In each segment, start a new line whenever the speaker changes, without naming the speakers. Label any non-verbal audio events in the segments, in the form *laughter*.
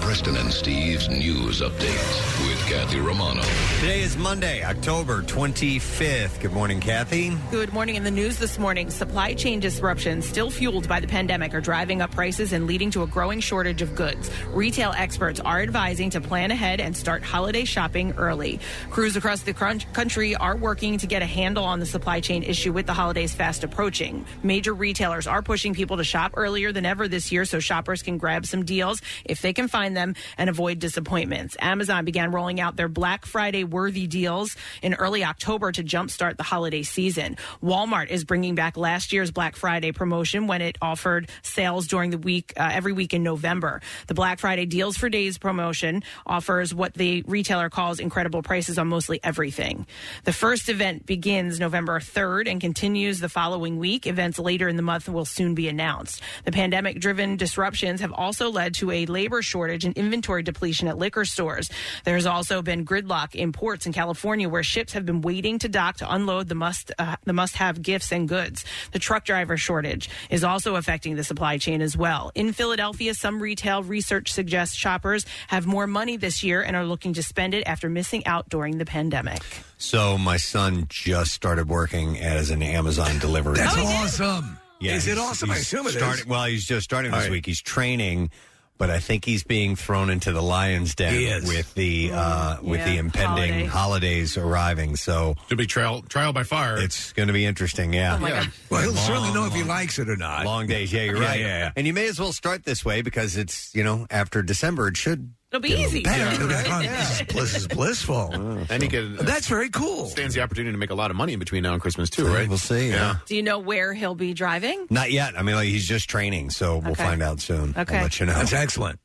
Preston and Steve's news update with Kathy Romano.
Today is Monday, October 25th. Good morning, Kathy.
Good morning. In the news this morning, supply chain disruptions still fueled by the pandemic are driving up prices and leading to a growing shortage of goods. Retail experts are advising to plan ahead and start holiday shopping early. Crews across the crunch- country are working to get a handle on the supply chain issue with the holidays fast approaching. Major retailers are pushing people to shop earlier than ever this year so shoppers can grab some deals if they can find them and avoid disappointments. Amazon began rolling out their Black Friday worthy deals in early October to jumpstart the holiday season. Walmart is bringing back last year's Black Friday promotion when it offered sales during the week uh, every week in November. The Black Friday Deals for Days promotion offers what the retailer calls incredible prices on mostly everything. The first event begins November 3rd and continues the following week. Events later in the month will soon be announced. The pandemic driven disruptions have also led to a labor shortage and inventory depletion at liquor stores. There's also been gridlock in ports in California where ships have been waiting to dock to unload the must uh, the must have gifts and goods. The truck driver shortage is also affecting the supply chain as well. In Philadelphia, some retail research suggests shoppers have more money this year and are looking to spend it after missing out during the pandemic.
So, my son just started working as an Amazon delivery.
That's
man.
awesome.
Yeah,
is it
he's-
awesome? I
he's
assume it is.
started- Well, he's just starting
All
this
right.
week. He's training, but I think he's being thrown into the lion's den
He is. Mm,
with the uh, with
Yeah,
the impending
holidays.
holidays arriving. So
it'll be trial trial by fire.
It's going to be interesting.
Oh,
Yeah. yeah.
Oh Well, he'll
Long,
certainly know if he likes it or not.
Long days. Yeah, you're
Yeah,
right.
yeah, yeah.
And you may as well start this way because it's you know after December it should.
It'll be
get a little
easy.
better.
*laughs*
This is blissful.
Ah,
and he could. uh,
That's very cool.
Stands the opportunity to make a lot of money in between now and Christmas too, right?
We'll see. Yeah.
Do you know where he'll be driving?
Not yet. I mean, like, he's just training, so we'll
Okay.
find out soon.
Okay.
I'll let you know.
That's excellent.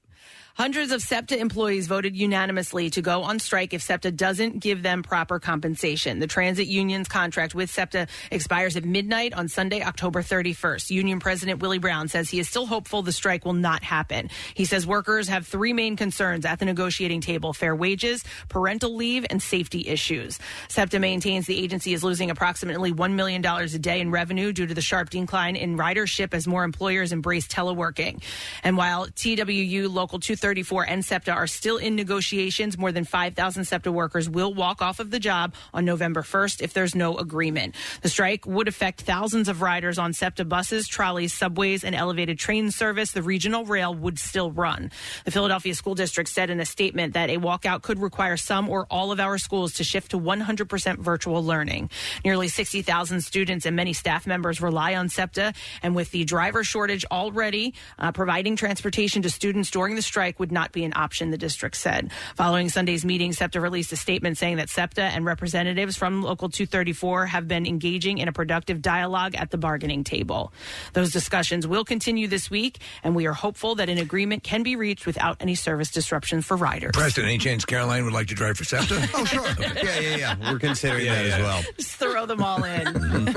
Hundreds of SEPTA employees voted unanimously to go on strike if SEPTA doesn't give them proper compensation. The transit union's contract with SEPTA expires at midnight on Sunday, October 31st. Union President Willie Brown says he is still hopeful the strike will not happen. He says workers have three main concerns at the negotiating table fair wages, parental leave, and safety issues. SEPTA maintains the agency is losing approximately $1 million a day in revenue due to the sharp decline in ridership as more employers embrace teleworking. And while TWU Local 234 and SEPTA are still in negotiations, more than 5,000 SEPTA workers will walk off of the job on November 1st if there's no agreement. The strike would affect thousands of riders on SEPTA buses, trolleys, subways, and elevated train service. The regional rail would still run. The Philadelphia School District said in a statement that a walkout could require some or all of our schools to shift to 100% virtual learning. Nearly 60,000 students and many staff members rely on SEPTA, and with the driver shortage already, uh, providing transportation to students during the strike would not be an option, the district said. Following Sunday's meeting, SEPTA released a statement saying that SEPTA and representatives from Local 234 have been engaging in a productive dialogue at the bargaining table. Those discussions will continue this week, and we are hopeful that an agreement can be reached without any service disruption for riders.
Preston, any chance Caroline would like to drive for SEPTA?
*laughs* oh, sure. Yeah, yeah, yeah. We're considering
Yeah,
that
yeah.
as well.
Just throw them
*laughs*
all in.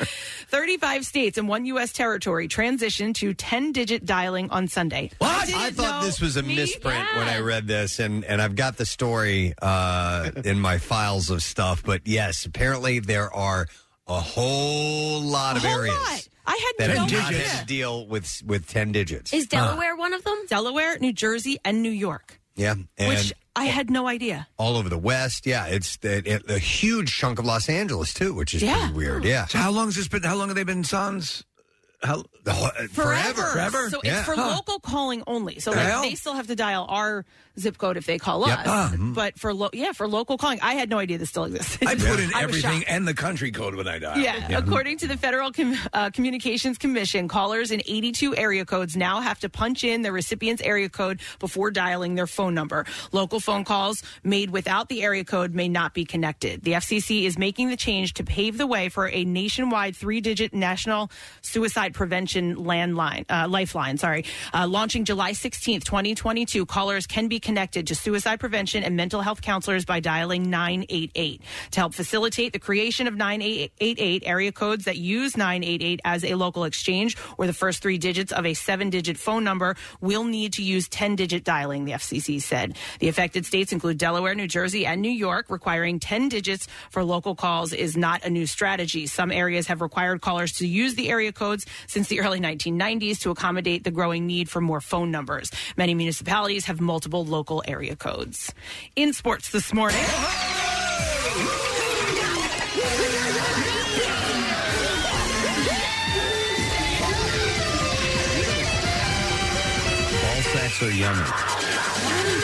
35 states and one U.S. territory transitioned to 10 digit dialing on Sunday. I
What?
didn't
I, thought
know.
this was a
Oh, Me?
misprint when I
Yeah.
read this, and, and I've got the story uh, in my files of stuff. But yes, apparently there are a whole lot of
whole
areas
lot. I had
that
no
have not
idea.
had to deal with with ten digits.
Is Delaware one of them?
Delaware, New Jersey, and New York,
Yeah, and
which I had no idea.
all over the West. Yeah, it's it, it- a huge chunk of Los Angeles too, which is
Yeah.
pretty weird. Yeah,
So how long has this been? How long have they been sons? How,
The whole- uh, forever.
Forever?
So
Yeah.
it's for
Huh.
local calling only. So
The
like,
hell?
they still have to dial our zip code if they call
Yep.
us.
Ah,
But for lo- yeah, for local calling, I had no idea this still existed.
I
*laughs*
put in
was
everything
shocked.
and the country code when I died.
Yeah.
Mm-hmm.
According to the Federal Com- uh, Communications Commission, callers in 82 area codes now have to punch in the recipient's area code before dialing their phone number. Local phone calls made without the area code may not be connected. The FCC is making the change to pave the way for a nationwide three digit national suicide Prevention Landline uh, Lifeline. Sorry, uh, launching July 16th, 2022. Callers can be connected to suicide prevention and mental health counselors by dialing 988 to help facilitate the creation of 988 area codes that use 988 as a local exchange or the first three digits of a seven-digit phone number. Will need to use 10-digit dialing. The FCC said the affected states include Delaware, New Jersey, and New York. Requiring 10 digits for local calls is not a new strategy. Some areas have required callers to use the area codes since the early 1990s to accommodate the growing need for more phone numbers. Many municipalities have multiple local area codes. In sports this morning.
Ball sacks are yummy.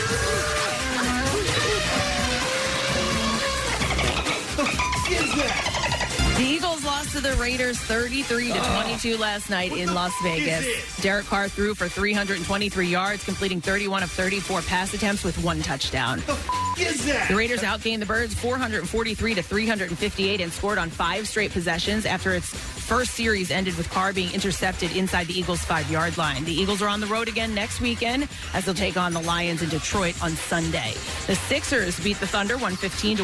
The Eagles lost to the Raiders 33 to 22 last night in Las Vegas. Derek Carr threw for 323 yards, completing 31 of 34 pass attempts with one touchdown. The Raiders outgained the Birds 443 to 358 and scored on five straight possessions after its first series ended with Carr being intercepted inside the Eagles' five-yard line. The Eagles are on the road again next weekend as they'll take on the Lions in Detroit on Sunday. The Sixers beat the Thunder 115 to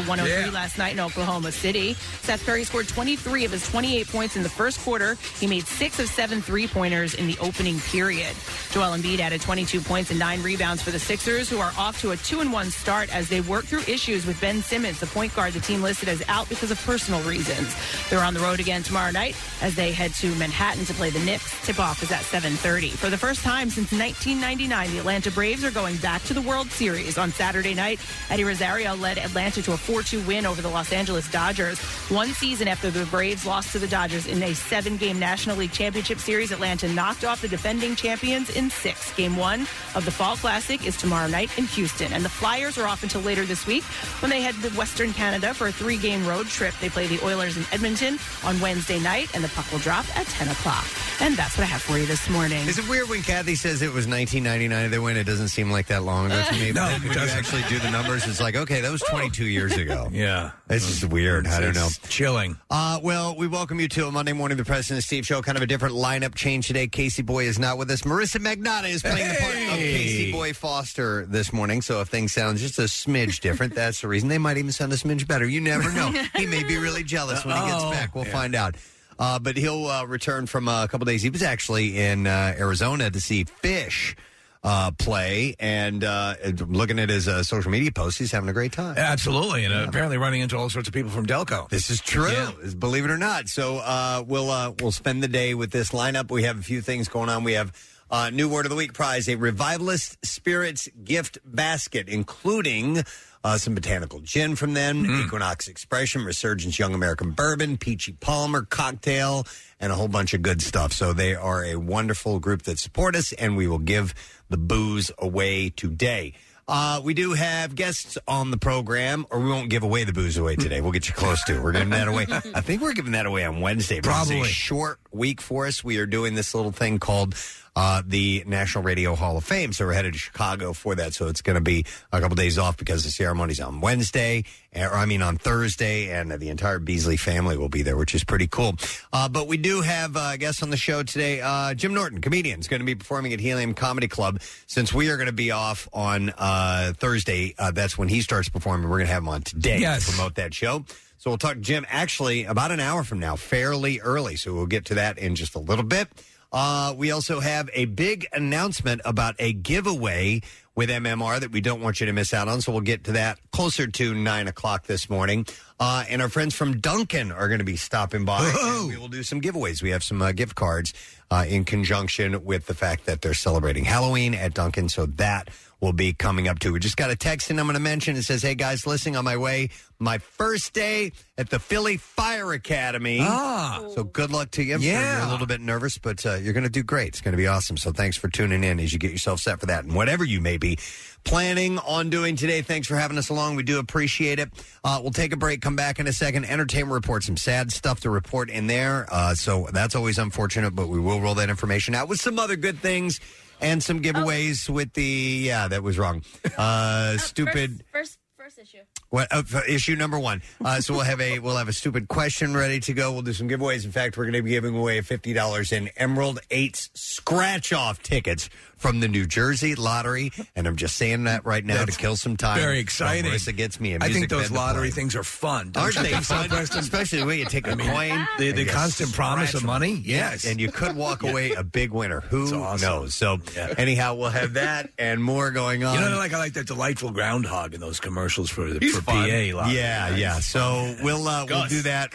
Yeah.
103 last night in Oklahoma City. Seth Curry scored 23 of his 28 points in the first quarter. He made six of seven three-pointers in the opening period. Joel Embiid added 22 points and nine rebounds for the Sixers, who are off to a two-and-one start as they work through issues with Ben Simmons, the point guard the team listed as out because of personal reasons. They're on the road again tomorrow night as they head to Manhattan to play the Knicks. Tip-off is at 7:30. For the first time since 1999, the Atlanta Braves are going back to the World Series on Saturday night. Eddie Rosario led Atlanta to a 4-2 win over the Los Angeles Dodgers. One season after the Braves lost to the Dodgers in a seven-game National League Championship Series, Atlanta knocked off the defending champions in six. Game one of the Fall Classic is tomorrow night in Houston, and the Flyers are off until later this week when they head to Western Canada for a three-game road trip. They play the Oilers in Edmonton on Wednesday night, and the puck will drop at 10 o'clock. And that's what I have for you this morning.
Is it weird when Kathy says it was 1999 they went? It doesn't seem like that long ago to me.
*laughs* No,
but
it
when you
doesn't.
actually do the numbers, it's like okay, that was 22 years ago.
*laughs* Yeah.
it's just weird. I don't know.
It's Chilling.
Uh, well, we welcome you to a Monday morning, the President and Steve Show. Kind of a different lineup change today. Casey Boy is not with us. Marissa Magnata is playing the part of Casey Boy Foster this morning. So if things sound just a smidge different, that's the reason. They might even sound a smidge better. You never
*laughs*
know. He may be really jealous when he gets
Oh.
back. We'll
Yeah.
find out. Uh, but he'll uh, return from uh, a couple days. He was actually in uh, Arizona to see Fish uh, play, and uh, looking at his uh, social media posts, he's having a great time.
Absolutely. And uh,
Yeah.
apparently running into all sorts of people from Delco.
This is true, is- believe it or not. So uh, we'll uh, we'll spend the day with this lineup. We have a few things going on. We have uh, new word of the week prize, a revivalist spirits gift basket, including. Uh, some botanical gin from them, Equinox Expression, Resurgence Young American Bourbon, Peachy Palmer cocktail, and a whole bunch of good stuff. So they are a wonderful group that support us, and we will give the booze away today. Uh, we do have guests on the program, or we won't give away the booze away today. We'll get you close to. it. We're giving that
*laughs*
away. I think we're giving that away on Wednesday. but It's a
Probably.
short week for us. We are doing this little thing called uh, the National Radio Hall of Fame. So we're headed to Chicago for that. So it's going to be a couple days off because the ceremony's on Wednesday, or I mean on Thursday, and the entire Beasley family will be there, which is pretty cool. Uh, but we do have uh, guests on the show today. Uh, Jim Norton, comedian, is going to be performing at Helium Comedy Club. Since we are going to be off on uh, Thursday, uh, that's when he starts performing. We're going to have him on today
Yes.
to promote that show. So we'll talk to Jim actually about an hour from now, fairly early. So we'll get to that in just a little bit. Uh, we also have a big announcement about a giveaway with MMR that we don't want you to miss out on. So we'll get to that closer to nine o'clock this morning. Uh, and our friends from Duncan are going to be stopping by. and we will do some giveaways. We have some uh, gift cards uh, in conjunction with the fact that they're celebrating Halloween at Duncan. So that will be coming up too. We just got a text and I'm going to mention it says, Hey guys, listening on my way, my first day at the Philly Fire Academy.
Ah.
So good luck to you. I'm sure you're a
Yeah.
little bit nervous, but uh, you're going to do great. It's going to be awesome. So thanks for tuning in as you get yourself set for that. And whatever you may be planning on doing today, thanks for having us along. We do appreciate it. Uh, we'll take a break, come back in a second. Entertainment report, some sad stuff to report in there. Uh, so that's always unfortunate, but we will roll that information out with some other good things. And some giveaways with the yeah that was wrong, uh, stupid
First, first, first issue.
What uh, f- issue number one? Uh, so we'll have a we'll have a stupid question ready to go. We'll do some giveaways. In fact, we're going to be giving away fifty dollars in Emerald Eights scratch off tickets from the New Jersey Lottery. And I'm just saying that right now
That's
to kill some time.
very
while
exciting.
Marissa gets me. A
I
music
think those
bed to
lottery
play.
things are fun. don't
Aren't
you
they
think so,
fun?
Preston?
Especially the way you take a coin.
the,
and
ah. the
you
constant promise
scratch them.
of money.
Yeah,
Yes.
And you could
*laughs*
walk away a big winner. Who knows? So, anyhow, we'll have that and more going on.
You know, like I like that delightful groundhog in those commercials for the for PA. Lottery.
Yeah,
Right?
yeah. So we'll uh, we'll
Gus.
do that.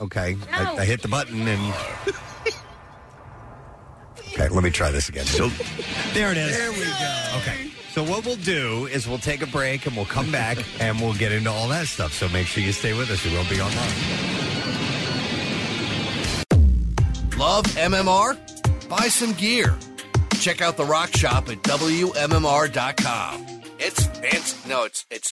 Okay,
No.
I, I hit the button and. Okay, let me try this again. So there it is. There we go. Okay. So what we'll do is we'll take a break and we'll come back and we'll get into all that stuff. So make sure you stay with us. We won't be online.
Love MMR? Buy some gear. Check out the rock shop at WMMR.com. It's fancy. No, it's it's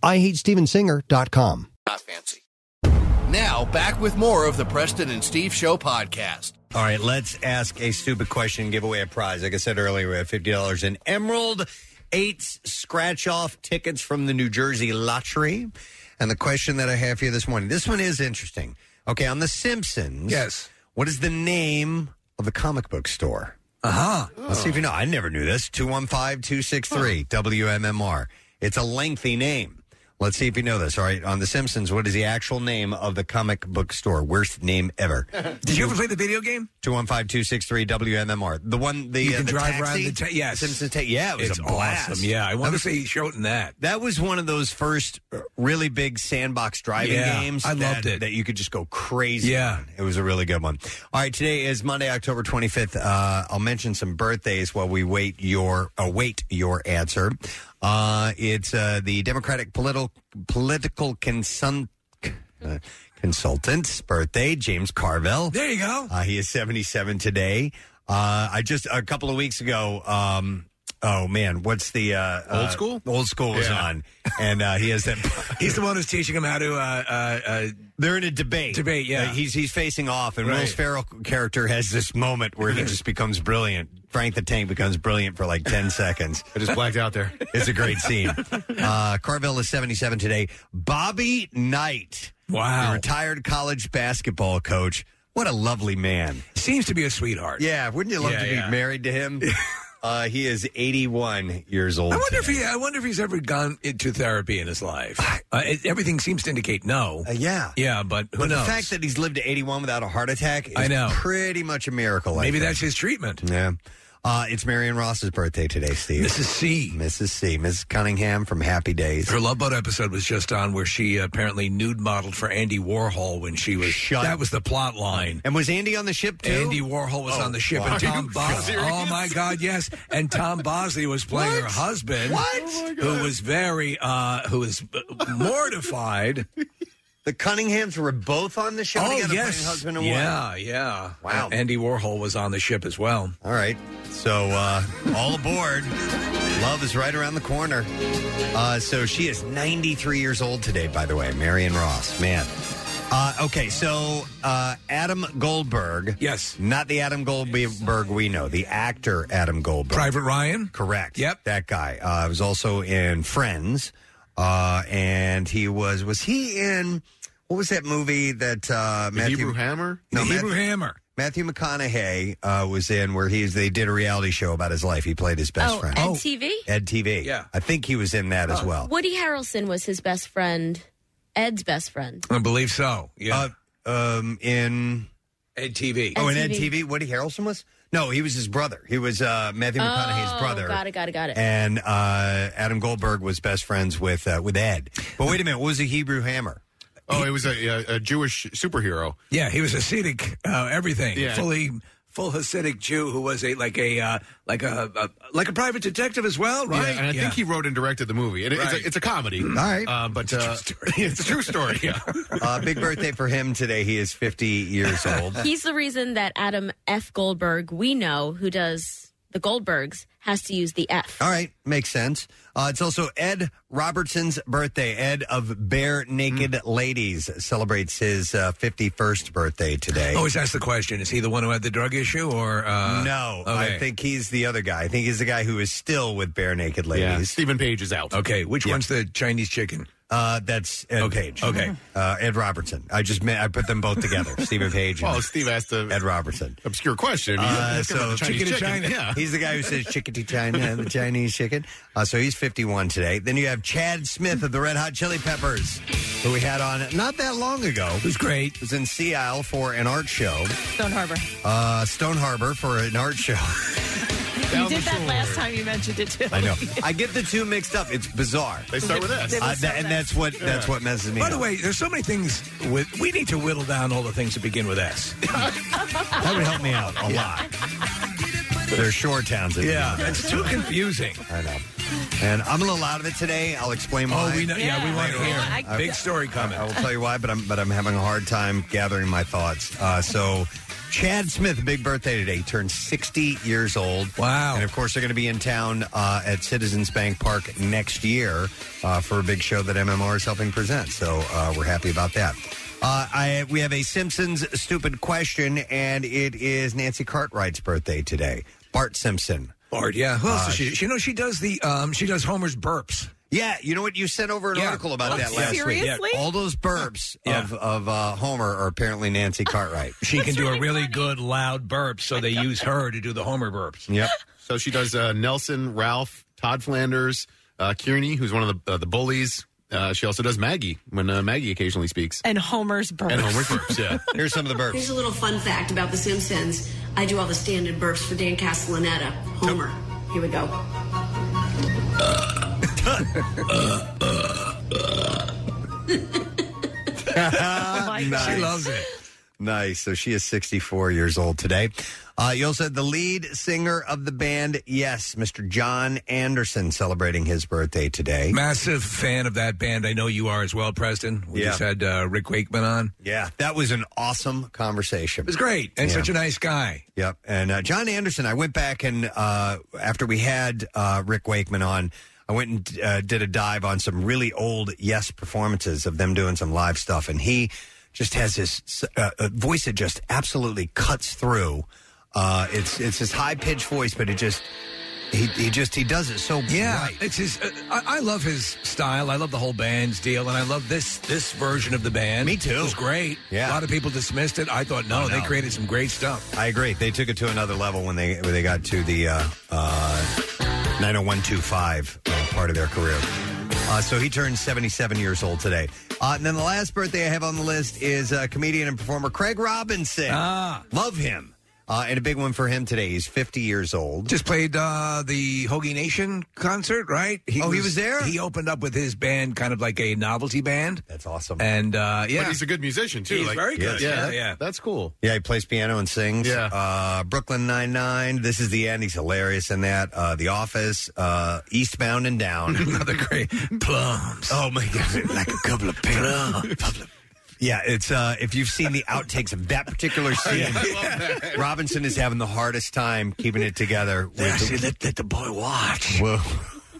IHateStevensinger.com.
not fancy. Now, back with more of the Preston and Steve Show podcast.
All right, let's ask a stupid question and give away a prize. Like I said earlier, we have fifty dollars in Emerald Eights scratch off tickets from the New Jersey Lottery. And the question that I have for you this morning, this one is interesting. Okay, on The Simpsons, yes. What is the name of the comic book store? Uh huh. Let's see if you know. I never knew this. 215 263 WMMR. It's a lengthy name. Let's see if you know this. All right. On The Simpsons, what is the actual name of the comic book store? Worst name ever.
Did you ever play the video game?
215-263 WMMR. The one the
you
uh,
can
the
drive
taxi?
around the ta- yes.
Simpsons ta- yeah, it was
It's
a blast.
awesome. Yeah, I
That
want to
was-
see Shorten that.
That was one of those first uh, really big sandbox driving
Yeah,
games.
I
that-
loved it.
That you could just go crazy.
Yeah.
on. It was a really good one. All right, today is Monday, October 25th. Uh, I'll mention some birthdays while we wait your await your answer. Uh, it's uh, the Democratic political political consun- uh, consultant's birthday, James Carville.
There you go.
Uh, he is 77 today. Uh, I just a couple of weeks ago. Um, oh man, what's the uh,
Old
uh,
School?
Old school was
Yeah.
on, and uh, he has that.
*laughs* He's the one who's teaching him how to. Uh, uh, uh,
They're in a debate.
Debate, yeah.
Uh, he's he's facing off, and
Right.
Will's Ferrell character has this moment where
*laughs*
he just becomes brilliant. Frank the Tank becomes brilliant for like
*laughs*
ten seconds.
I just blacked out there.
It's a great scene. Uh, Carville is 77 today. Bobby Knight.
Wow.
the Retired college basketball coach. What a lovely man.
seems to be a sweetheart.
Yeah, wouldn't you love
Yeah,
to
yeah.
be married to
*laughs*
him? uh, he is 81 years old.
I wonder if he. I wonder if he's ever gone into therapy in his life. Uh, it, everything seems to indicate no.
Uh, yeah.
yeah, but who
But the
knows?
fact that he's lived to 81 without a heart attack is
I know.
pretty much a miracle. I
Maybe
think.
that's his treatment.
Yeah. Uh, it's Marion Ross's birthday today, Steve.
Mrs. C.
Mrs. C. Mrs. Cunningham from Happy Days.
Her Love Boat episode was just on, where she apparently nude modeled for Andy Warhol when she was.
Shut
that
up.
was the plot line.
And was Andy on the ship, too?
Andy Warhol was
Oh,
on the ship,
wow. *laughs*
and Tom
Are you
Bosley. Oh my God, yes! And Tom Bosley was playing her husband,
What? Oh, my God.
who was very, uh, who was uh, mortified.
*laughs* The Cunninghams were both on the show
oh
together,
yes,
playing husband and wife.
yeah, yeah.
Wow.
Uh, Andy Warhol was on the ship as well.
All right. So, uh, all aboard. Love is right around the corner. Uh, so, she is 93 years old today, by the way, Marion Ross. Man. Uh, okay, so uh, Adam Goldberg.
Yes.
Not the Adam Goldberg we know, the actor Adam Goldberg.
Private Ryan.
Correct.
Yep.
That guy. Uh, was also in Friends. Uh, and he was, was he in, what was that movie that uh,
The
Matthew.
Hebrew Hammer?
no,
the
Matthew-
Hebrew Hammer.
Matthew McConaughey uh, was in where he's they did a reality show about his life. He played his best
oh,
friend.
and TV.
Ed TV.
Yeah.
I think he was in that as well.
Woody Harrelson was his best friend, Ed's best friend.
I believe so. Yeah.
Uh, um, in
Ed TV.
oh, in Ed
TV.
TV, Woody Harrelson was no, he was his brother. He was uh, Matthew McConaughey's
oh,
brother.
Got it. Got it. Got it.
And uh, Adam Goldberg was best friends with uh, with Ed. But wait a minute, what was a Hebrew Hammer?
Oh, it was a, a, a Jewish superhero.
Yeah, he was ascetic. Uh, everything.
Yeah.
Fully full Hasidic Jew who was a like a uh, like a, a like a private detective as well,
Yeah,
right?
and I think he wrote and directed the movie. And it- it's,
Right.
a, it's a comedy.
All
right.
Uh, but uh, *laughs* it's a true story. Yeah.
Uh, big birthday for him today. He is 50 years old.
He's the reason that Adam F. Goldberg, we know who does the Goldbergs, has to use the F.
All right, makes sense. Uh, it's also Ed Robertson's birthday. Ed of Bare Naked Ladies celebrates his uh, 51st birthday today.
Always ask the question: Oh, Is he the one who had the drug issue, or uh,
no, I
okay.
think he's the other guy. I think he's the guy who is still with Bare Naked Ladies.
Stephen Page is out.
Okay, which one's the Chinese chicken?
Uh, that's Ed Page.
okay.
Uh, Ed Robertson. I just meant, I put them both
*laughs*
together. Stephen Page.
Well, Steve asked a
Ed Robertson.
obscure question. You
Uh,
ask about
so
the Chinese chicken. Yeah.
He's the guy who says chickadee China,
*laughs*
the Chinese chicken. Uh, so he's 51 today. Then you have Chad Smith of the Red Hot Chili Peppers, who we had on not that long ago.
Who's great.
Was in Seattle for an art show.
Stone Harbor.
Uh, Stone Harbor for an art show. *laughs*
You did that last time you mentioned it too.
I know.
*laughs*
I get the two mixed up. It's bizarre.
They start with S. They
Uh,
both
that, and that's what that's what messes me.
By the
up.
way, there's so many things with. We need to whittle down all the things that begin with S.
that would help me out a lot. They're shore towns. that
Yeah,
do that.
that's too confusing.
I know. And I'm a little out of it today. I'll explain why.
Oh, we know. Yeah, we want to hear.
I-
Big story coming.
I will tell you why, but I'm but I'm having a hard time gathering my thoughts. Uh, so, Chad Smith, big birthday today. He turned 60 years old.
Wow.
And of course, they're going to be in town uh, at Citizens Bank Park next year uh, for a big show that MMR is helping present. So uh, we're happy about that. Uh, I we have a Simpsons stupid question, and it is Nancy Cartwright's birthday today. Bart Simpson.
Lord, yeah. Who else
Uh,
does she? She knows she does the. Um, she does Homer's burps.
Yeah, you know what? You sent over an
Yeah.
article about
Oh,
that last
seriously?
week. All those burps
Yeah.
of of uh, Homer are apparently Nancy Cartwright.
She can do a really good loud
*laughs*
burp, so they use her to do the Homer burps.
Yep.
So she does uh, Nelson, Ralph, Todd Flanders, uh, Kearney, who's one of the uh, the bullies. Uh, she also does Maggie when uh, Maggie occasionally speaks.
And Homer's birth.
And Homer burps, yeah.
*laughs* Here's some of the burps.
Here's a little fun fact about The Simpsons. I do all the standard burps for Dan Castellaneta. Homer. Here we go.
Oh, Nice.
She loves it.
*laughs* Nice. So she is 64 years old today. Uh, you also had the lead singer of the band, yes, Mr. John Anderson, celebrating his birthday today.
Massive fan of that band. I know you are as well, Preston. We
Yeah.
just had uh, Rick Wakeman on.
Yeah, that was an awesome conversation.
It was great, and
Yeah.
such a nice guy.
Yep. And uh, John Anderson, I went back and uh, after we had uh, Rick Wakeman on, I went and uh, did a dive on some really old Yes performances of them doing some live stuff. And he just has this uh, uh, voice that just absolutely cuts through. Uh, it's it's his high pitched voice, but it just he, he just he does it so
Yeah,
bright.
it's his. Uh, I, I love his style. I love the whole band's deal, and I love this this version of the band.
Me too.
It was great.
Yeah.
a lot of people dismissed it. I thought, no,
Oh,
they
no.
created some great stuff.
I agree. They took it to another level when they when they got to the uh, uh, 90125 uh, part of their career. Uh, so he turned 77 years old today. Uh, and then the last birthday I have on the list is uh, comedian and performer Craig Robinson.
Ah.
Love him. Uh, and a big one for him today. He's 50 years old.
Just played uh, the Hoagie Nation concert, right?
Oh, he was there?
He opened up with his band, kind of like a novelty band,
That's awesome.
and uh, yeah,
But he's a good musician, too.
He's very good.
Yeah,
Yeah,
that-
yeah.
That's cool.
Yeah, he plays piano and sings.
Yeah.
Uh, Brooklyn Nine Nine. This is the end. He's hilarious in that. Uh, the Office. Uh, Eastbound and Down.
*laughs* *laughs*
*laughs*
another great plums.
Oh my god,
*laughs*
like a couple of pins. Yeah, it's uh, if you've seen the outtakes of that particular scene, Robinson is having the hardest time keeping it together.
*laughs*
With
let, let the boy watch.
Will,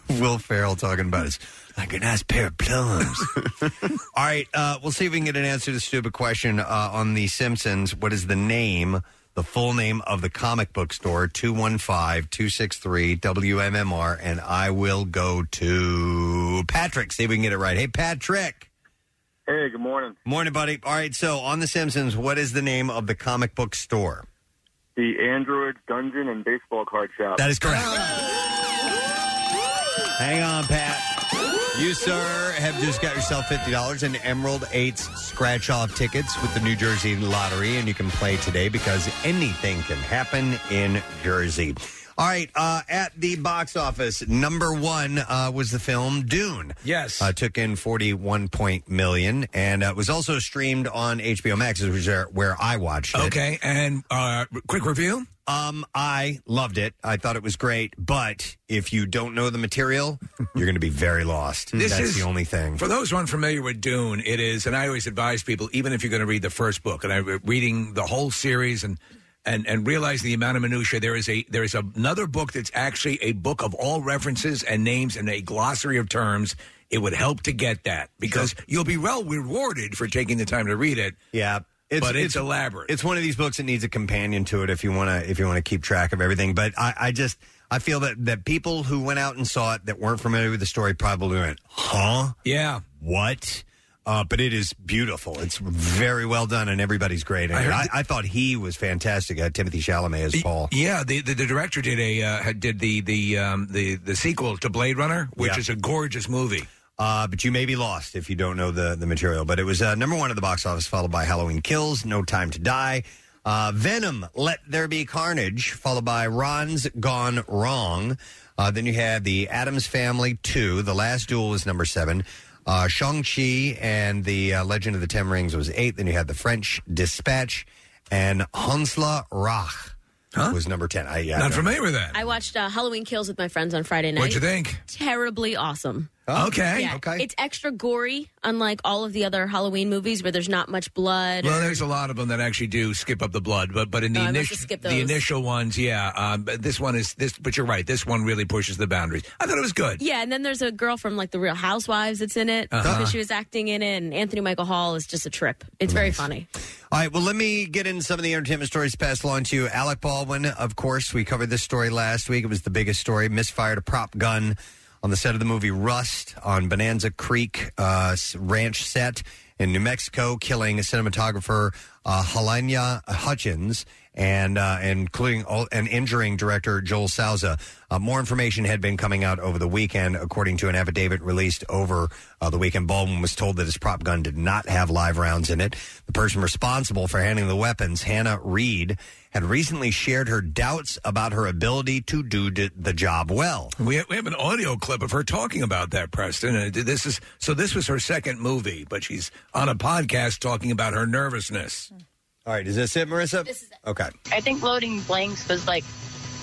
Will Farrell talking about his like a nice pair of
*laughs*
plums. All right, uh, we'll see if we can get an answer to the stupid question uh, on The Simpsons. What is the name, the full name of the comic book store? 215 263 WMMR. And I will go to Patrick, see if we can get it right. Hey, Patrick.
Hey, good morning.
Morning, buddy. All right, so on The Simpsons, what is the name of the comic book store?
The Android Dungeon and Baseball Card Shop.
That is correct. Hang on, Pat. You, sir, have just got yourself $50 in Emerald 8's scratch off tickets with the New Jersey Lottery, and you can play today because anything can happen in Jersey. All right, uh, at the box office, number one uh, was the film Dune.
Yes,
uh, took in forty-one point million, and uh, was also streamed on HBO Max, which is where- where I watched it.
Okay, and uh, quick review.
Um, I loved it. I thought it was great, but if you don't know the
*laughs*
material, you're going to be very lost.
This
That's
is-
the only thing.
For those who aren't familiar with Dune, it is, and I always advise people, even if you're going to read the first book, and I reading the whole series and and and realize the amount of minutia there is a there is another book that's actually a book of all references and names and a glossary of terms. It would help to get that because you'll be well rewarded for taking the time to read it.
Yeah,
but it's, elaborate.
It's one of these books that needs a companion to it if you want to if you want to keep track of everything. But I, I just I feel that that people who went out and saw it that weren't familiar with the story probably went, huh?
Yeah.
What? Uh, but it is beautiful. It's very well done, and everybody's great. in
I
it.
heard
I,
th-
I thought he was fantastic. Uh, Timothy Chalamet as Paul.
Yeah, the, the, the director did a uh, had- did the the um, the the sequel to Blade Runner, which
Yeah.
is a gorgeous movie.
Uh, but you may be lost if you don't know the, the material. But it was uh, number one at the box office, followed by Halloween Kills, No Time to Die, uh, Venom, Let There Be Carnage, followed by Ron's Gone Wrong. Uh, then you had The Adams Family 2. The Last Duel was number seven. Uh, Shang-Chi and The uh, Legend of the Ten Rings was eight. Then you had The French Dispatch and Hansla Rach was number 10. I, yeah, I
Not
don't-
familiar with that.
I watched uh, Halloween Kills with my friends on Friday night.
What'd you think?
Terribly awesome.
Oh. Okay.
Yeah.
Okay.
It's extra gory, unlike all of the other Halloween movies where there's not much blood.
Well, there's a lot of them that actually do skip up the blood, but but in the
Oh, I must
initial
have skipped
the
those.
initial ones, yeah. Um, but this one is this, but you're right. This one really pushes the boundaries. I thought it was good.
yeah, and then there's a girl from like the Real Housewives that's in it
Uh-huh.
because she was acting in it, and Anthony Michael Hall is just a trip. It's very funny.
All right, well, let me get into some of the entertainment stories passed along to you. Alec Baldwin, of course, we covered this story last week. It was the biggest story. Misfired a prop gun on the set of the movie Rust on Bonanza Creek uh, s- Ranch set in New Mexico, killing cinematographer uh, Helena Hutchins and uh, including all, and injuring director Joel Souza. Uh, more information had been coming out over the weekend, according to an affidavit released over uh, the weekend. Baldwin was told that his prop gun did not have live rounds in it. The person responsible for handling the weapons, Hannah Reed, had recently shared her doubts about her ability to do d- the job well.
We we have an audio clip of her talking about that, Preston. And it- this is so. This was her second movie, but she's on a podcast talking about her nervousness.
All right, is this it, Marissa?
This is it.
Okay.
I think loading blanks was like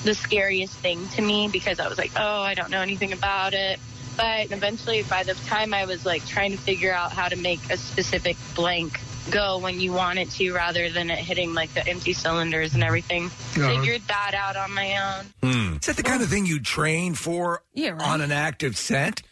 the scariest thing to me because I was like, oh, I don't know anything about it. But eventually, by the time I was like trying to figure out how to make a specific blank go when you want it to rather than it hitting like the empty cylinders and everything,
Yeah.
figured that out on my own.
Hmm. Is that the kind of thing you train for
Yeah, right.
on an active set?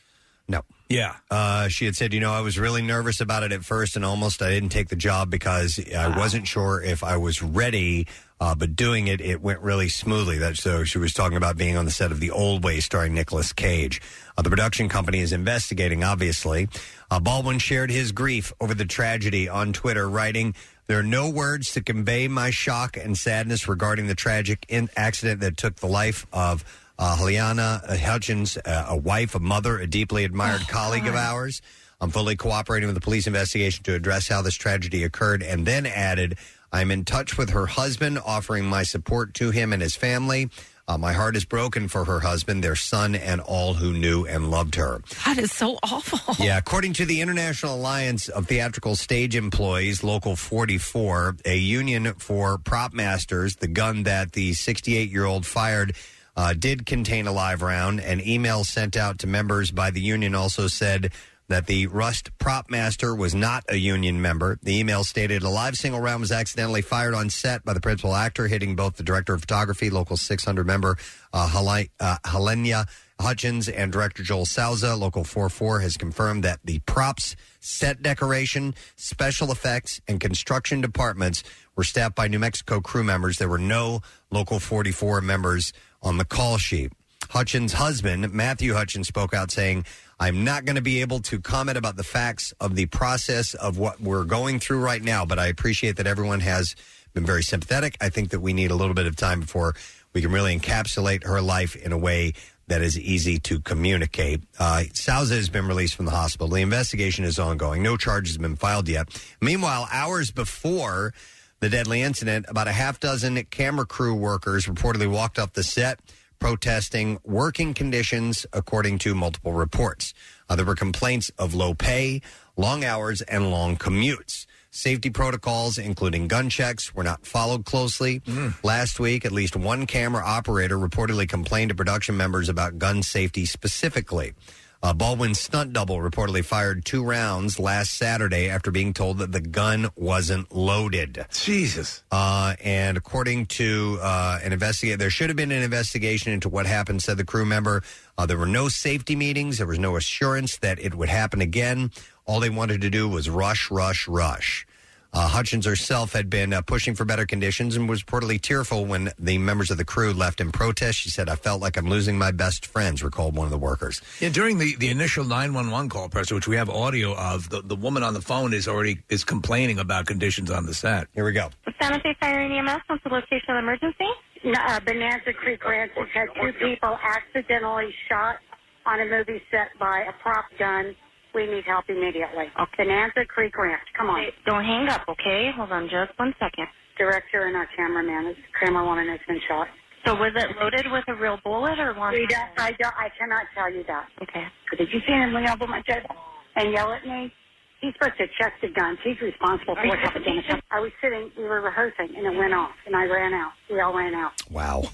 No.
Yeah.
Uh, she had said, you know, I was really nervous about it at first and almost I didn't take the job because I wasn't sure if I was ready. Uh, but doing it, it went really smoothly. That so she was talking about being on the set of The Old Way starring Nicolas Cage. Uh, the production company is investigating, obviously. Uh, Baldwin shared his grief over the tragedy on Twitter, writing, there are no words to convey my shock and sadness regarding the tragic in- accident that took the life of uh, Helena Hutchins, uh, a wife, a mother, a deeply admired colleague of ours. I'm fully cooperating with the police investigation to address how this tragedy occurred, and then added, I'm in touch with her husband, offering my support to him and his family. Uh, my heart is broken for her husband, their son, and all who knew and loved her.
That is so awful.
*laughs* Yeah, according to the International Alliance of Theatrical Stage Employees, Local 44, a union for prop masters, the gun that the 68 year old fired uh, did contain a live round. An email sent out to members by the union also said that the Rust prop master was not a union member. The email stated a live single round was accidentally fired on set by the principal actor, hitting both the director of photography, local 600 member uh, Heli- uh, Helena Hutchins, and director Joel Souza. Local 44 has confirmed that the props, set decoration, special effects, and construction departments were staffed by New Mexico crew members. There were no Local 44 members on the call sheet. Hutchins' husband, Matthew Hutchins, spoke out saying, I'm not going to be able to comment about the facts of the process of what we're going through right now, but I appreciate that everyone has been very sympathetic. I think that we need a little bit of time before we can really encapsulate her life in a way that is easy to communicate. Uh, Souza has been released from the hospital. The investigation is ongoing. No charges have been filed yet. Meanwhile, hours before the deadly incident, about a half dozen camera crew workers reportedly walked off the set protesting working conditions, according to multiple reports. Uh, there were complaints of low pay, long hours, and long commutes. Safety protocols, including gun checks, were not followed closely. Last week, at least one camera operator reportedly complained to production members about gun safety specifically. Uh, Baldwin's stunt double reportedly fired two rounds last Saturday after being told that the gun wasn't loaded.
Jesus.
Uh, and according to uh, an investigator, there should have been an investigation into what happened, said the crew member. Uh, there were no safety meetings, there was no assurance that it would happen again. All they wanted to do was rush, rush, rush. Uh, Hutchins herself had been uh, pushing for better conditions and was reportedly tearful when the members of the crew left in protest. She said, I felt like I'm losing my best friends, recalled one of the workers.
Yeah, during the, the initial 911 call, Preston, which we have audio of, the, the woman on the phone is already is complaining about conditions on the set.
Here we go.
Santa Fe Fire and E EMS, what's the location of the emergency? No, uh, Bonanza Creek Ranch has had two people accidentally shot on a movie set by a prop gun. We need help immediately. Bonanza Creek Ranch, come on.
Don't hang up, okay? Hold on just one second.
Director and our cameraman, is, camera woman has been shot.
So was it loaded with a real bullet or one?
We don't, I, don't, I cannot tell you that.
Okay.
Did you see him lean over my table and yell at me? He's supposed to check the guns. He's responsible for what happened. in the company. I was sitting, we were rehearsing, and it went off, and I ran out. We all ran out.
Wow.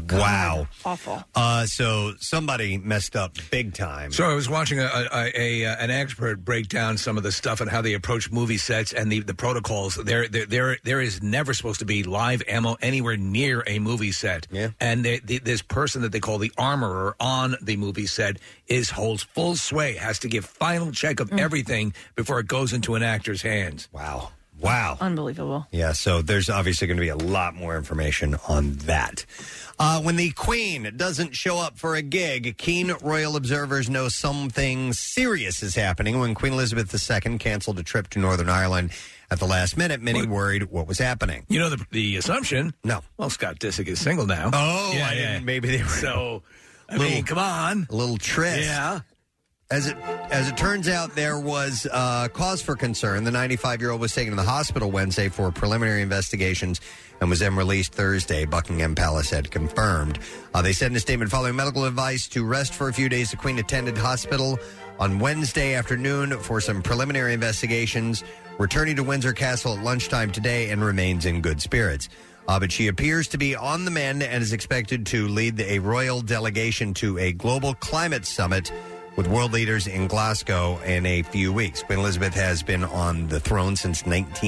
Wow.
Awful.
Uh, so somebody messed up big time.
So I was watching a, a, a, a an expert break down some of the stuff and how they approach movie sets and the, the protocols. There, there there there is never supposed to be live ammo anywhere near a movie set. Yeah. And they, the, this person that they call the armorer on the movie set is holds full sway, has to give final check of everything before it goes into an actor's hands.
Wow. Wow.
Unbelievable.
Yeah, so there's obviously going to be a lot more information on that. Uh, when the Queen doesn't show up for a gig, keen royal observers know something serious is happening. When Queen Elizabeth II canceled a trip to Northern Ireland at the last minute, many worried what was happening.
You know the the assumption?
No.
Well, Scott Disick is single now.
Oh, I didn't- maybe they were-
So, I
Little-
mean, come on.
A little tryst.
Yeah.
As it as it turns out, there was uh, cause for concern. The 95 year old was taken to the hospital Wednesday for preliminary investigations and was then released Thursday. Buckingham Palace had confirmed. Uh, they said in a statement following medical advice to rest for a few days. The Queen attended hospital on Wednesday afternoon for some preliminary investigations. Returning to Windsor Castle at lunchtime today and remains in good spirits. Uh, but she appears to be on the mend and is expected to lead a royal delegation to a global climate summit with world leaders in Glasgow in a few weeks. Queen Elizabeth has been on the throne since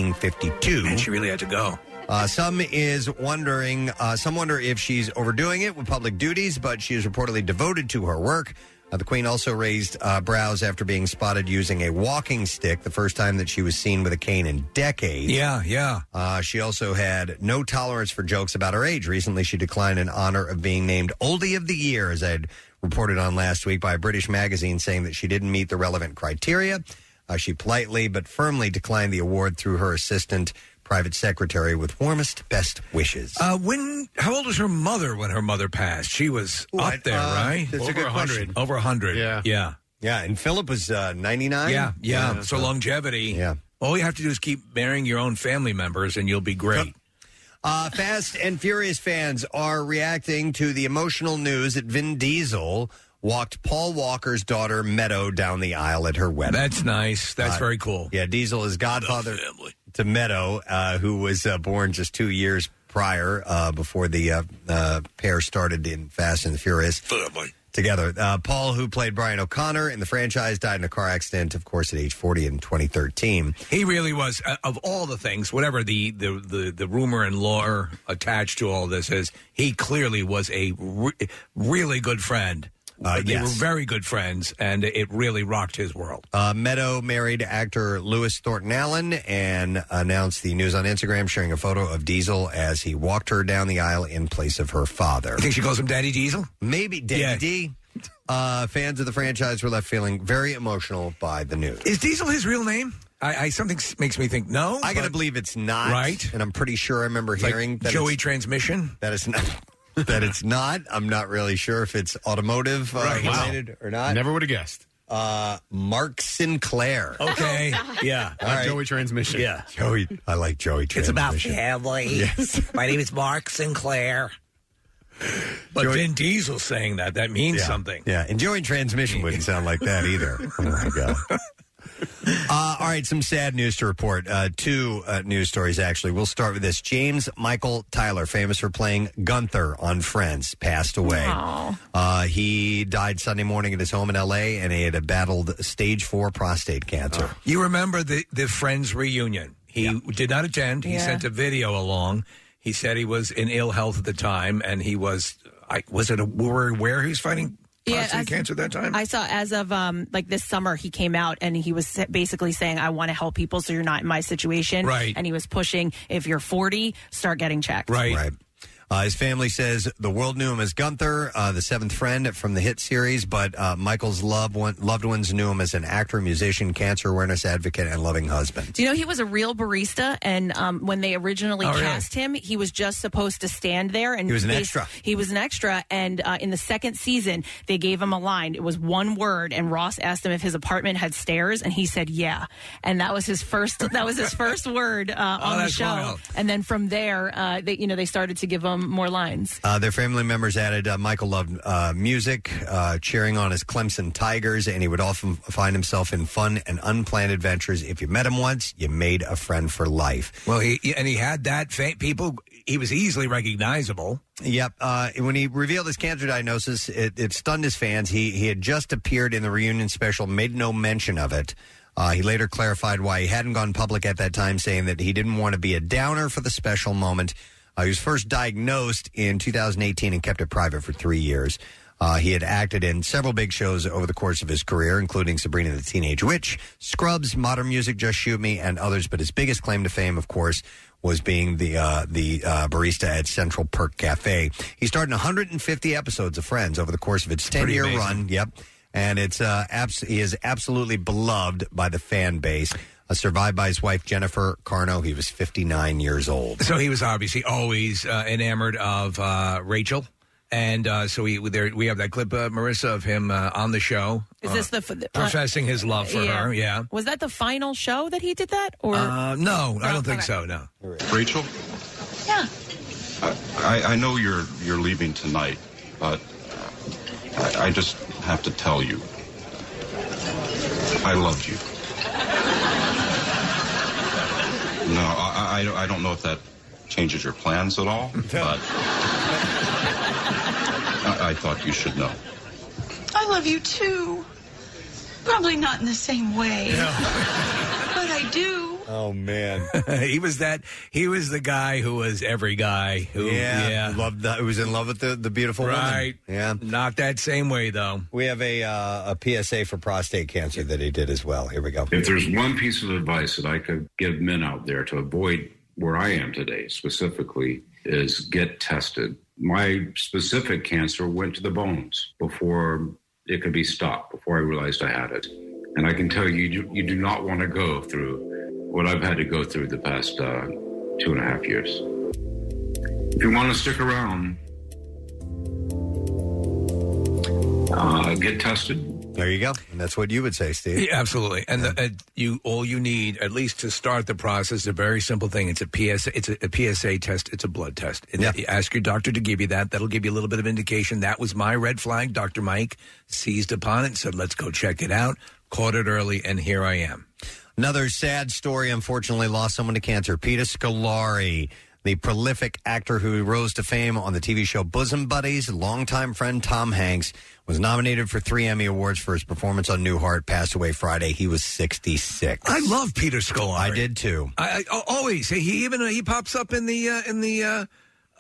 1952.
And she really had to go.
Uh, some is wondering, uh, some wonder if she's overdoing it with public duties, but she is reportedly devoted to her work. Uh, the Queen also raised uh, brows after being spotted using a walking stick, the first time that she was seen with a cane in decades.
Yeah, yeah.
Uh, she also had no tolerance for jokes about her age. Recently, she declined in honor of being named Oldie of the Year, as I had reported on last week by a British magazine, saying that she didn't meet the relevant criteria. Uh, she politely but firmly declined the award through her assistant, private secretary, with warmest best wishes.
Uh, when? How old was her mother when her mother passed? She was
Ooh, I-
up there,
uh,
right?
that's a Over good 100. question.
Over hundred.
Yeah.
yeah,
yeah. And Philip was uh, ninety nine.
Yeah, yeah.
Yeah,
so
so-
longevity. Yeah. All you have to do is keep marrying your own family members, and you'll be great.
Uh, Fast and Furious fans are reacting to the emotional news that Vin Diesel walked Paul Walker's daughter Meadow down the aisle at her wedding.
That's nice. That's
Uh,
very cool.
Yeah, Diesel is godfather to Meadow, uh, who was uh, born just two years prior, uh, before the uh, uh, pair started in Fast and the Furious. Together. Uh, Paul, who played Brian O'Connor in the franchise, died in a car accident, of course, at age 40 in 2013.
He really was uh, of all the things, whatever the, the, the, the rumor and lore attached to all this is, he clearly was a re- really good friend.
Uh,
they
yes.
were very good friends, and it really rocked his world.
Uh, Meadow married actor Lewis Thornton Allen and announced the news on Instagram, sharing a photo of Diesel as he walked her down the aisle in place of her father.
I think she calls him Daddy Diesel.
Maybe Daddy
Yeah.
D. Uh, fans of the franchise were left feeling very emotional by the news.
Is Diesel his real name? I, I something s- makes me think no.
I gotta believe it's not
right.
And I'm pretty sure I remember
like
hearing that
Joey
it's-
Transmission.
that it's not *laughs* that it's not. I'm not really sure if it's automotive uh,
Right. Wow.
related or not.
Never
would have guessed. Uh, Mark Sinclair. *laughs*
Okay. yeah.
All right.
Joey Transmission.
Yeah. Joey. I like Joey Transmission.
*laughs* family.
Yes.
My name is Mark Sinclair. But Vin Diesel saying that, that means
Yeah.
something.
Yeah, enjoying transmission wouldn't sound like that either.
*laughs*
Oh my god. Uh, all right, some sad news to report. Uh, two uh, news stories, actually. We'll start with this. James Michael Tyler, famous for playing Gunther on Friends, passed away. Uh, he died Sunday morning at his home in L.A. and he had battled stage four prostate cancer.
You remember the, the Friends reunion. He did not attend. He
Yeah.
sent a video along. He said he was in ill health at the time, and he was, I, was it a war where he was fighting prostate
as-
cancer that time?
I saw as of um, like this summer, he came out and he was sa- basically saying, "I want to help people, so you're not in my situation."
Right.
And he was pushing, "If you're 40, start getting checked."
Right. Right. Uh, his family says the world knew him as Gunther, uh, the seventh friend from the hit series, but uh, Michael's loved, one, loved ones knew him as an actor, musician, cancer awareness advocate, and loving husband.
Do you know he was a real barista? And um, when they originally
Oh, really?
cast him, he was just supposed to stand there. And
He was an
they-
extra.
He was an extra. And uh, in the second season, they gave him a line. It was one word, and Ross asked him if his apartment had stairs, and he said, "Yeah." And that was his first. *laughs* that was his first word uh, on the
Oh, that's
show.
wild.
And then from there, uh, they, you know, they started to give him more lines.
Uh, their family members added uh, Michael loved uh, music, uh, cheering on his Clemson Tigers, and he would often find himself in fun and unplanned adventures. If you met him once, you made a friend for life.
Well, he, and he had that fa- people. He was easily recognizable.
Yep. Uh, when he revealed his cancer diagnosis, it, it stunned his fans. He he had just appeared in the reunion special, made no mention of it. Uh, he later clarified why he hadn't gone public at that time, saying that he didn't want to be a downer for the special moment. Uh, he was first diagnosed in 2018 and kept it private for three years. Uh, he had acted in several big shows over the course of his career, including Sabrina the Teenage Witch, Scrubs, Modern Music, Just Shoot Me, and others. But his biggest claim to fame, of course, was being the uh, the uh, barista at Central Perk Cafe. He starred in 150 episodes of Friends over the course of its 10
pretty
year
amazing.
run. Yep, and it's uh, abs- he is absolutely beloved by the fan base. Uh, survived by his wife Jennifer Carno, he was 59 years old.
So he was obviously always uh, enamored of uh, Rachel, and uh, so we there we have that clip, uh, Marissa, of him uh, on the show.
Is
uh,
this the f- the-
professing his love for her? Yeah.
Was that the final show that he did that? Or
Uh, no, I don't think so. No.
Rachel,
yeah.
I, I know you're you're leaving tonight, but I, I just have to tell you, I loved you. No, I, I, I don't know if that changes your plans at all, but I, I thought you should know.
I love you too. Probably not in the same way. but I do.
Oh man,
*laughs* he was that. He was the guy who was every guy who
Yeah,
yeah.
loved that. Who was in love with the the beautiful woman.
right?
Yeah,
not that same way though.
We have a uh, a PSA for prostate cancer that he did as well. Here we go.
If there's one piece of advice that I could give men out there to avoid where I am today specifically is get tested. My specific cancer went to the bones before it could be stopped, before I realized I had it. And I can tell you, you do, you do not want to go through what I've had to go through the past uh, two and a half years. If you want to stick around, uh, get tested.
There you go. And that's what you would say,
*laughs*
Steve.
Yeah, absolutely. And the, uh, you all you need at least to start the process is a very simple thing. It's a PSA. It's a, a PSA test. It's a blood test. And you ask your doctor to give you that. That'll give you a little bit of indication. That was my red flag. Doctor Mike seized upon it and said, "Let's go check it out." Caught it early, and here I am.
Another sad story, unfortunately, lost someone to cancer. Peter Scolari, the prolific actor who rose to fame on the TV show Bosom Buddies, longtime friend Tom Hanks, was nominated for three Emmy Awards for his performance on Newhart, passed away Friday. He was 66.
I love Peter Scolari.
I did too.
I, I always he even uh, he pops up in the uh, in the uh,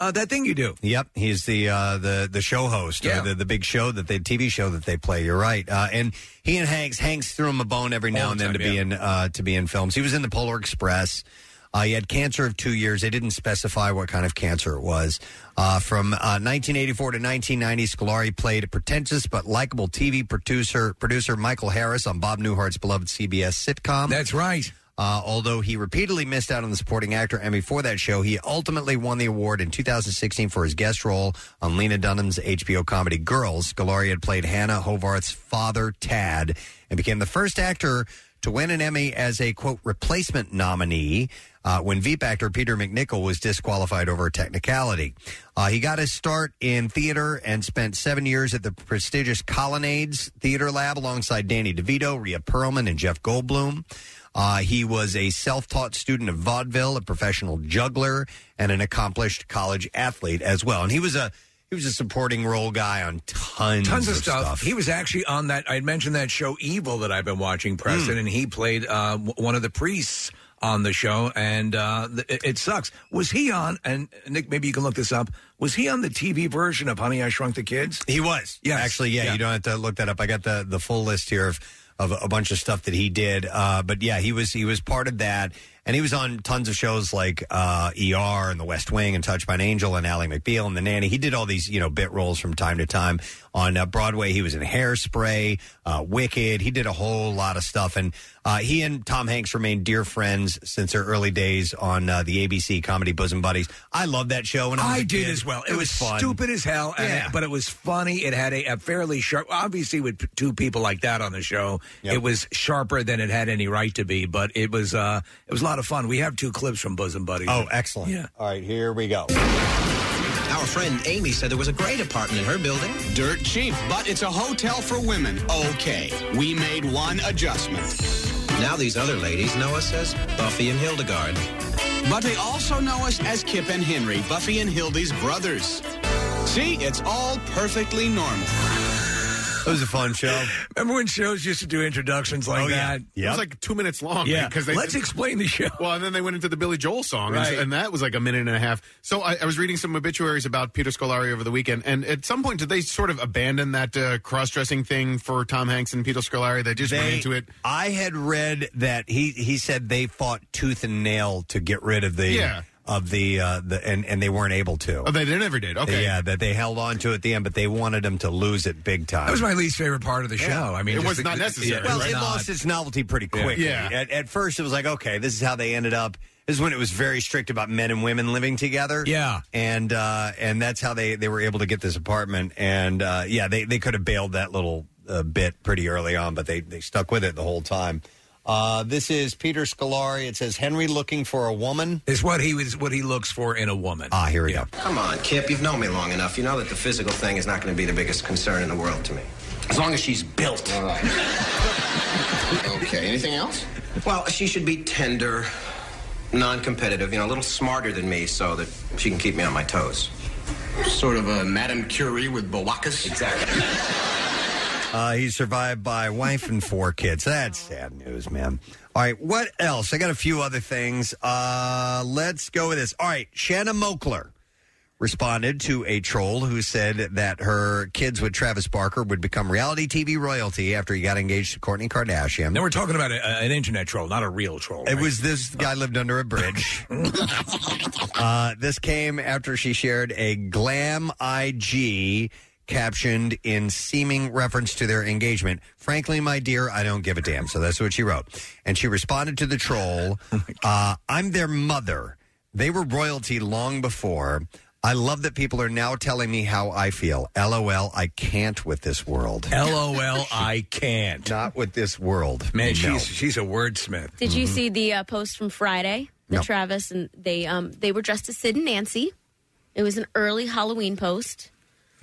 uh, that thing you do.
Yep, he's the uh, the the show host, or the, the big show that they TV show that they play. You're right, uh, and he and Hanks Hanks threw him a bone every now
All
and
the
then
time,
to be
yeah.
in uh, to be in films. He was in the Polar Express. Uh, he had cancer of two years. They didn't specify what kind of cancer it was. Uh, from uh, 1984 to 1990, Scolari played a pretentious but likable TV producer producer Michael Harris on Bob Newhart's beloved CBS sitcom.
That's right.
Uh, although he repeatedly missed out on the supporting actor Emmy for that show, he ultimately won the award in 2016 for his guest role on Lena Dunham's HBO comedy Girls. Scolari had played Hannah Hovarth's father, Tad, and became the first actor to win an Emmy as a quote replacement nominee uh, when Veep actor Peter McNichol was disqualified over a technicality. Uh, he got his start in theater and spent seven years at the prestigious Colonnades Theater Lab alongside Danny DeVito, Rhea Perlman, and Jeff Goldblum. Uh, he was a self taught student of vaudeville, a professional juggler, and an accomplished college athlete as well. And he was a he was a supporting role guy on tons,
Tons of stuff. He was actually on that. I mentioned that show Evil that I've been watching, Preston,
Hmm.
and he played uh, w- one of the priests on the show, and uh, th- it, it sucks. Was he on? And Nick, maybe you can look this up. Was he on the TV version of Honey I Shrunk the Kids?
He was. Yeah, actually, yeah, you don't have to look that up. I got the the full list here of of a bunch of stuff that he did. Uh, but yeah, he was he was part of that, and he was on tons of shows like uh, ER and The West Wing and Touched by an Angel and Ally McBeal and The Nanny. He did all these you know bit roles from time to time on uh, Broadway. He was in Hairspray, uh, Wicked. He did a whole lot of stuff, and uh, he and Tom Hanks remained dear friends since their early days on uh, the ABC comedy Bosom Buddies. I loved that show, and I,
I did as well. It, was, stupid as hell, and-
Yeah.
but it was funny. It had a, a fairly sharp. Obviously, with p- two people like that on the show, it was sharper than it had any right to be. But it was uh, it was a lot of fun. We have two clips from Bosom Buddies.
Oh, excellent!
Yeah.
All right, here we go.
Our friend Amy said there was a great apartment in her building. Dirt cheap, but it's a hotel for women. Okay, we made one adjustment. Now these other ladies know us as Buffy and Hildegard. But they also know us as Kip and Henry, Buffy and Hildy's brothers. See, it's all perfectly normal.
It was a fun show.
Remember when shows used to do introductions like that?
It was like two minutes long.
Oh, Yeah.
because they,
Let's explain the show.
Well, and then they went into the Billy Joel song,
Right.
and, and that was like a minute and a half. So I, I was reading some obituaries about Peter Scolari over the weekend, and at some point, did they sort of abandon that uh, cross-dressing thing for Tom Hanks and Peter Scolari? They just went
They-
into it.
I had read that he he said they fought tooth and nail to get rid of the
Yeah.
of the uh, the and and they weren't able to.
Oh, they didn't ever did. Okay,
Yeah, that they held on to at the end, but they wanted him to lose it big time.
That was my least favorite part of the show. I mean, just the- the- yeah,
well,
it's
it
not.
lost its novelty pretty
Yeah.
quickly.
Yeah.
At, at first, it was like, okay, this is how they ended up. This is when it was very strict about men and women living together.
Yeah.
and uh, and that's how they they were able to get this apartment. And uh, yeah, they they could have bailed that little uh, bit pretty early on, but they they stuck with it the whole time. Uh, this is Peter Scolari. It says Henry looking for a woman.
It's what he was what he looks for in a woman.
Ah, here we go.
Come on, Kip, you've known me long enough. You know that the physical thing is not going to be the biggest concern in the world to me. As long as she's built. All right. *laughs* okay, anything else? Well, she should be tender, non competitive, you know, a little smarter than me so that she can keep me on my toes. Sort of a Madame Curie with bawakas? Exactly.
*laughs* Uh, he's survived by wife and four kids. That's sad news, man. All right, what else? I got a few other things. Uh, let's go with this. All right, Shanna Mokler responded to a troll who said that her kids with Travis Barker would become reality TV royalty after he got engaged to Courtney Kardashian.
Now we're talking about a, an internet troll, not a real troll.
It was this guy lived under a
*laughs*
bridge. uh, this came after she shared a glam IG captioned in seeming reference to their engagement. Frankly, my dear, I don't give a damn. So that's what she wrote. And she responded to the troll
*laughs* Oh
uh, I'm their mother. They were royalty long before. I love that people are now telling me how I feel. LOL, I can't with this world.
LOL, I can't.
Not with this world.
Man,
No.
she's she's a wordsmith.
Did you see the uh, post from Friday? The
No.
Travis and they um they were dressed as Sid and Nancy. It was an early Halloween post.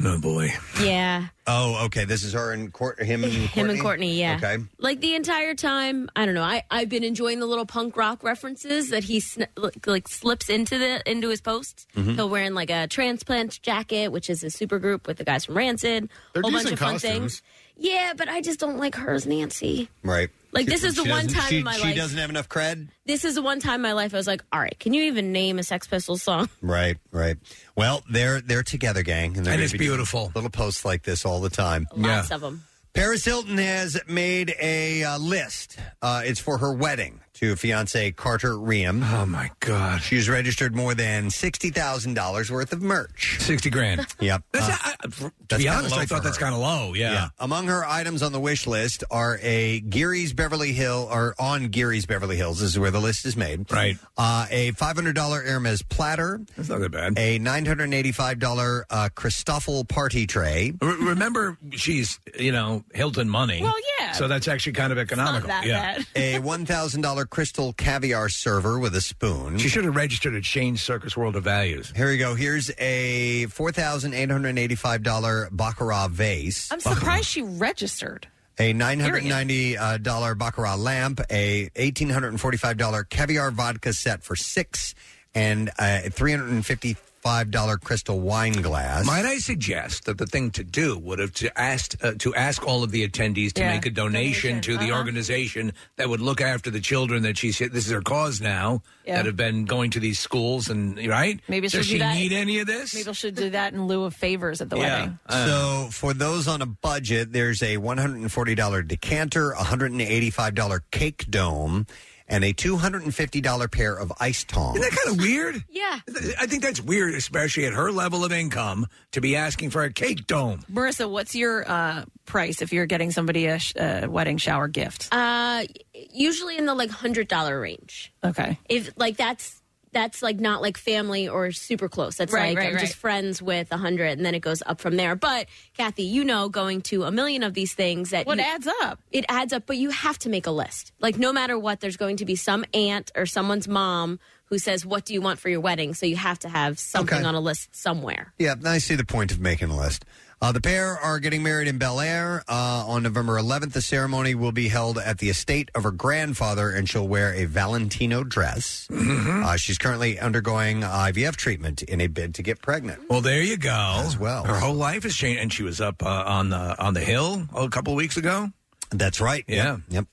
Oh boy.
Yeah,
Oh, okay. This is her and court, him and Courtney.
him and Courtney. Yeah.
Okay.
Like the entire time, I don't know. I I've been enjoying the little punk rock references that he sn- like, like slips into the into his posts.
Mhm.
He'll wearing like a transplant jacket, which is a super group with the guys from Rancid.
They're
whole bunch
decent
of fun
costumes.
things. Yeah, but I just don't like her as Nancy.
Right.
Like, this is the one
doesn't-
time
she,
in my
she
life-
doesn't have enough cred.
This is the one time in my life I was like, all right, can you even name a Sex Pistols song?
Right, right. Well, they're they're together, gang, they're
And
gonna
it's
be doing
beautiful.
Little posts like this all the time.
Lots of them.
Paris Hilton has made a uh, list. Uh, it's for her wedding to fiance Carter Ream. Oh
my god!
She's registered more than sixty thousand dollars worth of merch.
Sixty grand.
Yep.
That's,
Uh,
I- I- to
that's
be
kinda
honest,
low
I thought
for
that's
her.
kind of low. Yeah.
Among her items on the wish list are a Geary's Beverly Hill, or on Geary's Beverly Hills. This is where the list is made. Right. Uh, a $500 Hermes platter.
That's not that bad.
A $985 uh, Christoffel party tray.
Re- remember, she's you know Hilton money.
Well, yeah.
So that's actually kind of economical.
that
yeah.
bad.
*laughs* A one thousand dollar crystal caviar server with a spoon.
She should have registered at Shane's Circus World of Values.
Here we go. Here's a four thousand eight hundred eighty five dollar baccarat vase.
I'm surprised she registered.
A nine hundred ninety uh, dollar baccarat lamp, a eighteen hundred and forty five dollar caviar vodka set for six, and a three hundred and fifty five dollar crystal wine glass.
Might I suggest that the thing to do would have to ask uh, to ask all of the attendees to
Yeah.
make a donation, to the
Uh-huh.
organization that would look after the children that she's this is her cause now
Yeah.
that have been going to these schools and right.
Maybe she'll
does
do
she
that.
need any of this?
Maybe she'll do that in lieu of favors at the wedding.
so for those on a budget, there's a $140 decanter, $185 cake dome, and a $250 pair of ice tongs.
Isn't that kind of weird?
Yeah.
I think that's weird, especially at her level of income, to be asking for a cake dome.
Marissa, what's your uh, price if you're getting somebody a sh- uh, wedding shower gift?
Uh, usually in the like hundred dollar range.
Okay.
If like that's that's like not like family or super close. That's
Right,
like
right,
I'm
right.
just friends with a hundred, and then it goes up from there. But Kathy, you know, going to a million of these things that
Well, it
you-
adds up.
It adds up, but you have to make a list. Like no matter what, there's going to be some aunt or someone's mom who says, "What do you want for your wedding?" So you have to have something on a list somewhere.
Yeah, I see the point of making a list. Uh, the pair are getting married in Bel Air uh, on November 11th. The ceremony will be held at the estate of her grandfather, and she'll wear a Valentino dress. Uh, she's currently undergoing IVF treatment in a bid to get pregnant.
Well, there you go. As
well,
her whole life has changed, and she was up uh, on the on the hill a couple of weeks ago.
That's right.
Yeah.
Yep. yep.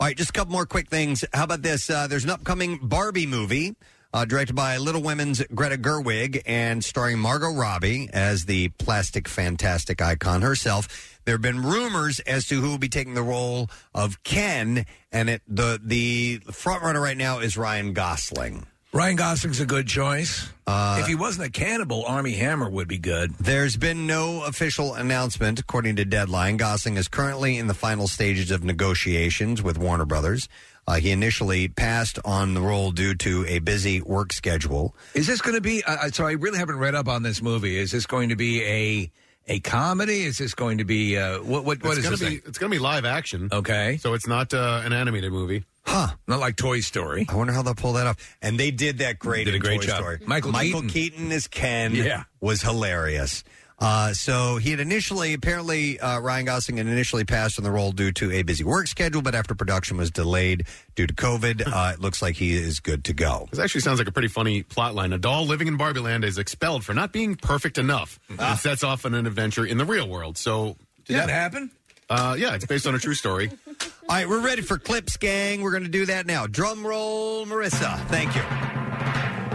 All right, just a couple more quick things. How about this? Uh, there's an upcoming Barbie movie uh, directed by Little Women's Greta Gerwig and starring Margot Robbie as the plastic fantastic icon herself. There have been rumors as to who will be taking the role of Ken, and it, the the front runner right now is Ryan Gosling.
Ryan Gosling's a good choice. if he wasn't a cannibal, Army Hammer would be good.
There's been no official announcement, according to Deadline. Gosling is currently in the final stages of negotiations with Warner Brothers. Uh, he initially passed on the role due to a busy work schedule.
Is this going to be? Uh, so I really haven't read up on this movie. Is this going to be a a comedy? Is this going to be uh, what? What, what
it's
is
gonna
this?
be,
thing?
It's going to be live action.
Okay.
So it's not uh, an animated movie.
Huh.
Not like Toy Story.
I wonder how they'll pull that off. And they did that great.
Did a
in
great
Toy
job.
Story.
Michael
Michael
Keaton.
Keaton as Ken
Yeah.
was hilarious. Uh, so he had initially, apparently, uh, Ryan Gosling had initially passed on the role due to a busy work schedule, but after production was delayed due to COVID, uh, it looks like he is good to go.
This actually sounds like a pretty funny plot line. A doll living in Barbie Land is expelled for not being perfect enough
Ah.
and sets off on an adventure in the real world. So, did
that happen?
Uh, yeah, it's based on a true story.
All right, we're ready for clips, gang. We're going to do that now. Drum roll, Marissa. Thank you.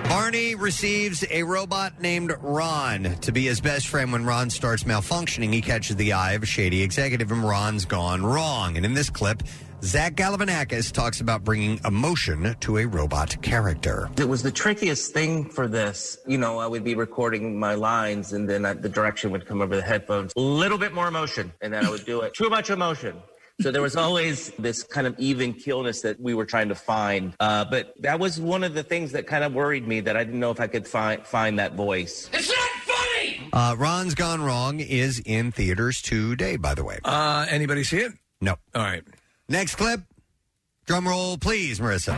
Barney receives a robot named Ron to be his best friend. When Ron starts malfunctioning, he catches the eye of a shady executive, and Ron's gone wrong. And in this clip, Zach Galifianakis talks about bringing emotion to a robot character.
It was the trickiest thing for this. You know, I would be recording my lines and then I, the direction would come over the headphones. A little bit more emotion, and then I would do it. Too much emotion. So there was always this kind of even keelness that we were trying to find. Uh, but that was one of the things that kind of worried me that I didn't know if I could find find that voice.
Uh, Ron's Gone Wrong is in theaters today, by the way.
Uh, anybody see it?
No.
All right.
Next clip. Drum roll, please, Marissa.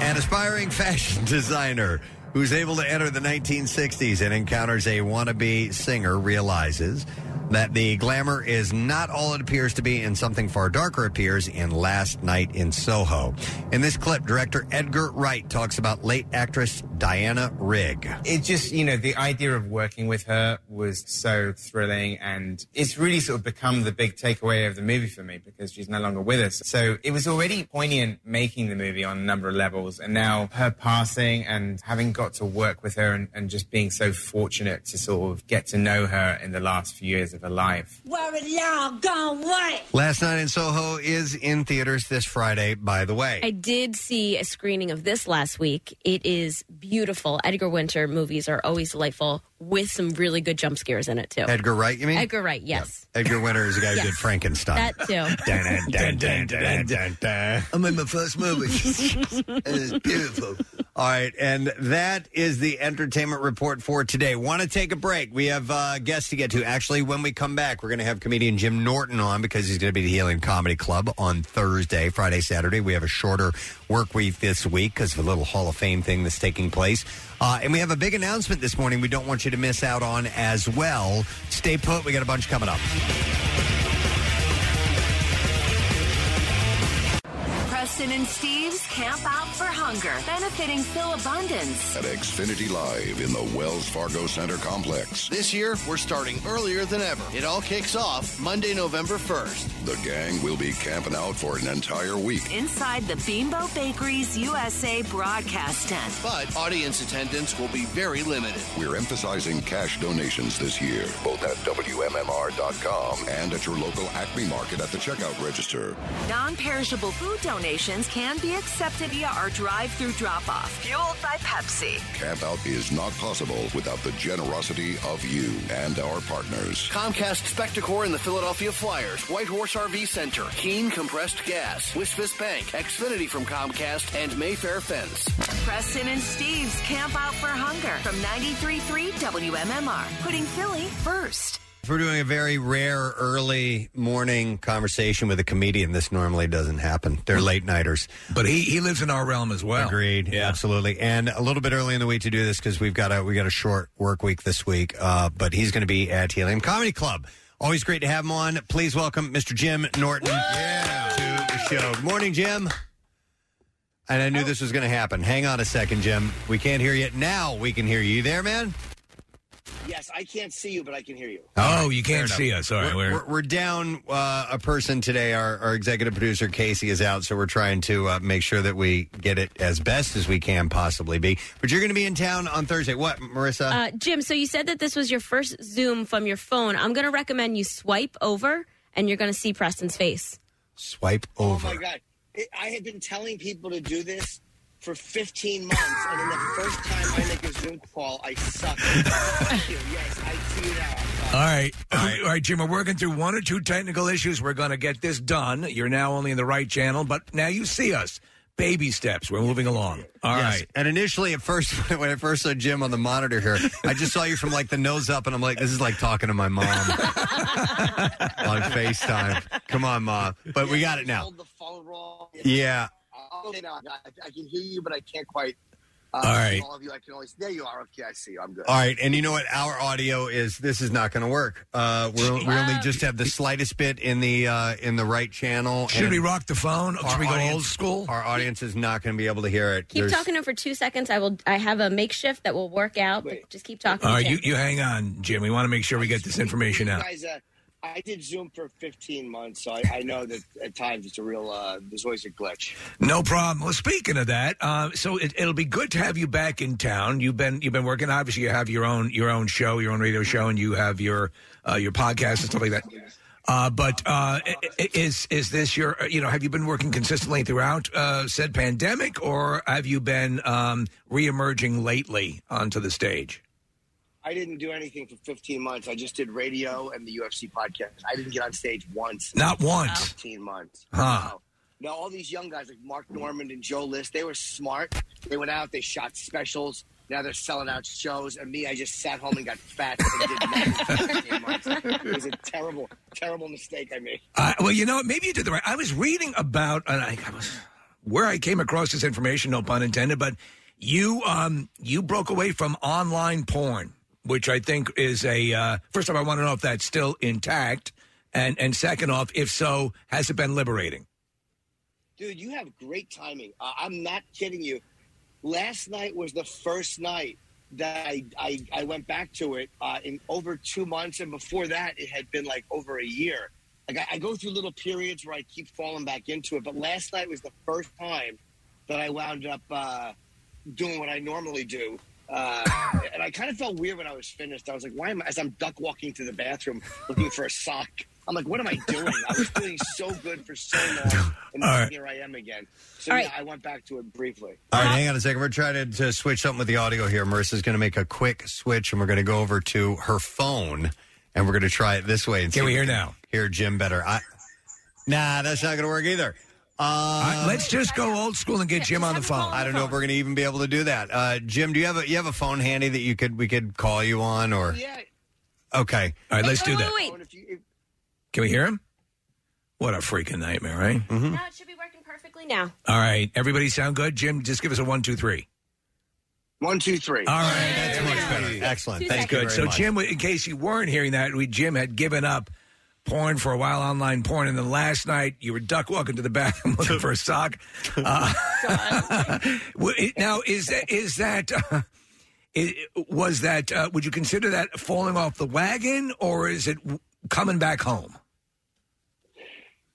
An aspiring *laughs* fashion designer who's able to enter the 1960s and encounters a wannabe singer realizes that the glamour is not all it appears to be and something far darker appears in Last Night in Soho. In this clip, director Edgar Wright talks about late actress Diana Rigg.
It just, you know, the idea of working with her was so thrilling and it's really sort of become the big takeaway of the movie for me because she's no longer with us. So it was already poignant making the movie on a number of levels and now her passing and having got to work with her and, and just being so fortunate to sort of get to know her in the last few years of her life.
Where it all gone away.
Last Night in Soho is in theaters this Friday, by the way.
I did see a screening of this last week. It is beautiful. Edgar Winter movies are always delightful with some really good jump scares in it too.
Edgar Wright, you mean?
Edgar Wright,
*laughs*
yes.
Edgar Winter is the guy who did
Yes.
Frankenstein.
That too.
Dun, dun, dun, dun, dun, dun, dun.
I'm in my first movie. and it's beautiful.
*laughs* All right, and that is the entertainment report for today. Want to take a break? We have uh, guests to get to. Actually, when we come back, we're going to have comedian Jim Norton on because he's going to be at the Helium Comedy Club on Thursday, Friday, Saturday. We have a shorter work week this week because of a little Hall of Fame thing that's taking place. Uh, and we have a big announcement this morning we don't want you to miss out on as well. Stay put, we got a bunch coming up.
Preston and Steve's Camp Out for Hunger, benefiting Phil Abundance.
At Xfinity Live in the Wells Fargo Center Complex,
This year, we're starting earlier than ever. It all kicks off Monday, November 1st.
the gang will be camping out for an entire week.
Inside the Beanbo Bakeries USA broadcast tent.
But audience attendance will be very limited.
We're emphasizing cash donations this year, both at WMMR.com and at your local Acme Market at the checkout register.
Non perishable food donations can be accepted via our drive through drop off, fueled by Pepsi.
Camp out is not possible without the generosity of you and our partners.
Comcast Spectacor and the Philadelphia Flyers, White Horse RV Center, Keen Compressed Gas, Wishfist Bank, Xfinity from Comcast, and Mayfair Fence.
Preston and Steve's Camp Out for Hunger from 93.3 WMMR, putting Philly first.
We're doing a very rare early morning conversation with a comedian. This normally doesn't happen. They're late nighters.
But he, he lives in our realm as well.
Agreed. Absolutely. And a little bit early in the week to do this because we've got a we got a short work week this week. Uh, but he's going to be at Helium Comedy Club. Always great to have him on. Please welcome Mr. Jim Norton to the show. Good morning, Jim. And I knew this was going to happen. Hang on a second, Jim. We can't hear you now. We can hear you. You there, man?
Yes, I can't see you, but I can hear you.
Oh, you can't see us. All right,
we're,
we're-
we're, we're down uh, a person today. Our, our executive producer Casey is out, so we're trying to uh, make sure that we get it as best as we can possibly be. But you're going to be in town on Thursday. What, Marissa?
Uh, Jim, so you said that this was your first Zoom from your phone. I'm going to recommend you swipe over and you're going to see Preston's face.
Swipe over.
Oh my god! It, I have been telling people to do this for 15 months, and then the first time I make a Zoom call, I suck. Thank you. Yes, I see you now.
All right. All right. All right, Jim, we're working through one or two technical issues. We're going to get this done. You're now only in the right channel, but now you see us. Baby steps. We're moving along. All right.
Yes. And initially, at first, *laughs* when I first saw Jim on the monitor here, I just saw you from like the nose up, and I'm like, this is like talking to my mom on FaceTime. Come on, Ma. But we got it now. Yeah.
Okay, now I, I can hear you, but I can't quite. Uh,
All right.
All of you, I can always. There you are. Okay, I see you. I'm good.
All right, and you know what? Our audio is this is not going to work. Uh, we're, we only just have the slightest bit in the uh, in the right channel.
Should
and
we rock the phone?
our
Should we go
audience-
old school?
Our audience is not going to be able to hear it.
Keep
There's-
talking to him for two seconds. I will. I have a makeshift that will work out, but just keep talking.
All
to
right, you,
Jim.
you hang on, Jim. We want to make sure we get this information
You
out.
guys, uh, I did Zoom for 15 months, so I, I know that at times it's a real. Uh, there's always a glitch.
No problem. Well, speaking of that, uh, so it, it'll be good to have you back in town. You've been you've been working. Obviously, you have your own your own show, your own radio show, and you have your uh, your podcast and stuff like that. Uh, but uh, i- i- is is this your uh, you know have you been working consistently throughout uh, said pandemic, or have you been um, reemerging lately onto the stage?
I didn't do anything for 15 months. I just did radio and the UFC podcast. I didn't get on stage once.
Not
in
once.
15 months.
Huh.
No, all these young guys like Mark Norman and Joe List, they were smart. They went out, they shot specials. Now they're selling out shows. And me, I just sat home and got fat and did nothing for
*laughs*
15 months. It was a terrible, terrible mistake I made.
Uh, well, you know, maybe you did the right. I was reading about, and I, I was where I came across this information, no pun intended, but you um you broke away from online porn, which I think is a uh, first off, I want to know if that's still intact, and and second off, if so, has it been liberating?
Dude, you have great timing. Uh, I'm not kidding you. Last night was the first night that I, I, I went back to it uh, in over two months. And before that, it had been like over a year. Like I, I go through little periods where I keep falling back into it. But last night was the first time that I wound up uh, doing what I normally do. Uh, and I kind of felt weird when I was finished. I was like, why am I, as I'm duck walking to the bathroom looking for a sock? I'm like, what am I doing? I was feeling so good for so long. And now
All right.
here I am again. So
All
yeah,
right.
I went back to it briefly.
All right, hang on a second. We're trying to, to switch something with the audio here. Marissa's going to make a quick switch, and we're going to go over to her phone, and we're going to try it this way. And
Can
see
we
if
hear now?
Hear Jim better? I, nah, that's not going to work either. Uh,
Let's just go old school and get Jim on the phone.
I don't know if we're going to even be able to do that. Uh, Jim, do you have a you have a phone handy that you could we could call you on or?
Yeah.
Okay.
All right, let's do that.
Phone if you- if-
Can we hear him? What a freaking nightmare, right? Mm-hmm.
Now it should be working perfectly now.
All right, everybody sound good? Jim, just give us a one, two, three.
One, two, three.
All right, that's much better.
Excellent.
Two
Thank good.
seconds. Very
So,
much.
Jim, in case you weren't hearing that, we Jim had given up porn for a while, online porn, and then last night you were duck walking to the bathroom *laughs* looking for
*laughs*
a sock. Uh, *laughs* well, it- now, is that is that uh, it, was that uh, would you consider that falling off the wagon, or is it w- coming back home?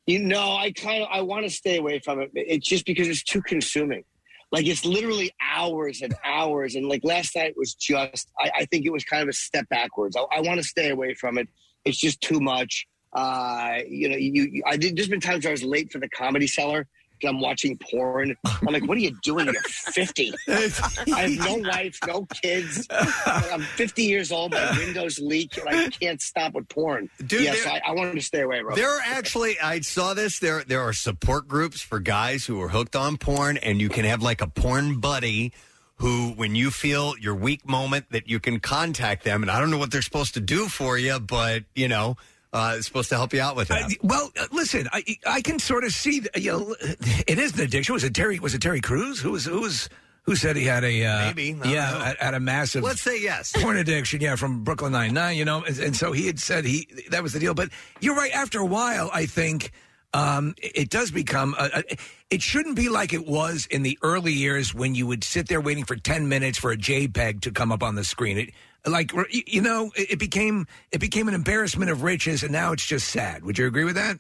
You know, I kind of I want to stay away from it. It's just because it's too consuming. Like it's literally hours and hours. And like last night was just I, I think it was kind of a step backwards. I, I want to stay away from it. It's just too much. Uh, you know, you, you I did. There's been times where I was late for the comedy cellar. 'cause I'm watching porn. I'm like, what are you doing? You're 50. I have no wife, no kids. I'm 50 years old. My windows leak, and I can't stop with porn.
Dude,
yes,
there-
I, I wanted to stay away, bro.
There are actually, I saw this. There, there are support groups for guys who are hooked on porn, and you can have like a porn buddy who, when you feel your weak moment, that you can contact them. And I don't know what they're supposed to do for you, but you know, uh, it's supposed to help you out with that.
Well, uh, listen, I I can sort of see. The, you know, it is an addiction. Was it Terry? Was it Terry Crews? Who was who was who said he had a uh,
Maybe. I don't
yeah
know.
had- had a massive
Let's say
*laughs*
yes
porn addiction. Yeah, from Brooklyn Nine Nine. You know, and, and so he had said he that was the deal. But you're right. After a while, I think um, it it does become. A, a, it shouldn't be like it was in the early years when you would sit there waiting for ten minutes for a JPEG to come up on the screen. It, like you- you know, it it became it became an embarrassment of riches, and now it's just sad. Would you agree with that?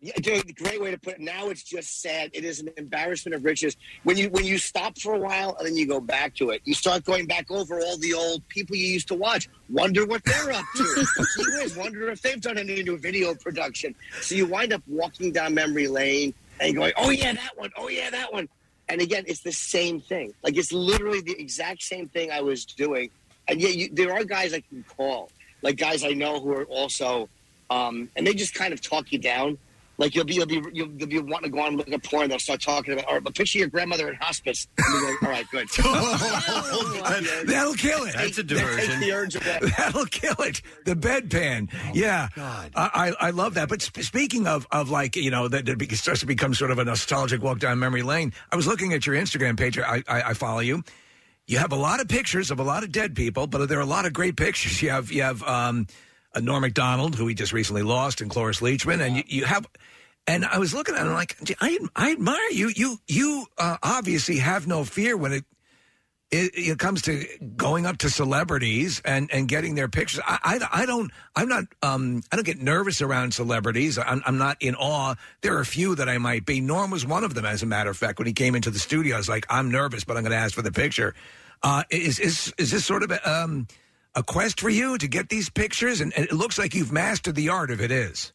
Yeah, dude, great way to put it. Now it's just sad. It is an embarrassment of riches. When you when you stop for a while and then you go back to it, you start going back over all the old people you used to watch. Wonder what they're up to. Gee whiz, wonder if they've done any new video production. So you wind up walking down memory lane and going, "Oh yeah, that one. Oh yeah, that one." And again, it's the same thing. Like it's literally the exact same thing I was doing. And yet, you, there are guys I can call, like guys I know who are also, um, and they just kind of talk you down. Like you'll be you'll be you'll, you'll be wanting to go on and look at porn. They'll start talking about, all right, but picture your grandmother in hospice. And you're like, all right, good.
*laughs*
*laughs*
That'll kill it.
That's
*laughs*
a diversion. Take the urge away.
That'll kill it. The bedpan. yeah. Oh, God. I, I I love that. But sp- speaking of, of like, you know, that it be- starts to become sort of a nostalgic walk down memory lane. I was looking at your Instagram page. I, I, I follow you. You have a lot of pictures of a lot of dead people, but there are a lot of great pictures. You have, you have, um, uh, Norm MacDonald, who we just recently lost, and Cloris Leachman, and you, you have. And I was looking at it, and I'm like, "Gee, I, I admire you. You you uh, obviously have no fear when it it, it comes to going up to celebrities and, and getting their pictures. I, I, I don't I'm not um, I don't get nervous around celebrities. I'm, I'm not in awe. There are a few that I might be. Norm was one of them, as a matter of fact. When he came into the studio, I was like, I'm nervous, but I'm going to ask for the picture. Uh, is is is this sort of a, um, a quest for you to get these pictures? And, and it looks like you've mastered the art if it is.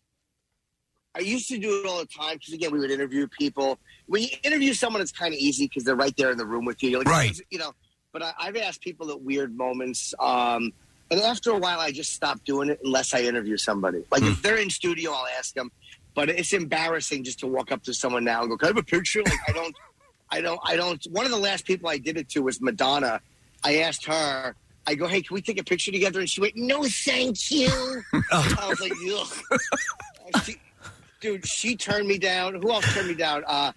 I used to do it all the time because again, we would interview people. When you interview someone, it's kind of easy because they're right there in the room with you. You're like,
Right.
You know, but I, I've asked people at weird moments, um, and after a while, I just stop doing it unless I interview somebody. Like if they're in studio, I'll ask them. But it's embarrassing just to walk up to someone now and go, "Can I have a picture?" Like I don't, I don't, I don't. One of the last people I did it to was Madonna. I asked her. I go, "Hey, can we take a picture together?" And she went, "No, thank you." Um, I was like, "Ugh."
*laughs*
dude, she turned me down. Who else turned me down? Uh,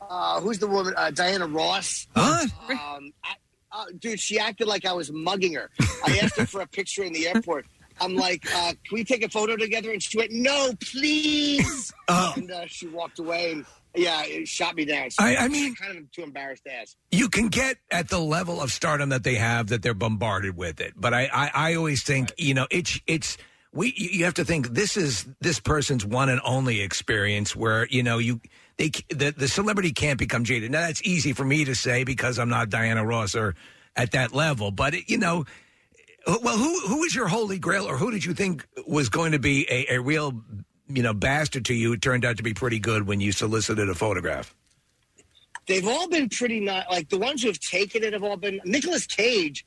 uh, who's the woman? Uh, Diana Ross.
Huh?
Um, I, uh, dude, she acted like I was mugging her. I asked her for a picture in the airport. I'm like, uh, can we take a photo together? And she went, no, please. And uh, she walked away and, yeah, it shot me down. So
I- I mean-
kind of too embarrassed to ask.
you can get at the level of stardom that they have that they're bombarded with it but i i, I always think you know it's it's we you you have to think this is this person's one and only experience where you know you they c- the, the celebrity can't become jaded now that's easy for me to say because i'm not diana ross or at that level but it, you know uh, well who who is your holy grail or who did you think was going to be a, a real you know bastard to you it turned out to be pretty good when you solicited a photograph
they've all been pretty not like the ones who have taken it have all been Nicolas Cage.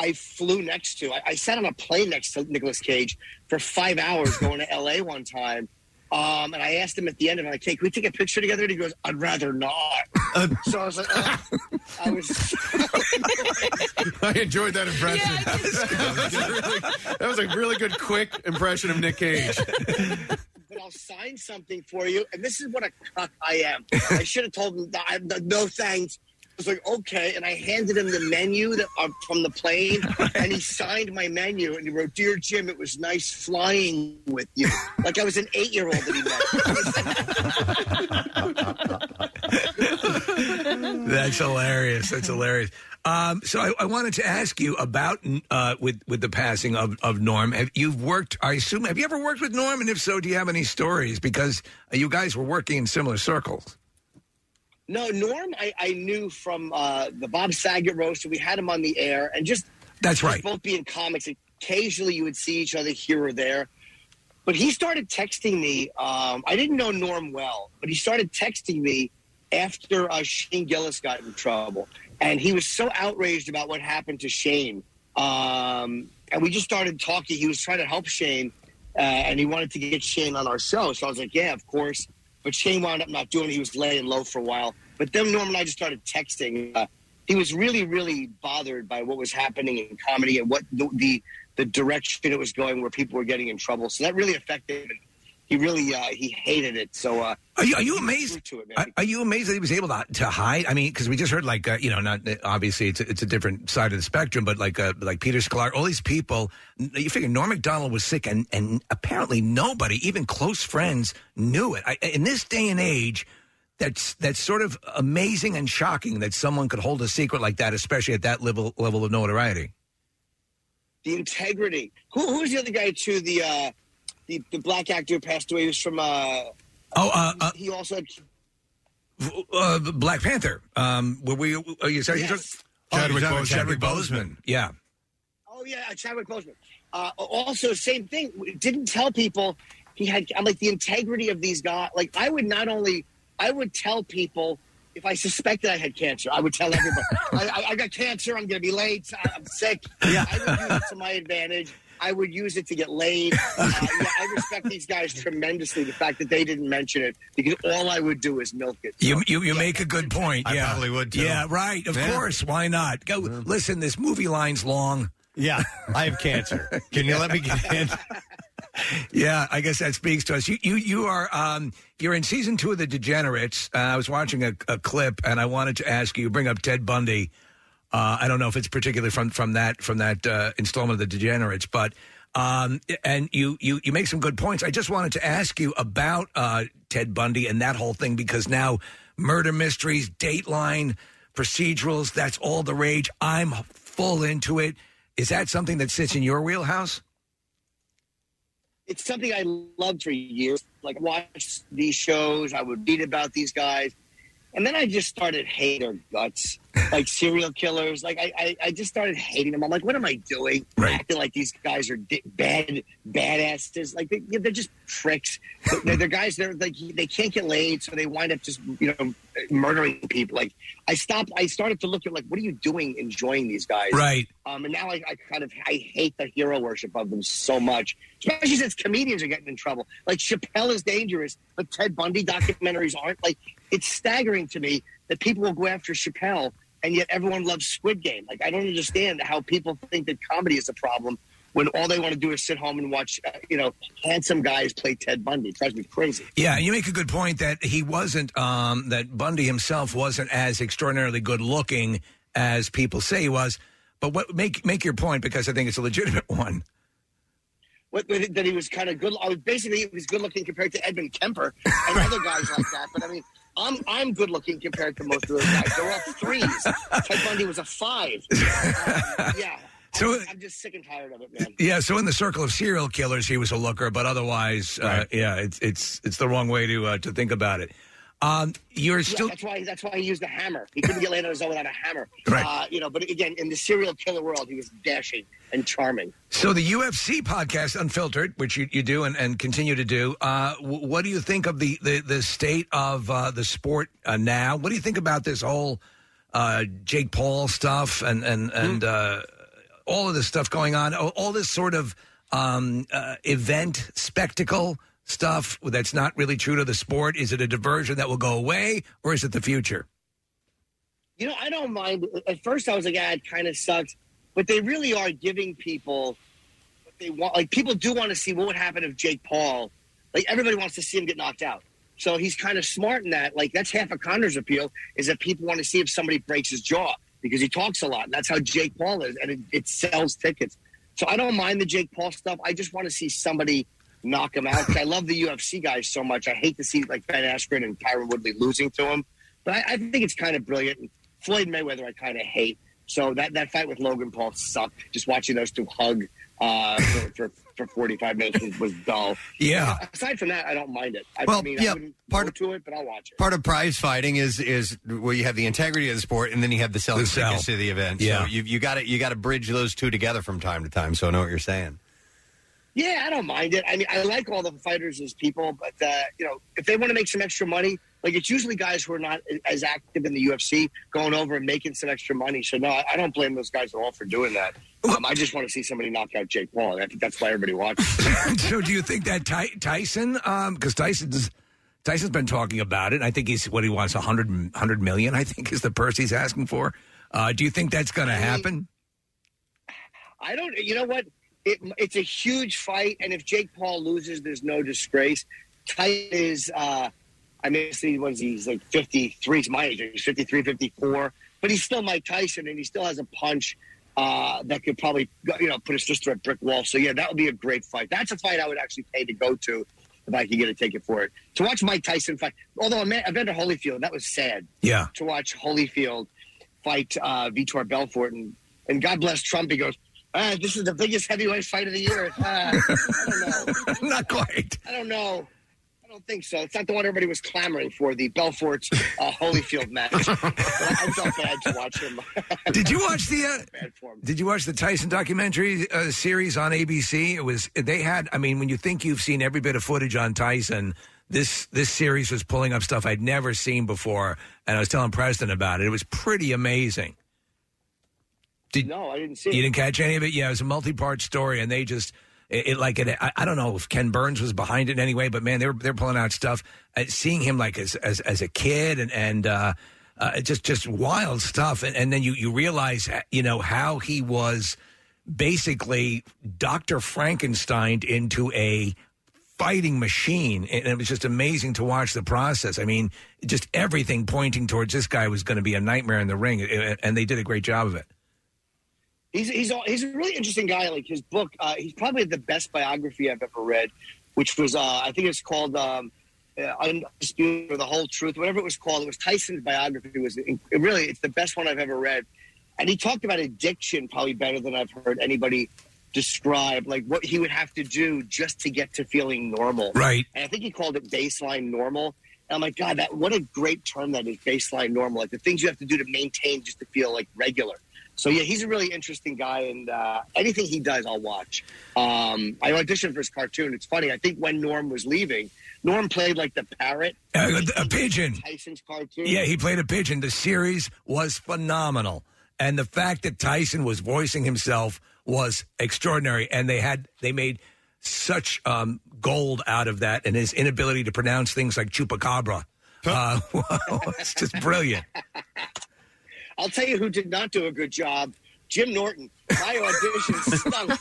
I flew next to. I, I sat on a plane next to Nicolas Cage for five hours going to L.A. one time, Um, and I asked him at the end, I'm like, hey, can we take a picture together? And he goes, I'd rather not. so I was like, "Ugh." I was.
*laughs* I enjoyed that impression. *laughs* that was a really good, quick impression of Nick *laughs* Cage.
but I'll sign something for you. And this is what a cuck I am. I should have told him, that I- no, no thanks. I was like, okay. And I handed him the menu that, uh, from the plane, and he signed my menu. And he wrote, Dear Jim, it was nice flying with you. Like I was an eight year old that he met.
*laughs* That's hilarious. That's hilarious. Um, so I, I wanted to ask you about uh, with with the passing of, of Norm. Have you've worked? I assume have you ever worked with Norm? And if so, do you have any stories? Because uh, you guys were working in similar circles.
*laughs* No, Norm, I, I knew from uh, the Bob Saget roast. We had him on the air, and just
That's
just
right.
Both being comics, occasionally you would see each other here or there. But he started texting me. Um, I didn't know Norm well, but he started texting me after uh, Shane Gillis got in trouble, and he was so outraged about what happened to Shane. Um, and we just started talking. He was trying to help Shane, uh, and he wanted to get Shane on our show. So I was like, "Yeah, of course." But Shane wound up not doing. it. He was laying low for a while. But then Norm and I just started texting. Uh, he was really, really bothered by what was happening in comedy and what the, the the direction it was going, where people were getting in trouble. So that really affected him. And he really uh, he hated it. So uh,
Are you, are you
he grew
amazed?
To it, man.
Are, are you amazed that he was able to, to hide? I mean, because we just heard like uh, you know, not obviously it's a, it's a different side of the spectrum, but like uh, like Peter Sklar, all these people. n- You figure Norm Macdonald was sick, and and apparently nobody, even close friends, knew it. I, in this day and age, that's that's sort of amazing and shocking that someone could hold a secret like that, especially at that level level of notoriety.
the integrity. Who who's the other guy too? The uh, the the black actor who passed away. He was from. Uh,
oh, uh,
he also had
Uh, Black Panther. Um, were we? Are you sorry? you're talking- Oh, you're
Chadwick
talking
Boseman.
Chadwick Boseman. Yeah.
Oh yeah, uh, Chadwick Boseman. Uh, also, same thing. Didn't tell people he had. I'm like the integrity of these guys. Like I would not only I would tell people if I suspected I had cancer. I would tell everybody I, I, I got cancer. I'm going to be late. I- I'm sick. Yeah. I would use it to my advantage. I would use it to get laid. Uh, yeah, I respect these guys tremendously. The fact that they didn't mention it because all I would do is milk it.
You you, you make a good point.
I
Yeah.
probably would, too.
Yeah, right. Of
Yeah.
course. Why not? Go listen. This movie line's long.
Yeah, I
*laughs*
have cancer. Can you let me get in?
yeah, I guess that speaks to us. You you you are um you're in season two of The Degenerates. Uh, I was watching a, a clip and I wanted to ask you. You bring up Ted Bundy. Uh, I don't know if it's particularly from from that from that uh, installment of The Degenerates, but um and you you you make some good points. I just wanted to ask you about uh, Ted Bundy and that whole thing because now murder mysteries, Dateline, procedurals, that's all the rage. I'm full into it. Is that something that sits in your wheelhouse?
it's something I loved for years. Like watch these shows, I would read about these guys, and then I just started hating their guts, like serial killers. Like I, I, I just started hating them. I'm like, what am I doing? Acting like these guys are di- bad badasses. Like they, they're just pricks. they're, they're guys. They're like they can't get laid, so they wind up just you know murdering people. Like I stopped. I started to look at like, what are you doing? Enjoying these guys,
Right.
um, and now I, I kind of I hate the hero worship of them so much, especially since comedians are getting in trouble. Like Chappelle is dangerous, but Ted Bundy documentaries aren't. Like it's staggering to me that people will go after Chappelle, and yet everyone loves Squid Game. Like I don't understand how people think that comedy is a problem when all they want to do is sit home and watch, uh, you know, handsome guys play Ted Bundy. It drives me crazy.
Yeah, you make a good point that he wasn't, um, that Bundy himself wasn't as extraordinarily good looking as people say he was. But what make make your point because I think it's a legitimate *laughs* one.
what, what- that he was kind of good. I was basically he was good looking compared to Edmund Kemper and other guys like that. But I mean, I'm I'm good looking compared to most of those guys. They're all threes. Ted Bundy was a five. Um, yeah.
*laughs* So-
I'm, I'm just sick and tired of it, man.
Yeah, so in the circle of serial killers, he was a looker, but otherwise, uh, yeah, it's it's it's the wrong way to uh, to think about it. Um, you're
Yeah,
still
that's why that's why he used a hammer. He couldn't get laid on his own without a hammer.
Right.
Uh, you know, but again, in the serial killer world, he was dashing and charming.
so the UFC podcast Unfiltered, which you, you do and, and continue to do. Uh, w- what do you think of the the, the state of uh, the sport uh, now? What do you think about this whole uh, Jake Paul stuff and and and uh, all of this stuff going on? All, all this sort of um, uh, event spectacle stuff that's not really true to the sport? Is it a diversion that will go away, or is it the future?
You know, I don't mind. At first, I was like, ah, it kind of sucks. But they really are giving people what they want. Like, people do want to see what would happen if Jake Paul, like, everybody wants to see him get knocked out. So he's kind of smart in that. Like, that's half of Connor's appeal is that people want to see if somebody breaks his jaw because he talks a lot. And that's how Jake Paul is. And it, it sells tickets. So I don't mind the Jake Paul stuff. I just want to see somebody knock him out. 'Cause I love the UFC guys so much. I hate to see, like, Ben Askren and Tyron Woodley losing to him. But I, I think it's kind of brilliant. And Floyd Mayweather, I kind of hate. So that, that fight with Logan Paul sucked. Just watching those two hug uh, for, for, for 45 minutes was, was dull.
Yeah.
Aside from that, I don't mind it. I,
Well,
mean,
yeah,
I wouldn't part to it, but I'll watch it.
Part of prize fighting is is well, you have the integrity of the sport, and then you have the selling
The sell.
tickets to the event.
Yeah.
So you you got to you got to bridge those two together from time to time. So I know what you're saying.
Yeah, I don't mind it. I mean, I like all the fighters as people, but uh, you know, if they want to make some extra money, like it's usually guys who are not as active in the UFC going over and making some extra money. So no, I, I don't blame those guys at all for doing that. Um, I just want to see somebody knock out Jake Paul. I think that's why everybody watches.
*laughs* so do you think that Ty- Tyson, because Tyson's Tyson's been talking about it. and I think he's what he wants 100, 100 million. I think is the purse he's asking for. Uh, do you think that's going to
*laughs*
happen?
I don't. You know what? It, it's a huge fight, and if Jake Paul loses, there's no disgrace. Tight is. Uh, I mean, he was he's like 53. He's my age. He's 53, 54, but he's still Mike Tyson, and he still has a punch uh, that could probably you know put his sister at brick wall. So yeah, that would be a great fight. That's a fight I would actually pay to go to if I could get a ticket for it. To watch Mike Tyson fight, although Ama- Evander Holyfield, that was sad.
Yeah.
To watch Holyfield fight uh, Vitor Belfort, and and God bless Trump. He goes. Ah, this is the biggest heavyweight fight of the year. Ah, I don't
*laughs*
know.
Not quite.
I don't know. I don't think so. It's not the one everybody was clamoring for, the Belfort's uh,
*laughs*
Holyfield match. I felt bad to watch him. *laughs*
Did you watch the? Uh,
bad for him.
Did you watch the Tyson documentary uh, series on ABC? It was they had. I mean, when you think you've seen every bit of footage on Tyson, this this series was pulling up stuff I'd never seen before, and I was telling Preston about it. It was pretty amazing.
no, Oh, I didn't see.
You
it.
didn't catch any of it. Yeah, it was a multi part story, and they just. It, it like it, I, I don't know if Ken Burns was behind it anyway, but man, they're they're pulling out stuff. Uh, seeing him like as as, as a kid and and uh, uh, just just wild stuff, and, and then you you realize uh, you know how he was basically Dr. Frankenstein into a fighting machine. And it was just amazing to watch the process. I mean, just everything pointing towards this guy was going to be a nightmare in the ring. And they did a great job of it.
He's he's a- he's a really interesting guy. Like his book, uh, he's probably the best biography I've ever read, which was uh, I think it's called um, uh, Undisputed or the Whole Truth, whatever it was called. It was Tyson's biography. It was in- it really it's the best one I've ever read, and he talked about addiction probably better than I've heard anybody describe. Like what he would have to do just to get to feeling normal,
Right.
and I think he called it baseline normal. And I'm like, God, that what a great term that is, baseline normal. Like the things you have to do to maintain just to feel like regular. So yeah, he's a really interesting guy, and uh, anything he does, I'll watch. Um, I auditioned for his cartoon. It's funny. I think when Norm was leaving, Norm played like the parrot,
Uh, a pigeon.
Tyson's cartoon.
Yeah, he played a pigeon. The series was phenomenal. And the fact that Tyson was voicing himself was extraordinary. And they had they made such um, gold out of that and his inability to pronounce things like chupacabra. Uh, *laughs* it's just brilliant.
I'll tell you who did not do a good job. Jim Norton. My audition stunk.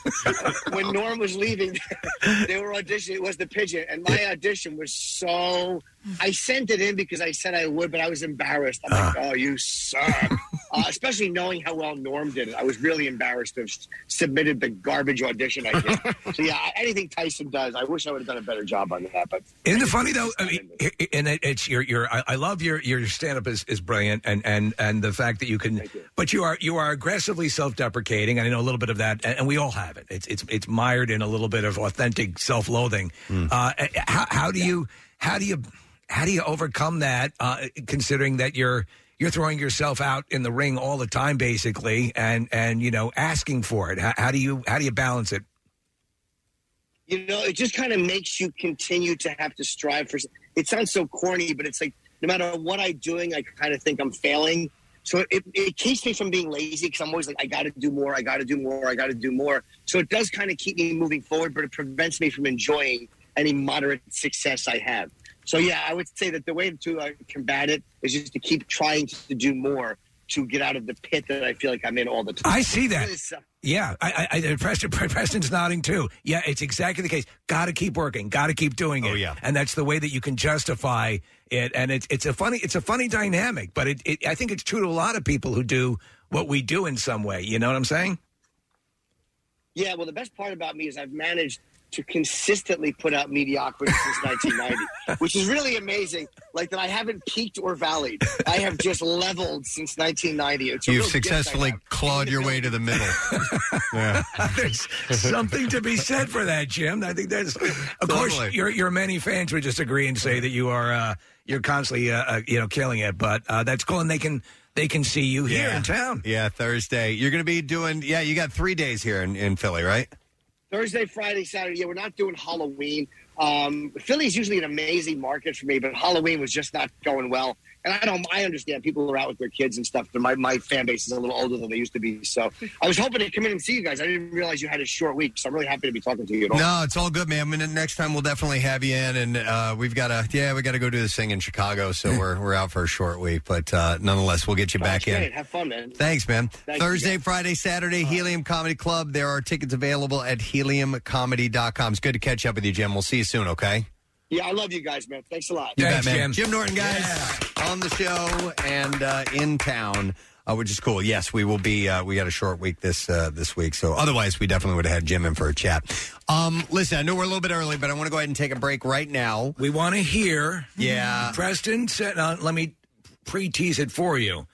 when Norm was leaving, *laughs* they were auditioning. It was the pigeon, and my audition was so. I sent it in because I said I would, but I was embarrassed. I'm like, "Oh, you suck!" uh, especially knowing how well Norm did it, I was really embarrassed to have s- submitted the garbage audition I did. so yeah, anything Tyson does, I wish I would have done a better job on that. But
Isn't it funny though? I mean, i- i- and it, it's your your. I, I love your your stand up is, is brilliant, and and and the fact that you can, but you are you are aggressively self deprecating. I know a little bit of that, and, and we all have it. It's it's it's mired in a little bit of authentic self loathing.
Hmm.
Uh, how how do you how do you how do you overcome that? Uh, considering that you're you're throwing yourself out in the ring all the time, basically, and and you know asking for it. How, how do you how do you balance it?
you know it just kind of makes you continue to have to strive for it sounds so corny but it's like no matter what i'm doing i kind of think i'm failing so it, it keeps me from being lazy because i'm always like i gotta do more i gotta do more i gotta do more so it does kind of keep me moving forward but it prevents me from enjoying any moderate success I have. So yeah, I would say that the way to uh, combat it is just to keep trying to do more to get out of the pit that I feel like I'm in all the time.
I see that.
It's, uh,
Yeah, I, I, I Preston, *laughs* Preston's nodding too. Yeah, it's exactly the case. Got to keep working. Got to keep doing it. Oh, yeah. And that's the way that you can justify it. And it's it's a funny it's a funny dynamic, but it, it I think it's true to a lot of people who do what we do in some way. You know what I'm saying?
Yeah, well, the best part about me is I've managed to consistently put out mediocrity
*laughs*
since 1990, which is really amazing. Like that, I haven't peaked or valleyed. I have just leveled since 1990. It's a
You've
real gift I
successfully clawed your way to the
*laughs*
middle. *laughs* yeah.
There's *laughs* something to be said for that, Jim. I think that's of course
Totally.
your your many fans would just agree and say that you are uh, you're constantly uh, uh, you know killing it, but uh, that's cool, and they can they can see you here in town.
Yeah, Thursday. You're going to be doing, yeah, you got three days here in, in Philly, right?
Thursday, Friday, Saturday. Yeah, we're not doing Halloween. Um, Philly's usually an amazing market for me, but Halloween was just not going well. And I don't, I understand people are out with their kids and stuff. But my, my fan base is a little older than they used to be. So I was hoping to come in and see you guys. I didn't realize you had a short week. So I'm really happy to be talking to you at all.
No, it's all good, man. I mean, next time we'll definitely have you in, and uh, we've got to, yeah, we got to go do this thing in Chicago, so we're we're out for a short week, but uh, nonetheless, we'll get you back
Great.
in.
Have fun, man.
Thanks, man.
Thank you,
Thursday, Friday, Saturday, Helium Comedy Club. There are tickets available at heliumcomedy.com. It's good to catch up with you, Jim. We'll see you soon, okay?
Yeah, I love you guys, man. Thanks a lot.
You bet, man. Jim Norton, guys, on the show and uh, in town, uh, which is cool. Yes, we will be. Uh, we got a short week this uh, this week, so otherwise, we definitely would have had Jim in for a chat. Um, listen, I know we're a little bit early, but I want to go ahead and take a break right now.
We want to hear.
Yeah.
Preston said, uh, let me pre tease it for you.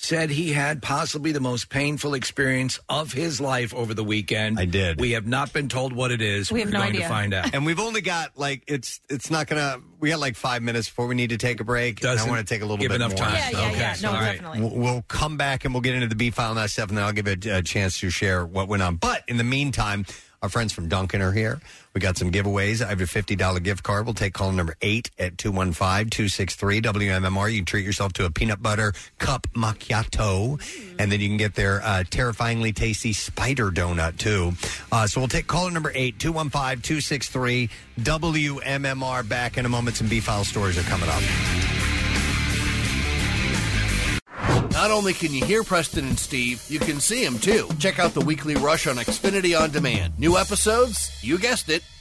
Said he had possibly the most painful experience of his life over the weekend. I did. We have not been told what it is. We're going to find out.
and we've only got like it's it's not gonna. We got like five minutes before we need to take a break. and
Doesn't
I want to take a little
give
bit
enough
more.
time. Yeah, yeah, yeah. No,
all right.
definitely.
We'll- We'll come back and we'll get into the B file and that stuff, and then I'll give it a chance to share what went on. But in the meantime, our friends from Duncan are here. We got some giveaways. I have a $50 gift card. We'll take call number eight at 215 263 WMMR. You can treat yourself to a peanut butter cup macchiato, and then you can get their uh, terrifyingly tasty spider donut, too. Uh, so we'll take call number eight, 215 263 WMMR. Back in a moment. Some B file stories are coming up.
Not only can you hear Preston and Steve, you can see them too. Check out the weekly rush on Xfinity On Demand. New episodes, you guessed it,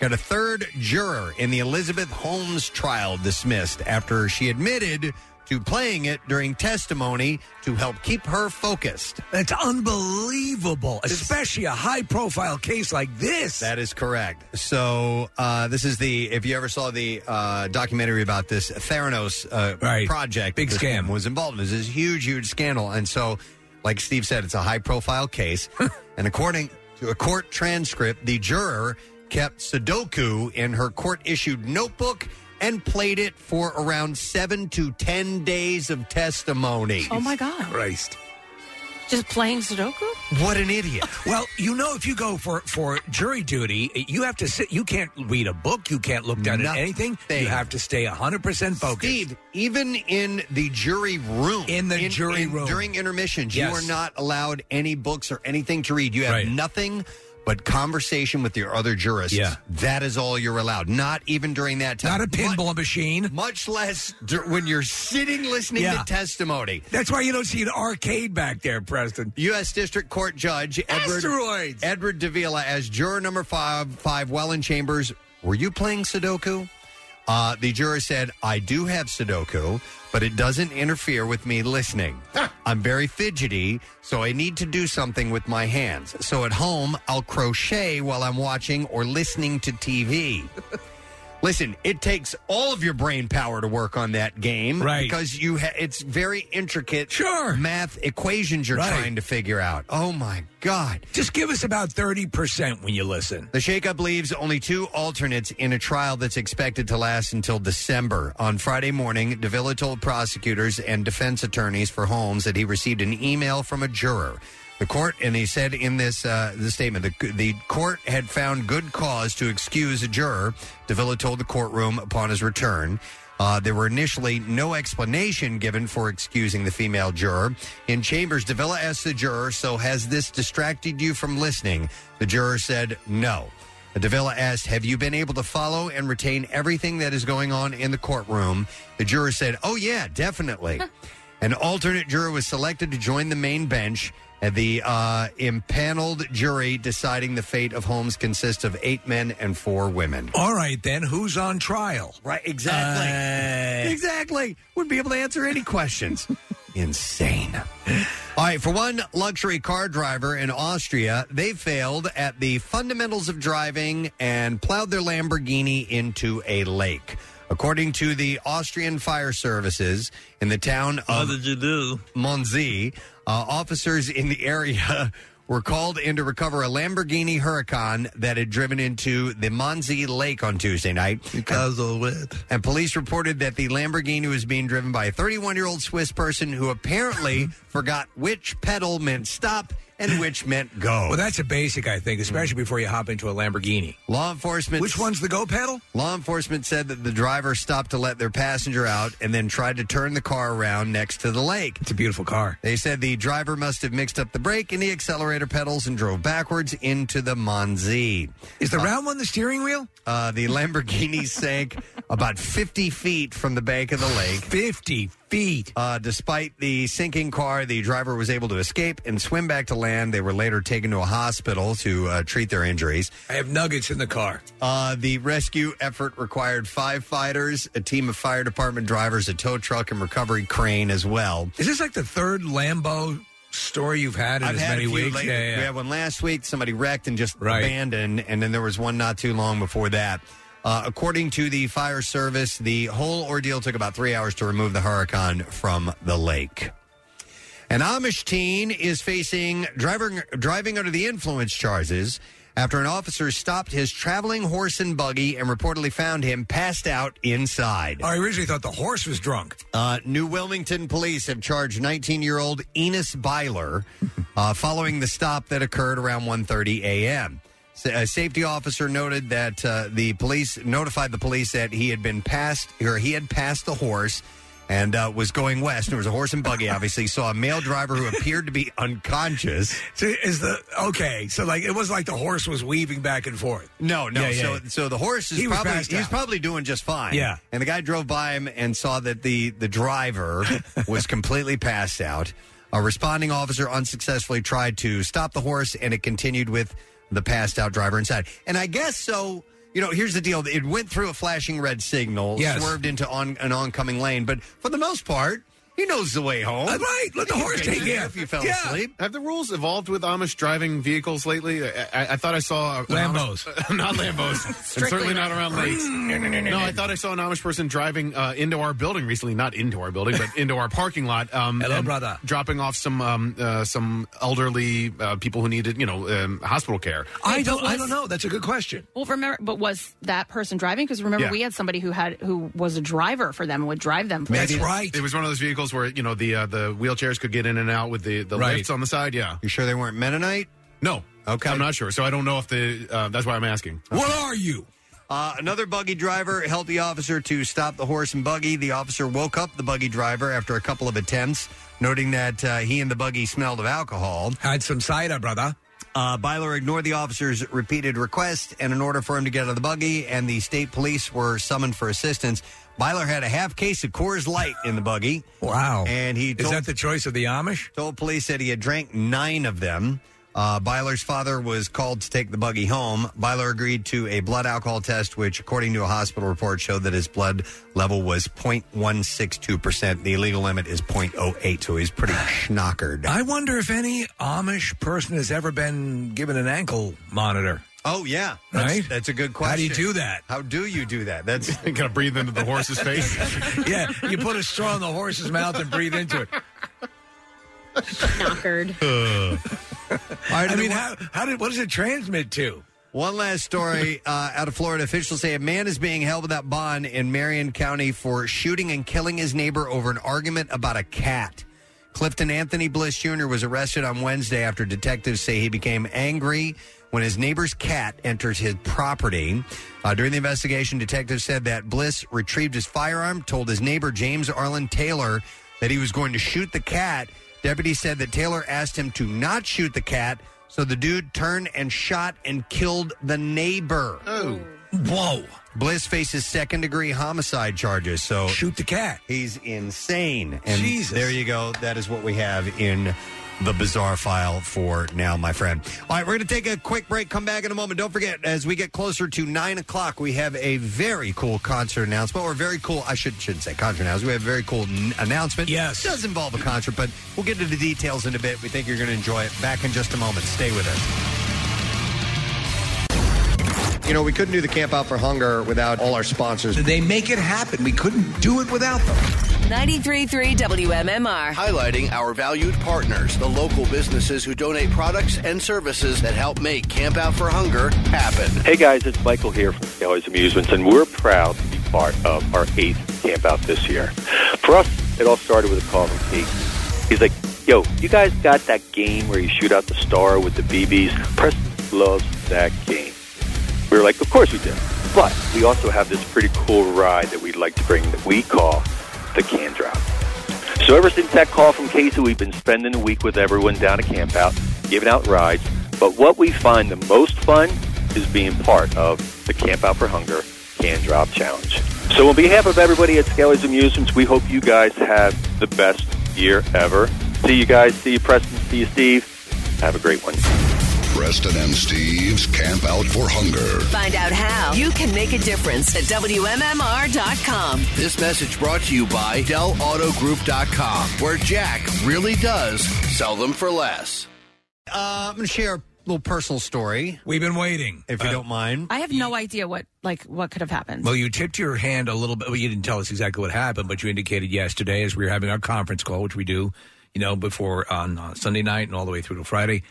got a third juror in the Elizabeth Holmes trial dismissed after she admitted to playing it during testimony to help keep her focused.
That's unbelievable, especially a high profile case like this.
That is correct. So uh, this is the if you ever saw the uh, documentary about this Theranos uh, project,
Big
this
scam.
woman was involved. in. It was this huge, huge scandal, and so like Steve said, it's a high profile
*laughs*
case. and according to a court transcript, the juror kept Sudoku in her court issued notebook. And played it for around seven to ten days of testimony.
Oh my God!
Christ!
Just playing Sudoku?
What an *laughs* idiot!
well, you know, if you go for for jury duty, you have to sit. You can't read a book. You can't look down at
Nothing.
anything. You have to stay hundred percent focused.
Steve, even in the jury room, in the
jury room.
during intermissions,
Yes.
you are not allowed any books or anything to read. You have nothing but conversation with your other jurists,
Yeah.
that is all you're allowed. Not even during that time. Not a pinball machine. Much less dur- when you're sitting listening
Yeah.
to testimony.
That's why you don't see an arcade back there, Preston.
U.S. District Court Judge Edward
Asteroids.
Edward Davila as juror number five, five Welland Chambers. Were you playing Sudoku? Uh, the juror said, "I do have Sudoku, but it doesn't interfere with me listening. I'm very fidgety, so I need to do something with my hands. So at home, I'll crochet while I'm watching or listening to TV." *laughs* Listen, it takes all of your brain power to work on that game,
Right.
Because you, ha- it's very intricate,
Sure.
math equations you're
Right.
trying to figure out. Oh my God!
Just give us about thirty percent when you listen.
The shakeup leaves only two alternates in a trial that's expected to last until December. On Friday morning, Davila told prosecutors and defense attorneys for Holmes that he received an email from a juror. The court, and he said in this uh, the statement, the, the court had found good cause to excuse a juror. Davila told the courtroom upon his return. Uh, there were initially no explanation given for excusing the female juror. In chambers, Davila asked the juror, So has this distracted you from listening? The juror said, No. Davila asked, Have you been able to follow and retain everything that is going on in the courtroom? The juror said, Oh, yeah, definitely. An alternate juror was selected to join the main bench. And the uh, impaneled jury deciding the fate of Holmes consists of eight men and four women.
All right, then who's on trial? Uh,
Right, exactly. exactly. Wouldn't *laughs* be able to answer any questions. *laughs* Insane. All right, for one luxury car driver in Austria, they failed at the fundamentals of driving and plowed their Lamborghini into a lake. According to the Austrian fire services in the town of did you do? Monzie, uh, officers in the area were called in to recover a Lamborghini Huracan that had driven into the Monzie Lake on Tuesday night. Because of it. And police reported that the Lamborghini was being driven by a 31 year old Swiss person who apparently *laughs* forgot which pedal meant stop and which meant go.
Oh, Well, that's a basic, I think, especially
Hmm.
before you hop into a Lamborghini.
Law enforcement. Which one's
the go pedal?
Law enforcement said that the driver stopped to let their passenger out and then tried to turn the car around next to the lake. It's
a beautiful car.
They said the driver must have mixed up the brake and the accelerator pedals and drove backwards into the Monzee.
Is the round one the steering wheel?
Uh, the
*laughs*
Lamborghini sank about 50 feet from the bank of the lake.
50 feet.
Uh, despite the sinking car, the driver was able to escape and swim back to land. They were later taken to a hospital to uh, treat their injuries.
I have nuggets in the car.
Uh, the rescue effort required five fighters, a team of fire department drivers, a tow truck, and recovery crane as well.
Is this like the third Lambo story you've had in
I've
as
had
many
a few
weeks?
late-
Yeah, yeah.
We had one last week. Somebody wrecked and just
Right.
abandoned, and then there was one not too long before that. Uh, according to the fire service, the whole ordeal took about three hours to remove the Huracan from the lake. An Amish teen is facing driving driving under the influence charges after an officer stopped his traveling horse and buggy and reportedly found him passed out inside.
I originally thought the horse was drunk.
Uh, New Wilmington police have charged 19-year-old Enos Byler uh, following the stop that occurred around 1:30 a.m. Sa- A uh, safety officer noted that uh, the police notified the police that he had been passed or he had passed the horse and uh, was going west. There was a horse and buggy, obviously. Saw a male driver who appeared to be unconscious.
So is the okay? So like it was like the horse was weaving back and forth.
No, no.
Yeah, yeah,
so,
yeah.
so the horse is
He was
probably
passed
he's
out.
probably doing just fine.
Yeah.
And the guy drove by him and saw that the the
*laughs*
driver was completely passed out. A responding officer unsuccessfully tried to stop the horse, and it continued with the passed out driver inside. And I guess so. You know, here's the deal. It went through a flashing red signal,
Yes.
swerved into on, an oncoming lane, but for the most part, he knows the way home.
Uh, right. Let the
He
horse
can
take
there
you.
If *laughs* you fell
Yeah.
asleep,
Have the rules evolved with Amish driving vehicles lately? I, I, I thought I saw
*laughs*
an
Lambos.
Amish- *laughs* not
*laughs*
Lambos, and certainly not around lakes. Mm, no, I thought I saw an Amish person driving uh, into our building recently. Not into our building, but into our parking lot. Um,
Hello,
and
brother.
Dropping off some um, uh, some elderly uh, people who needed you know um, hospital care.
I don't. I don't know. Oh, That's a good question.
Well, remember, but was that person driving? Because remember,
Yeah.
we had somebody who had who was a driver for them and would drive them.
Maybe it- It was one of those vehicles where you know the uh, the wheelchairs could get in and out with the the
Right.
lifts on the side. Yeah.
You sure they weren't Mennonite?
No.
Okay.
I'm not sure. So I don't know if the uh, that's why I'm asking.
What are you?
Uh, another buggy driver helped the officer to stop the horse and buggy. The officer woke up the buggy driver after a couple of attempts, noting that uh, he and the buggy smelled of alcohol.
Had some cider, brother.
Uh, Byler ignored the officer's repeated request and an order for him to get out of the buggy, and the state police were summoned for assistance. Byler had a half case of Coors Light in the buggy.
Wow.
And he
Is that the choice of the Amish?
Told police that he had drank nine of them. Uh, Byler's father was called to take the buggy home. Byler agreed to a blood alcohol test, which, according to a hospital report, showed that his blood level was 0.162%. The legal limit is 0.08, so he's
*sighs*
pretty schnockered.
I wonder if any Amish person has ever been given an ankle monitor.
Oh yeah,
right.
That's, that's a good question.
How do you do that?
How do you do that?
*laughs*
That's
gonna breathe into the horse's
*laughs*
face.
*laughs* yeah, you put a straw in the horse's mouth and breathe into it.
Knockered.
I mean, how, how did what does it transmit to?
One last
*laughs*
story uh, out of Florida. Officials say a man is being held without bond in Marion County for shooting and killing his neighbor over an argument about a cat. Clifton Anthony Bliss Jr. was arrested on Wednesday after detectives say he became angry when his neighbor's cat entered his property. Uh, during the investigation, detectives said that Bliss retrieved his firearm, told his neighbor James Arlen Taylor that he was going to shoot the cat. Deputies said that Taylor asked him to not shoot the cat, so the dude turned and shot and killed the neighbor.
Oh. Whoa.
Bliss faces second degree homicide charges, so
shoot the cat.
He's insane. And
Jesus.
there you go. That is what we have in the bizarre file for now, my friend. All right, we're going to take a quick break. Come back in a moment. Don't forget, as we get closer to nine o'clock, we have a very cool concert announcement, or very cool. I should shouldn't say concert announcement. We have a very cool n- announcement. Yes, it does involve a concert, but we'll get into the details in a bit. We think you're going to enjoy it. Back in just a moment. Stay with us. You know, we couldn't do the Camp Out for Hunger without all our sponsors.
They make it happen. We couldn't do it without them.
933 WMMR.
Highlighting our valued partners, the local businesses who donate products and services that help make Camp Out for Hunger happen.
Hey guys, it's Michael here from Taylor's Amusements, and we're proud to be part of our eighth camp out this year. For us, it all started with a call from Pete. He's like, yo, you guys got that game where you shoot out the star with the BBs? Preston loves that game. We were like, of course we do. But we also have this pretty cool ride that we'd like to bring that we call the Can Drop. So ever since that call from Casey, we've been spending a week with everyone down at Camp Out, giving out rides. But what we find the most fun is being part of the Camp Out for Hunger Can Drop Challenge. So on behalf of everybody at Scally's Amusements, we hope you guys have the best year ever. See you guys. See you, Preston. See you, Steve. Have a great one.
Preston and Steve's Camp Out for Hunger.
Find out how you can make a difference at WMMR.com.
This message brought to you by DellAutoGroup.com, where Jack really does sell them for less.
Uh, I'm going to share a little personal story.
We've been waiting.
If you don't mind.
I have no idea what like what could have happened.
Well, you tipped your hand a little bit. Well, you didn't tell us exactly what happened, but you indicated yesterday as we were having our conference call, which we do, you know, before on uh, Sunday night and all the way through to Friday,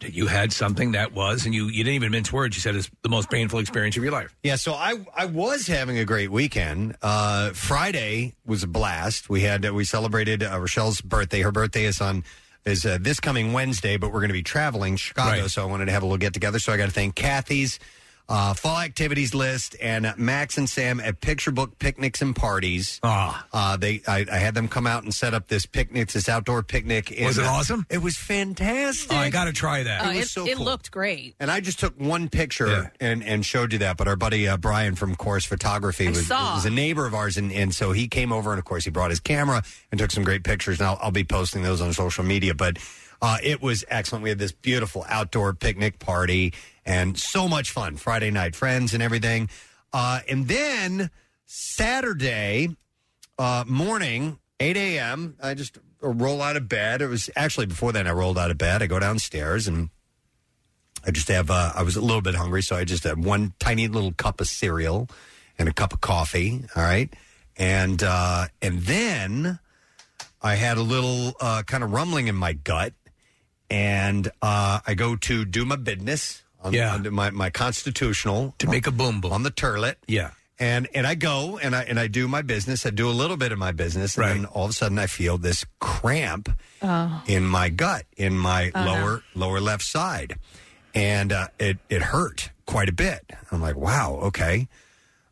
that you had something that was, and you, you didn't even mince words. You said it's the most painful experience of your life.
Yeah, so I I was having a great weekend. Uh, Friday was a blast. We had we celebrated uh, Rochelle's birthday. Her birthday is on is uh, this coming Wednesday, but we're going to be traveling Chicago, so I wanted to have a little get together. So I got to thank Kathy's uh, fall activities list and uh, Max and Sam at Picture Book Picnics and Parties.
Ah.
Uh, they I, I had them come out and set up this picnic, this outdoor picnic. in-
Was it awesome?
It was fantastic.
Oh, I got to try that.
Uh, it, it looked great.
And I just took one picture and, and showed you that. But our buddy uh, Brian from Course Photography
I
was,
saw.
was a neighbor of ours. And, and so he came over and, of course, he brought his camera and took some great pictures. And I'll, I'll be posting those on social media. But uh, it was excellent. We had this beautiful outdoor picnic party and so much fun. Friday night, friends and everything. Uh, and then Saturday, uh, morning, 8 a.m. I just roll out of bed. It was actually before then I rolled out of bed. I go downstairs and I just have, uh, I was a little bit hungry. So I just had one tiny little cup of cereal and a cup of coffee. All right. And, uh, and then I had a little uh, kind of rumbling in my gut. And uh, I go to do my business on,
Yeah.
on my, my constitutional to
make a boom boom
on the turlet
Yeah.
and and I go and I and I do my business. I do a little bit of my business, and then all of a sudden I feel this cramp
Oh.
in my gut, in my
Oh, no.
lower lower left side, and uh, it it hurt quite a bit. I'm like, wow, okay.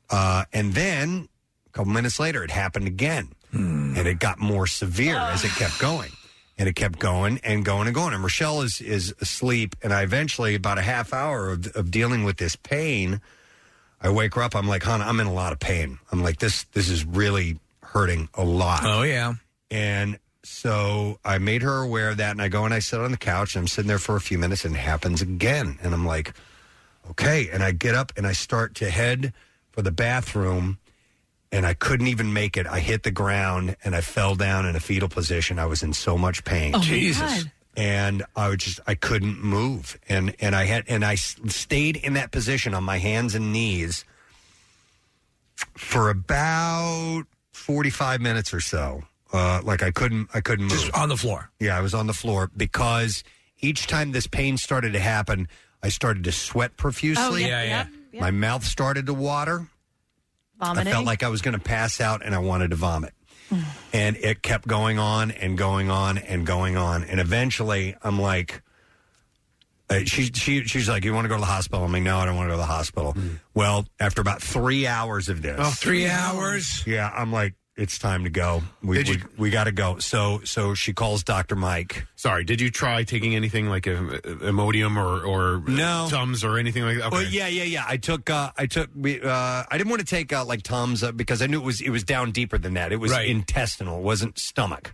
Uh, and then
Hmm.
a couple minutes later, it happened again, and it got more severe as it kept going. And it kept going and going and going. And Rochelle is is asleep, and I eventually, about a half hour of, of dealing with this pain, I wake her up. I'm like, "Hon, I'm in a lot of pain. I'm like, this this is really hurting a lot."
Oh, yeah.
And so I made her aware of that, and I go and I sit on the couch, and I'm sitting there for a few minutes, and it happens again, and I'm like, "Okay." And I get up and I start to head for the bathroom, and I couldn't even make it. I hit the ground and I fell down in a fetal position. I was in so much pain.
Oh, my Jesus. God.
And I was just I couldn't move, and and I had and I s- stayed in that position on my hands and knees for about forty five minutes or so. Uh, like I couldn't I couldn't move.
Just on the floor.
Yeah, I was on the floor because each time this pain started to happen, I started to sweat profusely.
Oh, yeah, yeah.
My mouth started to water. I felt like I was going to pass out and I wanted to vomit. and it kept going on and going on and going on. And eventually I'm like, uh, she, she, she's like, you want to go to the hospital? I'm like, no, I don't want to go to the hospital. Well, after about three hours of this,
Mm. Oh, three hours?
Yeah. I'm like, it's time to go. We,
Did
we,
you-
we got to go. So, so she calls Dr. Mike.
Sorry, did you try taking anything like a, Imodium or, or
No.
Tums or anything like that?
Well, yeah, yeah, yeah. I took, uh, I took, we, uh, I didn't want to take uh, like Tums uh, because I knew it was, it was down deeper than that. It was
Right.
intestinal. It wasn't stomach.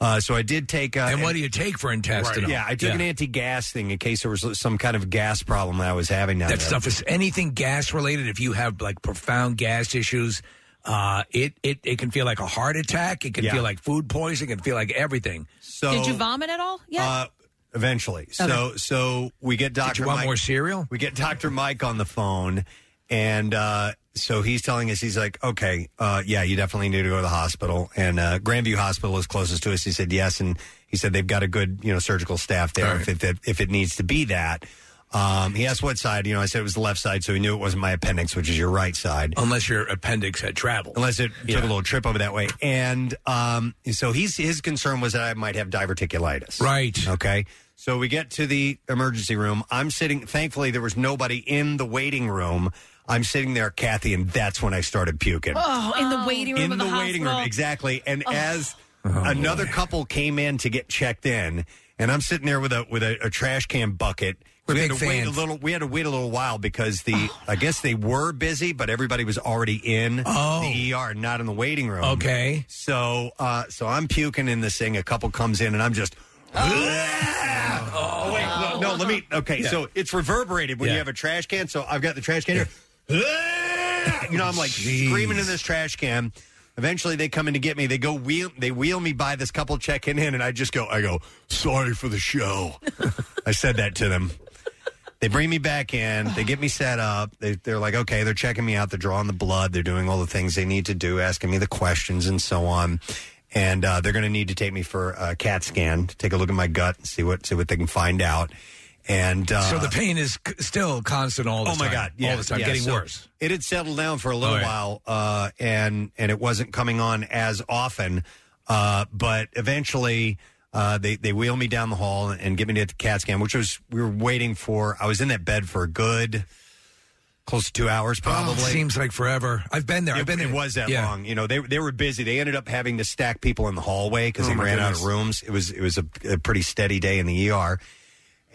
Uh, so I did take. Uh,
And what do you take for intestinal?
Yeah, I took
Yeah.
an anti-gas thing in case there was some kind of gas problem that I was having. Down
that
there.
stuff is anything gas related. If you have like profound gas issues, uh, it, it it can feel like a heart attack. It can
Yeah.
feel like food poisoning. It can feel like everything.
So
Did you vomit at all? Yeah.
Uh, eventually. So
Okay.
so we get Doctor.
want
Mike,
more
cereal? We get Doctor Mike on the phone, and uh, so he's telling us he's like, okay, uh, yeah, you definitely need to go to the hospital, and uh, Grandview Hospital is closest to us. He said yes, and he said they've got a good you know surgical staff there if, it, if, if it needs to be that. Um, he asked what side. You know, I said it was the left side, so he knew it wasn't my appendix, which is your right side.
Unless your appendix had traveled.
Unless it
Yeah.
took a little trip over that way. And um, so he's, his concern was that I might have diverticulitis.
Right.
Okay. So we get to the emergency room. I'm sitting, thankfully, there was nobody in the waiting room. I'm sitting there, Kathy, and that's when I started puking.
oh, in the waiting room
in
of
the,
the,
waiting room,
hospital.
exactly. And as
Oh,
another couple came in to get checked in, and I'm sitting there with a with a, a trash can bucket.
We're
we had
big
to wait a
fans.
little. We had to wait a little while because
*sighs*
the I guess they were busy, but everybody was already in
Oh.
the ER, not in the waiting room.
Okay.
So uh, so I'm puking in this thing. A couple comes in, and I'm just. Oh, wait, no, no, let me. Okay,
Yeah.
so it's reverberated when
Yeah.
you have a trash can. So I've got the trash can here. *laughs* you know, I'm like
Jeez.
screaming in this trash can. Eventually, they come in to get me. They go wheel. They wheel me by this couple checking in, and I just go. I go. Sorry for the show. *laughs* I said that to them. They bring me back in. They get me set up. They, they're like, okay, they're checking me out. They're drawing the blood. They're doing all the things they need to do, asking me the questions and so on. And uh, they're going to need to take me for a CAT scan to take a look at my gut and see what see what they can find out. And uh,
so the pain is c- still constant all the
oh
time.
my god! Yeah,
all the time,
yeah.
getting
So
worse.
It had settled down for a little
Oh, yeah.
while, uh, and and it wasn't coming on as often. Uh, but eventually, uh, they they wheel me down the hall and get me to the CAT scan, which was we were waiting for. I was in that bed for a good close to two hours,
Probably
probably.
seems like forever. I've been there.
It-
I've been
It
there.
was that
Yeah.
long. You know, they they were busy. They ended up having to stack people in the hallway because
Oh,
they
my
ran out
goodness.
of rooms. It was it was a, a pretty steady day in the ER.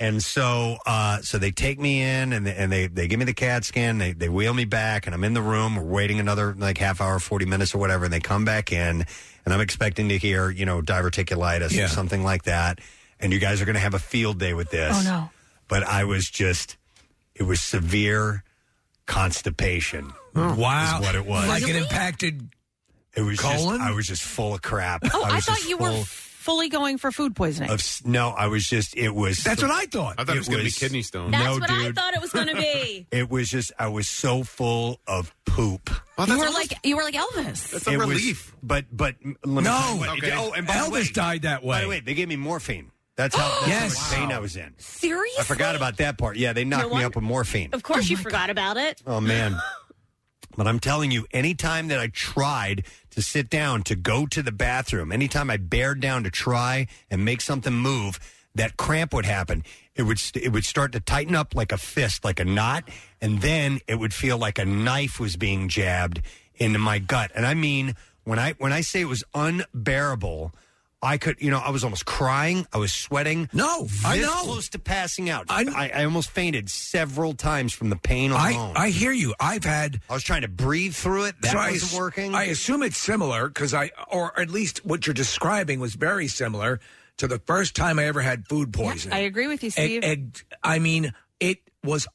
And so, uh, so they take me in, and they, and they they give me the CAT scan. They they wheel me back, and I'm in the room. We're waiting another like half hour, forty minutes or whatever. And they come back in, and I'm expecting to hear you know diverticulitis
Yeah.
or something like that. And you guys are going to have a field day with this.
Oh, no.
But I was just, it was severe constipation.
Oh. Wow,
is what it was.
Like it impacted.
It was
colon?
Just, I was just full of crap.
Oh, I,
was
thought
just
you were
full
fully going for food poisoning.
Of, s- no, I was just. It was.
That's what I thought.
I thought it was gonna be kidney stones.
That's
no,
what
dude.
I thought it was going
*laughs*
to be.
It was just. I was so full of poop.
you were like you were like Elvis.
It was- but but m- let me
No.
tell you what-
Okay.
Oh, and by
Elvis
the way,
died that way.
By the way, they gave me morphine. That's
*gasps*
how. That's
Yes.
how much pain I was in.
Seriously?
I forgot about that part. Yeah, they knocked me
wonder-
up with morphine.
Of course you forgot about it.
*laughs* Oh man. But I'm telling you, anytime that I tried to sit down to go to the bathroom, anytime I bared down to try and make something move, that cramp would happen. It would st- it would start to tighten up like a fist, like a knot, and then it would feel like a knife was being jabbed into my gut. And I mean, when I when I say it was unbearable, I could, you know, I was almost crying. I was sweating.
No, I
This
know.
Close to passing out. I, I, almost fainted several times from the pain alone.
I, I hear you. I've had.
I was trying to breathe through it. That
So I
wasn't
ass-
working.
I assume it's similar because I, or at least what you're describing was very similar to the first time I ever had food poisoning.
I agree with you, Steve.
And- and, I mean, it was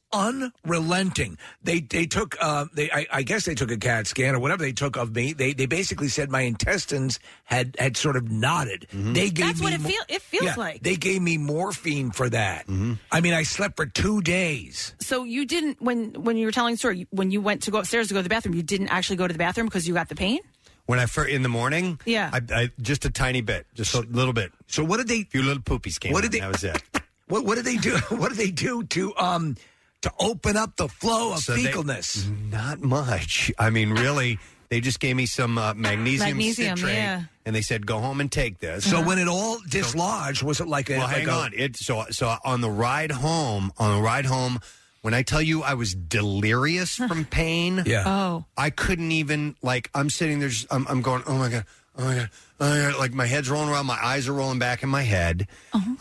unrelenting. They they took uh, they I, I guess they took a CAT scan or whatever they took of me. They they basically said my intestines had had sort of knotted.
Mm-hmm.
They gave
That's
me
what it
mo-
feel- it feels
Yeah,
like.
They gave me morphine for that.
Mm-hmm.
I mean, I slept for two days.
So you didn't when when you were telling the story when you went to go upstairs to go to the bathroom, you didn't actually go to the bathroom because you got the pain.
when I first in the morning.
Yeah.
I, I just a tiny bit, just a little bit.
So what did they? A
few little poopies came.
What
out,
did they-
and That was it.
What what did they do? *laughs* what did they do to um to open up the flow of
So they- Mm-hmm.
fecalness?
Not much. I mean, really, they just gave me some uh, magnesium,
Magnesium,
citrate,
yeah.
and they said go home and take this.
So when it all dislodged, was it like a?
well,
like
hang
a-
on. It so so on the ride home on the ride home. When I tell you I was delirious from pain,
Yeah.
Oh.
I couldn't even like I'm sitting there. Just, I'm, I'm going, oh my god, oh my god, oh my god. Like my head's rolling around, my eyes are rolling back in my head.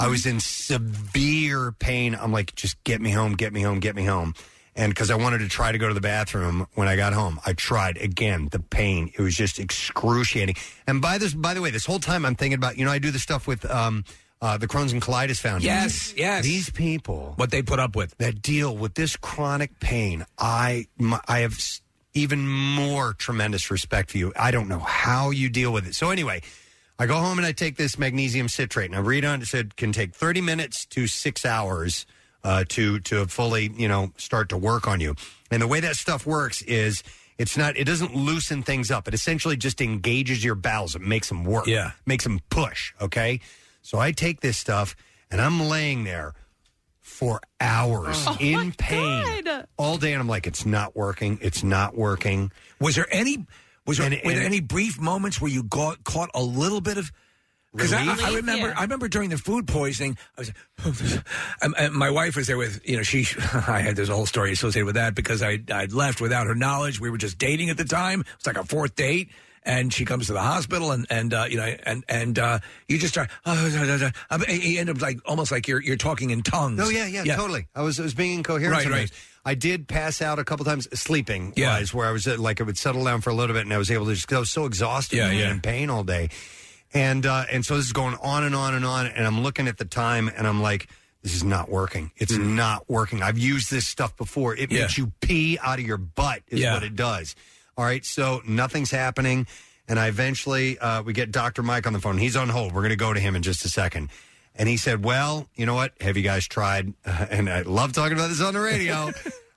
I was in severe pain. I'm like, just get me home, get me home, get me home. And because I wanted to try to go to the bathroom when I got home, I tried again. The pain, it was just excruciating. And by this, by the way, this whole time I'm thinking about, you know, I do this stuff with um, uh, the Crohn's and Colitis Foundation.
Yes, yes.
Mm-hmm. These people,
what they put up with,
that deal with this chronic pain. I, my, I have s- even more tremendous respect for you. I don't know how you deal with it. So anyway, I go home and I take this magnesium citrate, and I read on it, it said can take thirty minutes to six hours uh, to to fully you know start to work on you. And the way that stuff works is it's not it doesn't loosen things up. It essentially just engages your bowels. It makes them work.
Yeah.
makes them push. Okay, so I take this stuff and I'm laying there for hours
Oh,
in
my
pain
God.
all day, and I'm like, it's not working. It's not working.
Was there any? Was there,
And-
were there
and-
any brief moments where you got, caught a little bit of? Because I,
Relief?
I remember,
Yeah.
I remember during the food poisoning, I was. and- and uh, my wife was there with you know she. *laughs* I had this whole story associated with that because I I'd left without her knowledge. We were just dating at the time. It's like our fourth date. And she comes to the hospital, and and uh, you know, and and uh, you just start. Oh, da, da, da. I mean, you end up like almost like you're you're talking in tongues.
No, Oh, yeah, yeah, totally. I was I was being incoherent.
Right,
sometimes. I did pass out a couple times sleeping wise, where I was uh, like I would settle down for a little bit, and I was able to just. 'cause I was so exhausted,
Yeah,
and
yeah.
in pain all day, and uh, and so this is going on and on and on, and I'm looking at the time, and I'm like. This is not working. It's not working. I've used this stuff before. It
Mm. Yeah.
makes you pee out of your butt, is
Yeah.
what it does. All right, so nothing's happening, and I eventually uh, we get Dr. Mike on the phone. He's on hold. We're going to go to him in just a second. And he said, "Well, you know what? Have you guys tried?" *laughs* and I love talking about this on the
*laughs*
radio.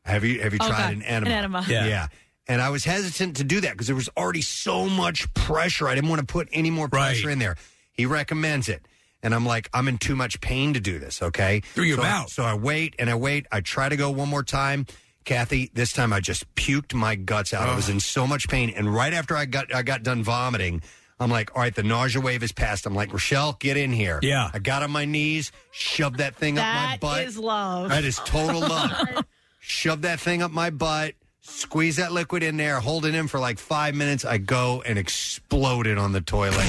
have you have you
Oh,
tried
God.
an enema?
An enema.
Yeah.
Yeah.
And I was hesitant to do that because there was already so much pressure. I didn't want to put any more pressure in there. He recommends it. And I'm like, I'm in too much pain to do this, okay?
Through your
so I-
mouth.
so I wait and I wait. I try to go one more time. Kathy, this time I just puked my guts out. I was in so much pain. And right after I got I got done vomiting, I'm like, all right, the nausea wave has passed. I'm like, Rochelle, get in here.
Yeah.
I got on my knees, shoved that thing
That
up my butt.
is love.
That is total love. Shove that thing up my butt, squeeze that liquid in there, hold it in for like five minutes. I go and explode it on the toilet.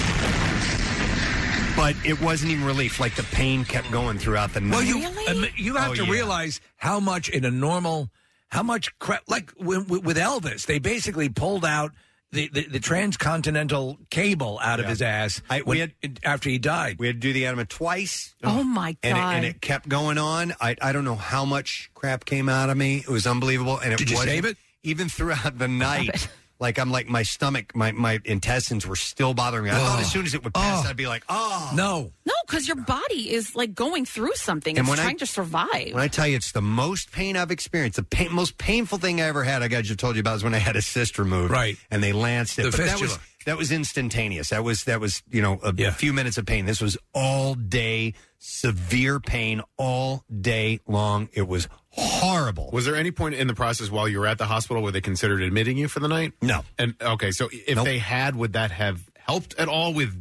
But it wasn't even relief. Like the pain kept going throughout the night.
Well, you um, you have
Oh,
to
yeah.
realize how much in a normal, how much cra- like w- w- with Elvis, they basically pulled out the, the, the transcontinental cable out of his ass when- after he died.
We had to do the enema twice.
*laughs* Oh my god!
And it, and it kept going on. I, I don't know how much crap came out of me. It was unbelievable. And it
Did you
wasn't-
save it?
Even throughout the night, like I'm like my stomach, my, my intestines were still bothering me. I thought
Oh.
as soon as it would pass, I'd be like, oh
no.
no, because your body is like going through something.
And
it's
when I-
trying to survive.
When I tell you it's the most pain I've experienced, the pain, most painful thing I ever had, I got you told you about is when I had a cyst removed, right? And they lanced it.
The
but that
fistula.
was that was instantaneous. That was that was you know a, a few minutes of pain. This was all day severe pain all day long. It was horrible.
Was there any point in the process while you were at the hospital where they considered admitting you for the night?
No.
And okay, so if they had, would that have helped at all with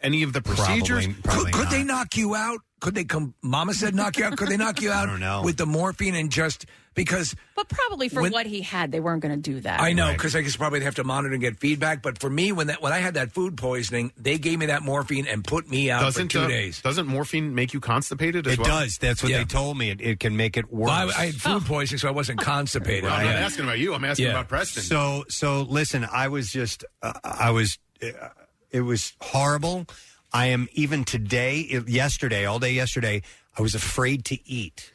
any of the procedures?
could could they knock you out? Could they come? Mama said knock you out. Could they knock *laughs* you out with the morphine and just because
But probably for
When-
what he had, they weren't going to do that.
I know because I guess probably they have to monitor and get feedback. But for me, when that when I had that food poisoning, they gave me that morphine and put me out
doesn't
for two
uh,
days.
doesn't morphine make you constipated? As
It
well?
does. That's what they
told me it, it can make it worse.
Well, I, I had food poisoning, so I wasn't constipated.
Well, I'm not
Yeah.
asking about you. I'm asking
Yeah.
about Preston.
So, so listen, I was just, uh, I was, uh, it was horrible. I am even today, yesterday, all day yesterday, I was afraid to eat.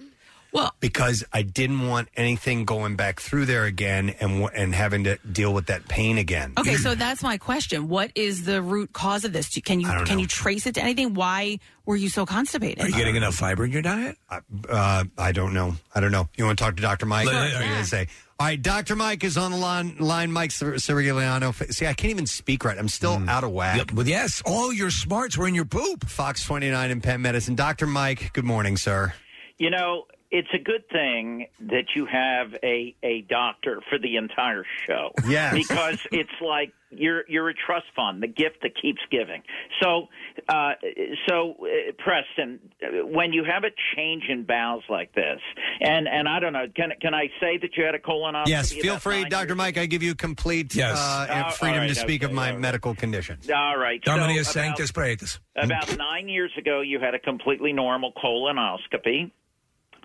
Well,
because I didn't want anything going back through there again and wa- and having to deal with that pain again.
Okay, so that's my question. What is the root cause of this? Do- Can you
I don't
can
know.
you trace it to anything? Why were you so constipated?
Are you getting
enough fiber in your diet?
I, uh, I don't know. I don't know. You want to talk to Dr. Mike?
Sure.
Are you going to say? All right, Dr. Mike is on the line. Line Mike Sir- Sirigliano. See, I can't even speak right. I'm still out of whack.
But Mm. yes, all your smarts were in your poop.
Fox 29 and Penn Medicine. Dr. Mike, good morning, sir.
You know, it's a good thing that you have a a doctor for the entire show.
Yes.
because it's like you're you're a trust fund, the gift that keeps giving. So, uh, so uh, Preston, uh, when you have a change in bowels like this, and and I don't know, can can I say that you had a colonoscopy?
Yes, feel
about
free,
nine
Dr. Mike. I give you complete
Yes.
uh,
Uh, all
freedom
right,
to speak of
okay,
my
all right.
medical condition.
All right.
Dominus
so about-
sanctus Praetus.
About nine years ago, you had a completely normal colonoscopy.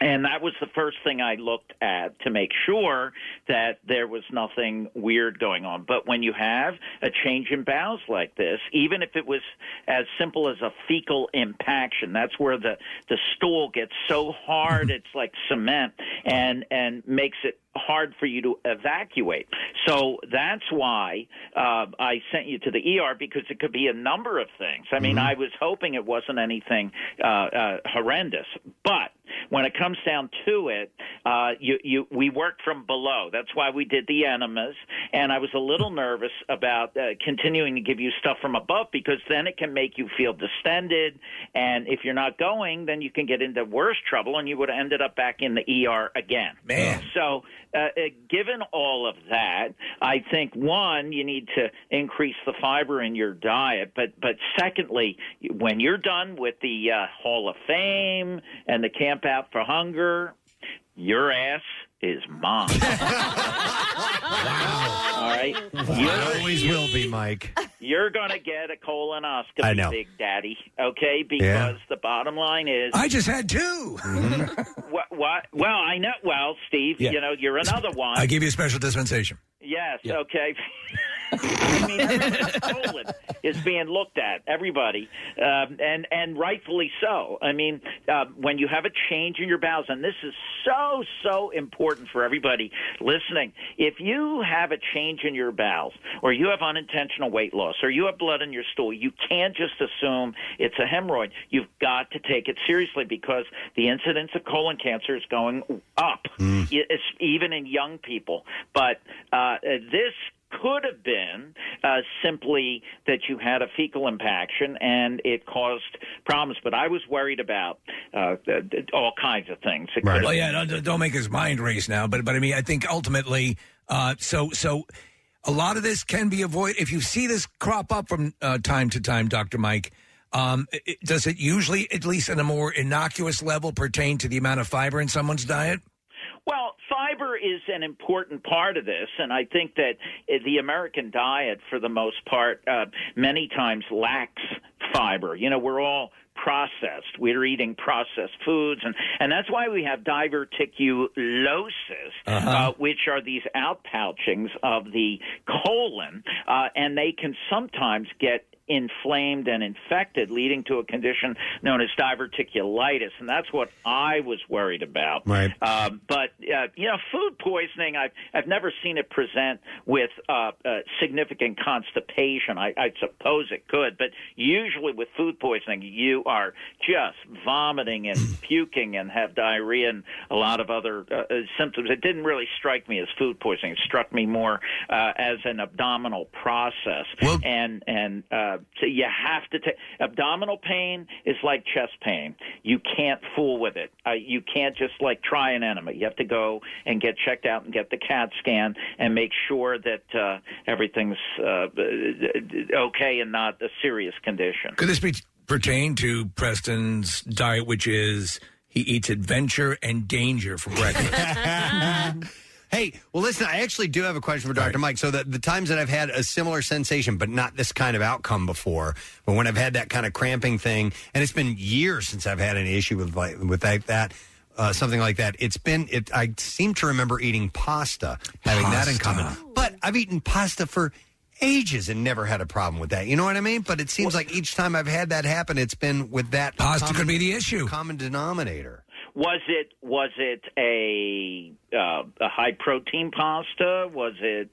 And that was the first thing I looked at to make sure that there was nothing weird going on. But when you have a change in bowels like this, even if it was as simple as a fecal impaction, that's where the, the stool gets so hard it's like cement and, and makes it hard for you to evacuate. So that's why uh, I sent you to the ER because it could be a number of things. I mean, I was hoping it wasn't anything uh, uh, horrendous, but when it comes down to it, uh, you, you, we worked from below. That's why we did the enemas, and I was a little nervous about uh, continuing to give you stuff from above because then it can make you feel distended, and if you're not going, then you can get into worse trouble, and you would have ended up back in the ER again. Man. So, uh, uh, given all of that, I think one, you need to increase the fiber in your diet, but but secondly, when you're done with the uh, Hall of Fame and the Camp Out for Hunger, your ass is
*laughs*
mine. All right,
I always will be, Mike.
you're going to get a colonoscopy,
I know.
Big Daddy. Okay, because
Yeah.
the bottom line is
I just had 2
Uh,
Wha what, well, I know. Well, Steve,
Yeah.
you know,
*laughs*
you're another one.
I gave you a special dispensation.
Yes. Okay. *laughs* I mean, everyone's colon is being looked at. Everybody, um, and and rightfully so. I mean, uh, when you have a change in your bowels, and this is so so important for everybody listening. If you have a change in your bowels, or you have unintentional weight loss, or you have blood in your stool, you can't just assume it's a hemorrhoid. You've got to take it seriously because the incidence of colon cancer is going up, e- it's even in young people. But uh, this could have been uh, simply that you had a fecal impaction and it caused problems. But I was worried about uh, th- th- all kinds of things. It could have
Well,
been-
Oh, yeah, don't, don't make his mind race now. But but I mean, I think ultimately, uh, so so a lot of this can be avoided if you see this crop up from uh, time to time, Doctor Mike. Um, it- it- does it usually, at least on a more innocuous level, pertain to the amount of fiber in someone's diet?
Well, fiber is an important part of this, and I think that uh, the American diet, for the most part, uh, many times lacks fiber. You know, we're all processed. We're eating processed foods, and, and that's why we have diverticulosis,
Uh-huh.
uh, which are these outpouchings of the colon, uh, and they can sometimes get inflamed and infected, leading to a condition known as diverticulitis, and that's what I was worried about.
Right.
Uh, but uh, you know, food poisoning. I've I've never seen it present with uh, uh, significant constipation. I, I suppose it could, but usually with food poisoning, you are just vomiting and puking and have diarrhea and a lot of other uh, uh, symptoms. It didn't really strike me as food poisoning. It struck me more uh, as an abdominal process. and and uh, so you have to take abdominal pain is like chest pain. You can't fool with it. Uh, you can't just like try an enema. You have to go and get checked out and get the CAT scan and make sure that uh, everything's uh, okay and not a serious condition.
Could this be pertain to Preston's diet, which is he eats adventure and danger for breakfast?
Hey, well, listen, I actually do have a question for Dr. Mike. So, the, the times that I've had a similar sensation, but not this kind of outcome before, but when I've had that kind of cramping thing, and it's been years since I've had an issue with like, with like that. Uh, something like that. It's been. It, I seem to remember eating pasta, having that in common. But I've eaten pasta for ages and never had a problem with that. You know what I mean? But it seems like each time I've had that happen, it's been with that pasta common, could be the issue, common denominator.
Was it was it a uh, a high protein pasta? Was it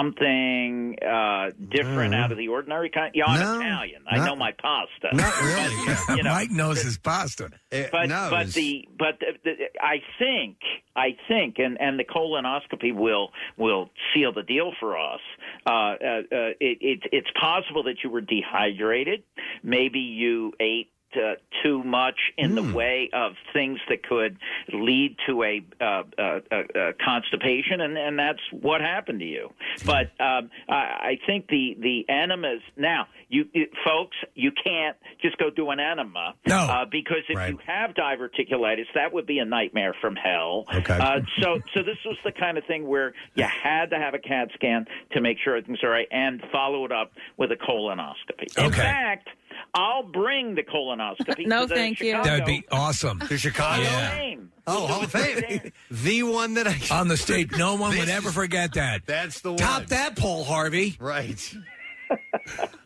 something uh, different
No.
out of the ordinary kind? Yeah, I'm
No,
Italian. I
not-
know my pasta.
Not really.
*laughs* You know,
Mike knows his pasta.
*laughs*
Eh,
but but the but the, the, I think I think and and the colonoscopy will will seal the deal for us. Uh, uh, uh, it, it it's possible that you were dehydrated. Maybe you ate. Uh, too much in the way of things that could lead to a, uh, uh, uh, uh, constipation, and, and that's what happened to you. But um, I, I think the the enemas now, you, you folks, you can't just go do an enema
no.
uh, because if you have diverticulitis, that would be a nightmare from hell. Okay. Uh, so, so this was the kind of thing where you had to have a CAT scan to make sure everything's all right, and follow it up with a colonoscopy. In fact, I'll bring
*laughs*
the colonoscopy.
No,
to the
thank you.
Chicago
That would be awesome.
To Chicago?
Fame.
Oh, Hall of Fame. *laughs* the one that I
*laughs* on the state. No one would
This-
ever forget that.
That's the one.
Top that poll, Harvey.
*laughs*
Right.
All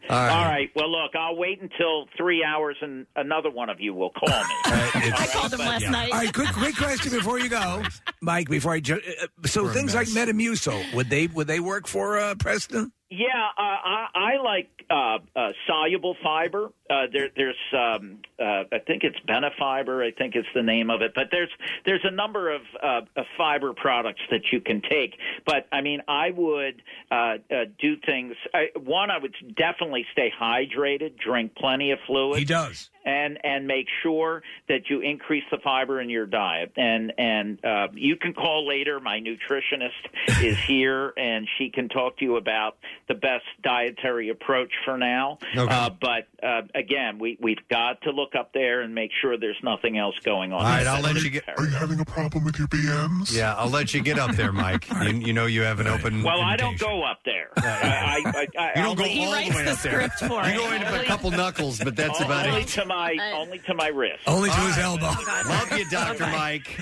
right. Well, look, I'll wait until three hours, and another one of you will call me. *laughs* I
called him last night. All right, quick, quick question before you go, Mike. Before I ju- uh, so
We're a
things like Metamucil would they would they work for uh, Preston?
Yeah, uh, I, I like uh, uh, soluble fiber. Uh, there, there's, um, uh, I think it's Benefiber. I think it's the name of it. But there's there's a number of, uh, of fiber products that you can take. But I mean, I would uh, uh, do things. I, one, I would definitely stay hydrated, drink plenty of fluid. He
does.
And and make sure that you increase the fiber in your diet. And and uh, you can call later.
*laughs*
My nutritionist is here, and she can talk to you about the best dietary approach for now.
Okay.
Uh, but uh, again, we we've got to look up there and make sure there's nothing else going on.
All right, I'll let you get.
Are
you having a problem with your BMs? Yeah, I'll let you get up there, *laughs* Mike. you, you know you have an open.
Well, I don't go up there. I, I, I, I,
You don't
I'll
go
leave-
all the way up there. you go in with a couple knuckles, but that's about
only
it.
to my only to my wrist.
Only to
All
his
right. Oh
elbow. Love you, Doctor Mike.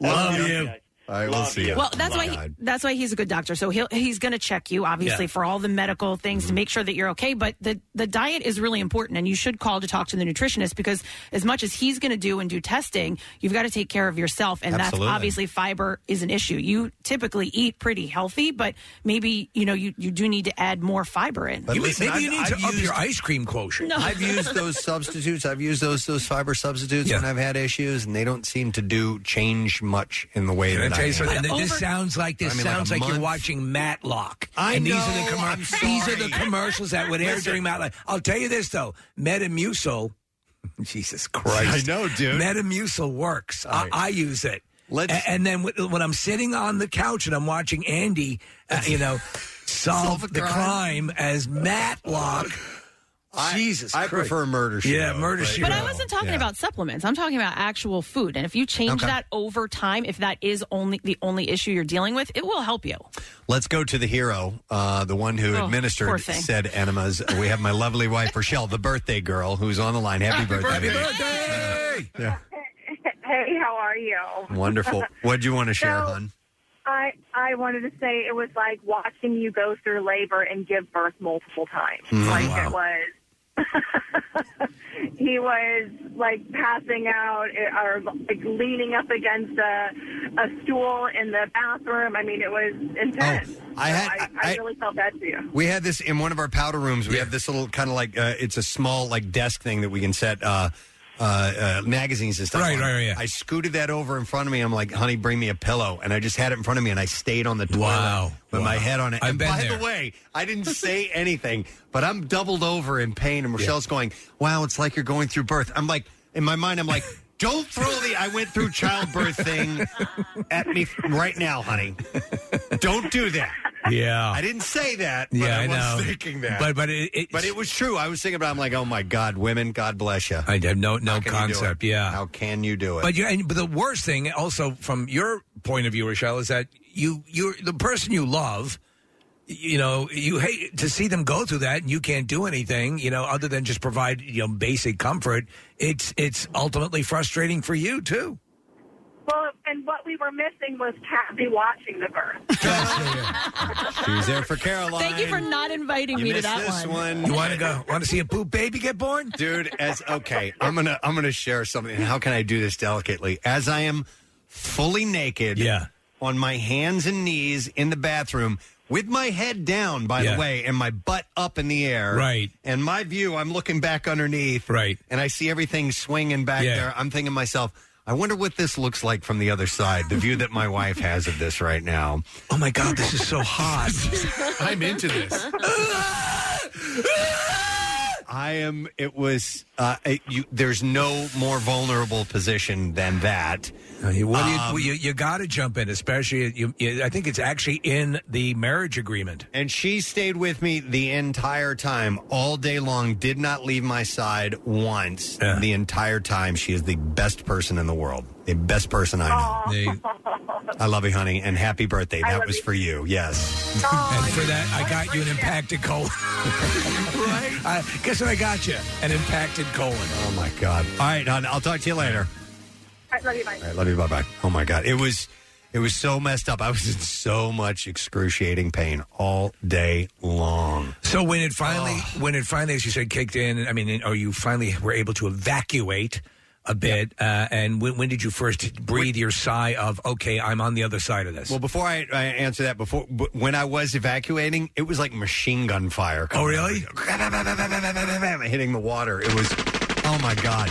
Love you. All right, we'll see you.
Well, that's why he, that's why he's a good doctor. So he'll he's going to check you obviously
Yeah. Mm-hmm.
for all the medical things to make sure that you're okay. But the the diet is really important, and you should call to talk to the nutritionist because as much as he's going to do and do testing, you've got to take care of yourself, and
Absolutely.
that's obviously fiber is an issue. You typically eat pretty healthy, but maybe you know you you do need to add more fiber in.
But Uh, listen,
maybe you need to up your ice cream quotient.
No.
*laughs* I've used those substitutes. I've used those those fiber substitutes when I've had issues, and they don't seem to do change much in the way
Can
that
I tell you
I
something?
handle it.
This sounds like this
I mean, like a
sounds like, you're
month.
watching Matlock.
I
and these
know,
are the commer-
I'm
these
sorry.
are the commercials that would air
Listen.
during Matlock. I'll tell you this though, Metamucil. *laughs* Jesus
I
Christ!
know, dude.
Metamucil works.
All
I,
right.
I use it.
Let's-
A- and then w- when I'm sitting on the couch and I'm watching Andy, uh, you
*laughs*
know, solve, the crime, as Matlock. Jesus,
I
Christ.
prefer Murder She
Yeah,
Wrote,
murder
but-
she.
But I
Wrote.
wasn't talking
Yeah.
about supplements. I'm talking about actual food. And if you change
Okay.
that over time, if that is only the only issue you're dealing with, it will help you.
Let's go to the hero, uh, the one who
Oh, poor
administered
thing.
said enemas. We have my lovely wife, Rochelle, the birthday girl, who's on the line. Happy, birthday.
*laughs*
Yeah.
Hey, how are you?
Wonderful. What do you want to share,
So-
hon?
I I wanted to say it was like watching you go through labor and give birth multiple times.
Mm,
like
wow.
it was. *laughs* he was like passing out eh, or like leaning up against a a stool in the bathroom. I mean, it was intense.
Oh, I had-
So I, I, really felt bad for you.
We had this in one of our powder rooms. We have this little kind of like uh, it's a small like desk thing that we can set uh, uh, uh, magazines and stuff.
Right,
on.
right, right, yeah.
I scooted that over in front of me. I'm like, honey, bring me a pillow. And I just had it in front of me and I stayed on the toilet
Wow,
with my
wow.
head on it.
I've
and
been
by
there.
the way, I didn't say *laughs* anything, but I'm doubled over in pain. And Michelle's going, wow, it's like you're going through birth. I'm like, in my mind, I'm like, don't throw the I went through childbirth thing at me right now, honey. Don't do that.
Yeah.
I didn't say that, but
Yeah,
I,
I
was
know.
thinking that.
But- but it,
but it was true. I was thinking about. It. I'm like, oh my God, women, God bless you.
I have no no
How can you do
concept.
it?
Yeah.
How can you do it?
But you and but the worst thing also from your point of view, Rochelle, is that you you the person you love, you know, you hate to see them go through that and you can't do anything, you know, other than just provide, you know, basic comfort. It's it's ultimately frustrating for you too.
Well, and what we were missing was Kathy watching the birth.
she was there for Caroline.
Oh,
Thank you for not inviting
You
me to
missed
that
this one.
You want to go? Want to see a poop baby get born,
dude? As okay, I'm gonna I'm gonna share something. How can I do this delicately? As I am fully naked, yeah. on my hands and knees in the bathroom with my head down, by
Yeah.
the way, and my butt up in the air,
Right.
And my view, I'm looking back underneath,
right,
and I see everything swinging back
Yeah.
there. I'm thinking to myself. I wonder what this looks like from the other side, the view that my wife has of this right now.
Oh my God, this is so hot.
I'm into this.
I am. It was. Uh, it- you, there's no more vulnerable position than that.
What do you,
Um,
you you got to jump in, especially you, you, I think it's actually in the marriage agreement.
and she stayed with me the entire time, all day long. Did not leave my side once. The entire time, she is the best person in the world. The best person I know. I love you, honey, and happy birthday.
I
that
love
was
you.
for you. Yes.
and for that, I got you an impacted colon. right? *laughs* I, guess what I got you? An impacted colon.
Oh my God. All right, hon, I'll talk to you later.
I love you, bye.
All right, love you. Bye bye. Oh my god, it was it was so messed up. I was in so much excruciating pain all day long.
So when it finally,
Oh.
when it finally, as you said, kicked in. I mean, or you finally were able to evacuate a bit. Uh, and when, when did you first breathe your sigh of okay, I'm on the other side of this?
Well, before I, I answer that, before b- when I was evacuating, it was like machine gun fire.
oh, really?
*laughs* hitting the water. It was, oh my god.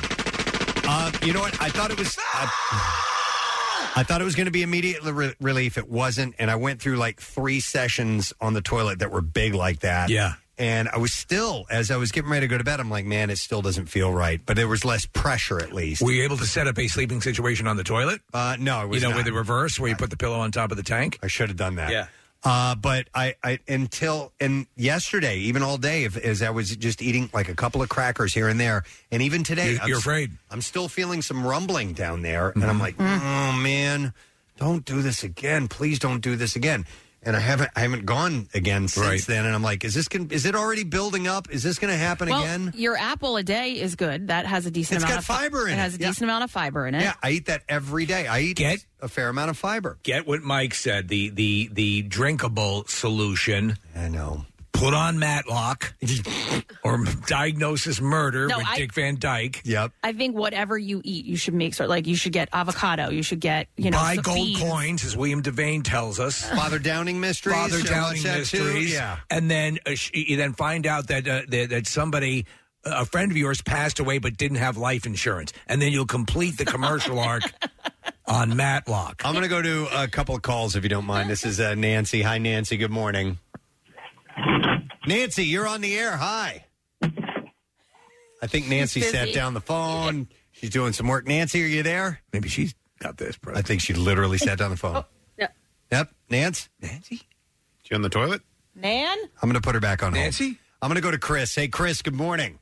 Uh, you know what? I thought it was. I, I thought it was going to be immediate re- relief. It wasn't, and I went through like three sessions on the toilet that were big like that.
Yeah.
And I was still, as I was getting ready to go to bed, I'm like, man, it still doesn't feel right. But there was less pressure at least.
Were you able to set up a sleeping situation on the toilet?
Uh, no, I was
you know,
not.
with the reverse where you put the pillow on top of the tank.
I should have done that.
Yeah.
Uh, but I, I until and yesterday, even all day, if, as I was just eating like a couple of crackers here and there, and even today,
You're-
I'm
you're
s-
afraid. Mm-hmm.
I'm still feeling some rumbling down there, and I'm like, oh man, don't do this again, please don't do this again. And I haven't I haven't gone again since
Right.
then, and I'm like, is this going is it already building up? Is this going to happen
well,
again?
your apple a day is good. That has a decent
It's
amount
got
of fi-
fiber in
It
it.
has a
Yeah.
decent amount of fiber in it.
Yeah, I eat that every day. I eat
Get-
a fair amount of fiber.
Get what Mike said. The the the drinkable solution.
I know.
Put on
*laughs*
Matlock or diagnosis murder
No,
with
I-
Dick Van Dyke.
Yep.
I think whatever you eat, you should make sort like you should get avocado. You should get you know
buy
some
gold
beans.
coins, as William Devane tells us.
*sighs* Father Downing mysteries.
Father
should I
Downing
watch that too?
mysteries.
Yeah.
and then uh, sh- you then find out that uh, that, that somebody. uh, A friend of yours passed away but didn't have life insurance, and then you'll complete the commercial
*laughs*
arc on Matlock.
I'm going to go to a couple of calls if you don't mind. This is uh, Nancy. Hi, Nancy. Good morning. Nancy, you're on the air. Hi. I think Nancy
She's busy.
sat down the phone. She's doing some work. Nancy, are you there?
Maybe she's got this, bro.
I think she literally sat down the phone.
Oh,
no.
Yep. Nance?
Nancy?
She on the toilet?
Nan.
I'm going to put her back on Nancy? I'm going to go to Chris. Hey, Chris, good morning.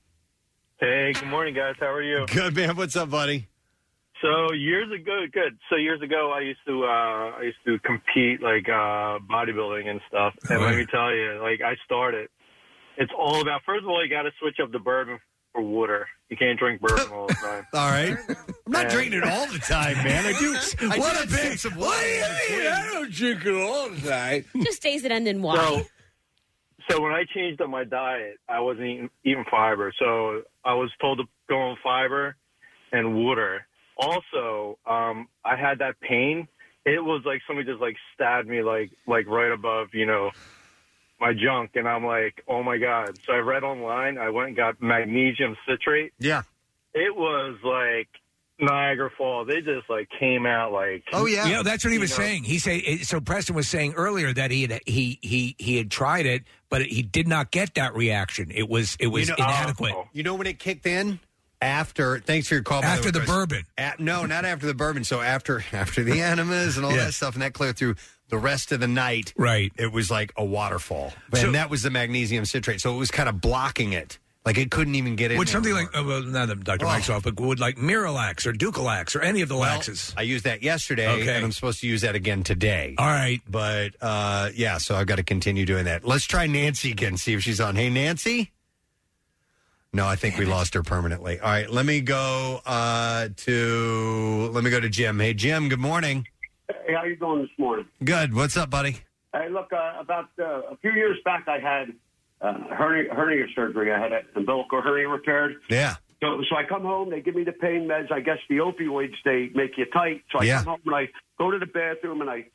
Hey, good morning, guys. How are you?
Good, man. What's up, buddy?
So years ago, good. So years ago, I used to uh, I used to compete like uh, bodybuilding and stuff. And
Oh,
let
yeah.
me tell you, like I started. It's all about. First of all, you got to switch up the bourbon for water. You can't drink bourbon all the time.
*laughs* All right. I'm not
Yeah.
drinking it
*laughs*
all the time, man. I do. I do have sips of water in between.
don't drink it all the time.
Just days that end in Y.
So, so when I changed up my diet, I wasn't eating, eating fiber. So I was told to go on fiber and water. Also, um, I had that pain. It was like somebody just like stabbed me like like right above you know my junk, and I'm like, oh my god. So I read online. I went and got magnesium citrate.
Yeah.
It was like Niagara Falls. They just like came out like.
Oh,
You know, that's what he
you
was
know,
saying. He said it- so. Preston was saying earlier that he had he he he had tried it, but he did not get that reaction. It was it was
You know- oh,
inadequate.
You know when it kicked in? After, thanks for your call. by
After
way,
the
Chris.
bourbon.
A- no, not after the bourbon. So after *laughs* after the enemas and all
Yeah.
that stuff, and that cleared through the rest of the night.
Right.
It was like a waterfall, and that was the magnesium citrate. So it was kind of blocking it, like it couldn't even get in.
Would
there. Oh.
something like uh, well, not that Dr. Mike's off, but would like Miralax or Ducalax or any of the
Well,
laxes?
I used that yesterday,
Okay.
and I'm supposed to use that again today.
All right,
but uh, yeah, so I've got to continue doing that. Let's try Nancy again, see if she's on. Hey, Nancy. No, I think we lost her permanently. All right, let me go uh, to let me go to Jim. Hey, Jim. Good morning.
Hey, how you doing this morning?
Good. What's up, buddy?
Hey, look, uh, about uh, a few years back, I had uh, hernia, hernia surgery. I had an umbilical hernia repaired.
Yeah.
So, so I come home, they give me the pain meds. I guess the opioids, they make you tight. So I
Yeah.
come home and I go to the bathroom and I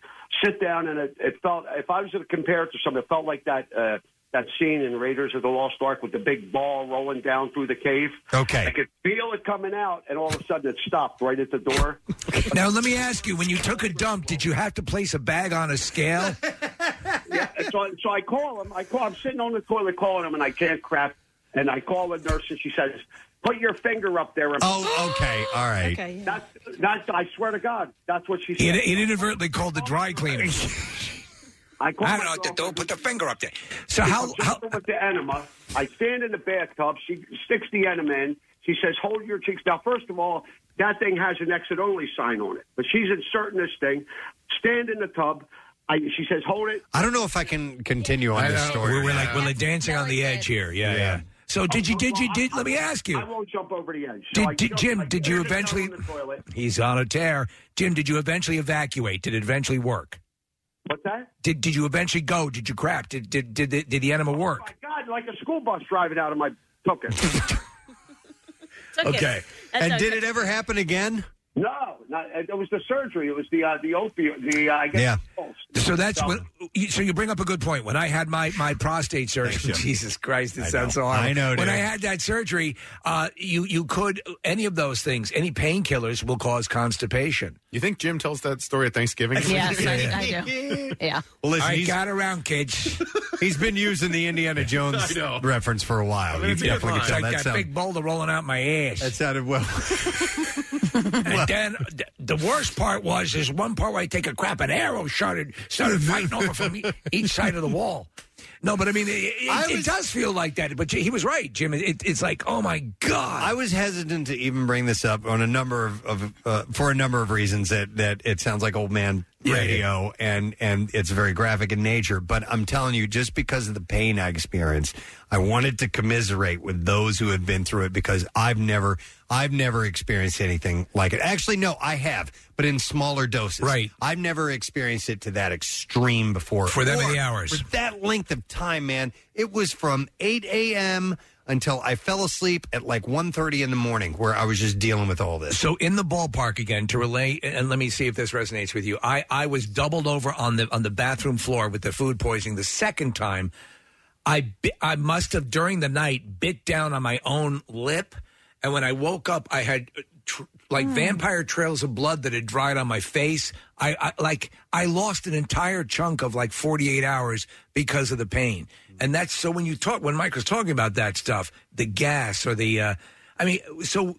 sit down and it, it felt, if I was to compare it to something, it felt like that, uh, that scene in Raiders of the Lost Ark with the big ball rolling down through the cave.
Okay.
I could feel it coming out and all of a sudden it stopped right at the
*laughs*
door.
*laughs* Now let me ask you: When you took a dump, did you have to place a bag on a scale?
yeah, so, I- so I call him. I call. I'm sitting on the toilet calling him, and I can't crap. And I call the nurse, and she says, "Put your finger up there." And
Oh, *laughs* okay, all right.
Okay, That's that's. I swear to God, that's what she
It,
said.
it inadvertently called the dry cleaning.
I called
I don't know. Don't put the finger up there. So how how
with the enema? I stand in the bathtub. She sticks the enema in. She says, "Hold your cheeks." Now, first of all, that thing has an exit only sign on it, but she's inserting this thing. Stand in the tub. I, she says, "Hold it."
I don't know if I can continue
I
on this
know.
story.
We're, we're like we're like dancing on the edge here. Yeah, yeah. So did you did you did? Let me ask you.
I won't jump over the edge. So I
Did, did,
jump-
Jim,
I
did
stand
you
in the tub
eventually?
on the toilet.
He's on a tear. Jim, did you eventually evacuate? Did it eventually work?
What's that?
Did Did you eventually go? Did you crap? Did Did Did the, did the enema work?
God, like a school bus driving out of my
*laughs*
token.
And did it ever happen again?
No, not, it was the surgery. It was the uh, the opioid. The uh, I guess.
Yeah.
pulse.
So that's what. you- So you bring up a good point. When I had my my prostate surgery,
Jim.
*laughs* Jesus Christ, it
I
sounds
know.
so hard.
I know,
When
dude.
I had that surgery, uh, you you could any of those things, any painkillers will cause constipation.
You think Jim tells that story at
*laughs*
Thanksgiving?
I do. Yeah.
Well, listen,
I
he's-
got around, kids.
*laughs* He's been using the Indiana Jones
*laughs* I know.
reference for a while. You
It's
definitely can tell
like
that
that
sound-
big boulder rolling out my ass. That
sounded well.
*laughs* and then th- the worst part was there's one part where I take a crap, an arrow started started fighting over from e- each side of the wall. No, but I mean, it, it-
I
it
was-
does feel like that. But he was right, Jim. It, it's like, oh my God.
I was hesitant to even bring this up on a number of, of uh, for a number of reasons that that it sounds like old man radio and and it's very graphic in nature. But I'm telling you, just because of the pain I experienced, I wanted to commiserate with those who have been through it because I've never I've never experienced anything like it. Actually, no, I have, but in smaller doses. Right. I've never experienced it to that extreme before
For that
Or
many hours.
for that length of time, man, it was from 8 a.m. until I fell asleep at like 1.30 in the morning where I was just dealing with all this.
So in the ballpark again to relay, and let me see if this resonates with you. I, I was doubled over on the on the bathroom floor with the food poisoning the second time. I bit, I must have during the night bit down on my own lip, and when I woke up, I had uh, tr- like vampire trails of blood that had dried on my face. I, I like I lost an entire chunk of like forty eight hours because of the pain, and that's so when you talk when Mike was talking about that stuff, the gas or the. Uh, I mean, so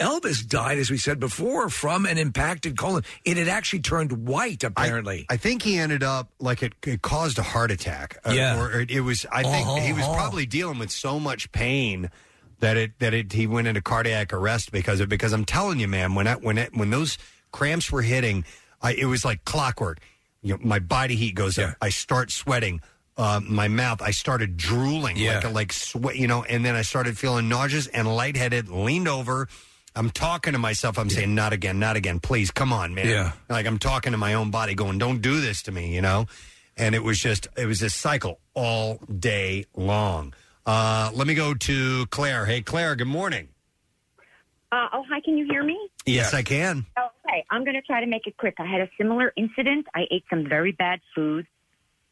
Elvis died, as we said before, from an impacted colon. It had actually turned white, apparently.
I think he ended up like it, it caused a heart attack. Uh,
Yeah.
or it, it was. I think
Uh-huh,
he was
uh-huh.
probably dealing with so much pain that it that it he went into cardiac arrest because of because I'm telling you, man, when I, when it, when those cramps were hitting, I, it was like clockwork. You know, my body heat goes up. I start sweating. Uh, my mouth, I started drooling
Yeah.
like like sweat, you know, and then I started feeling nauseous and lightheaded. Leaned over. I'm talking to myself. I'm saying, "Not again, not again, please, come on, man."
Yeah.
Like I'm talking to my own body, going, "Don't do this to me," you know. And it was just, it was this cycle all day long. Uh, let me go to Claire. Hey, Claire. Good morning.
Uh, oh, hi. Can you hear me?
Yes, I can.
Okay. I'm going to try to make it quick. I had a similar incident. I ate some very bad food,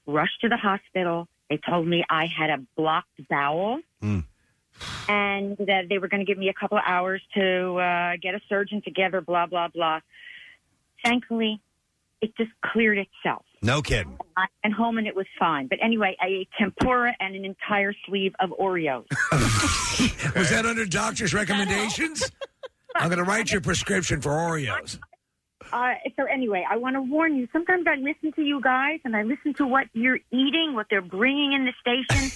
Hmm. *laughs*
rushed to the hospital. They told me I had a blocked bowel. and that they were going to give me a couple of hours to uh, get a surgeon together, blah, blah, blah. Thankfully, it just cleared itself.
No kidding.
I went home and it was fine. But anyway, I ate tempura and an entire sleeve of Oreos.
Was that under doctor's recommendations? I'm going to write your prescription for Oreos.
Uh, so anyway, I want to warn you. Sometimes I listen to you guys, and I listen to what you're eating, what they're bringing in the
*laughs*
station.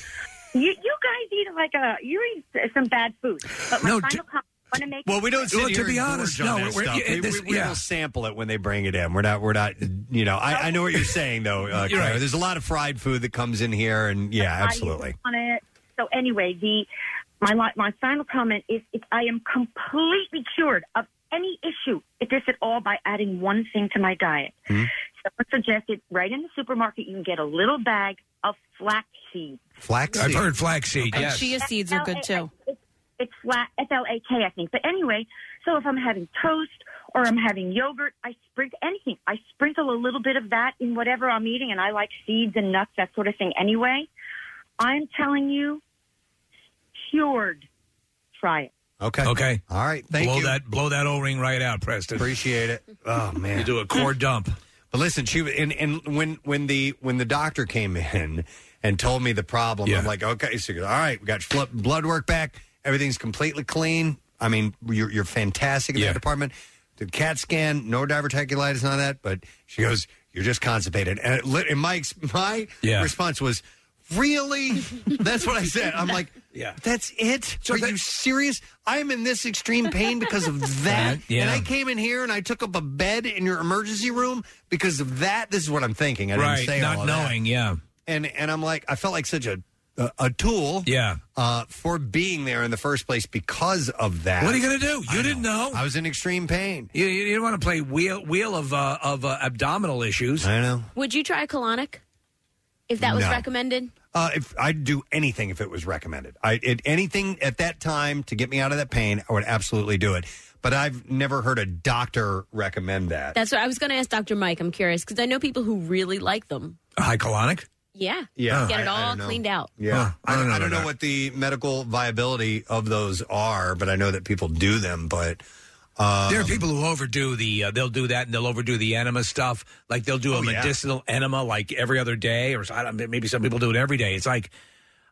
you, you guys eat like a you eat some bad food. But my
No,
final
d-
comment, I want to make
Well, we don't. Sit
Well, to
here
be
and
honest,
gorge on
no,
that
we're-
stuff.
yeah,
we,
this-
we- we
yeah.
will sample it when they bring it in. We're not. We're not. You know, I, I know what you're saying though. Uh,
You're
Clara.
right.
There's a lot of fried food that comes in here, and yeah, absolutely.
on it. So anyway, the my li- my final comment is, is I am completely cured of any issue, if this at all, by adding one thing to my diet.
Hmm?
Someone suggested right in the supermarket you can get a little bag of flaxseed.
Flaxseed.
I've heard flaxseed.
And
yes.
chia seeds are good too.
It's flat F L A K, I think. But anyway, so if I'm having toast or I'm having yogurt, I sprinkle anything. I sprinkle a little bit of that in whatever I'm eating, and I like seeds and nuts, that sort of thing. Anyway, I'm telling you, cured. Try it.
Okay.
Okay.
All right. Thank
blow
you.
That, blow that O ring right out, Preston.
Appreciate it. Oh man,
You do a core dump.
But listen, she was- and and when when the when the doctor came in and told me the problem, I'm like, okay, so good. all right, we got fl- blood work back, everything's completely clean. I mean, you're you're fantastic in that department. Did CAT scan, no diverticulitis, none of that. But she goes, you're just constipated, and, it, lit- and Mike's my
Yeah.
response was. Really? That's what I said. I'm
*laughs*
like, yeah. That's it? Are you serious? I'm in this extreme pain because of that.
Right, *laughs* yeah.
And I came in here and I took up a bed in your emergency room because of that. This is what I'm thinking. I didn't
right.
say
not
all of that.
knowing. Yeah.
And and I'm like, I felt like such a a, a tool.
Yeah.
Uh, for being there in the first place because of that.
What are you gonna do?
I
You didn't know.
I was in extreme pain.
You, you didn't want to play wheel wheel of uh, of uh, abdominal issues.
I know.
Would you try a colonic if that was
No.
recommended?
Uh, if I'd do anything if it was recommended, I it, anything at that time to get me out of that pain, I would absolutely do it. But I've never heard a doctor recommend that.
That's what I was going to ask Dr. Mike. I'm curious because I know people who really like them.
A high colonic.
Yeah.
Yeah,
Get it
I- I
all
don't know. *laughs*
cleaned out.
Yeah, I don't, I don't know,
that.
what the medical viability of those are, but I know that people do them. But um,
there are people who overdo the. Uh, they'll do that, and they'll overdo the enema stuff. Like they'll do a
Oh, yeah.
medicinal enema like every other day, or so- I don't, maybe some people do it every day. It's like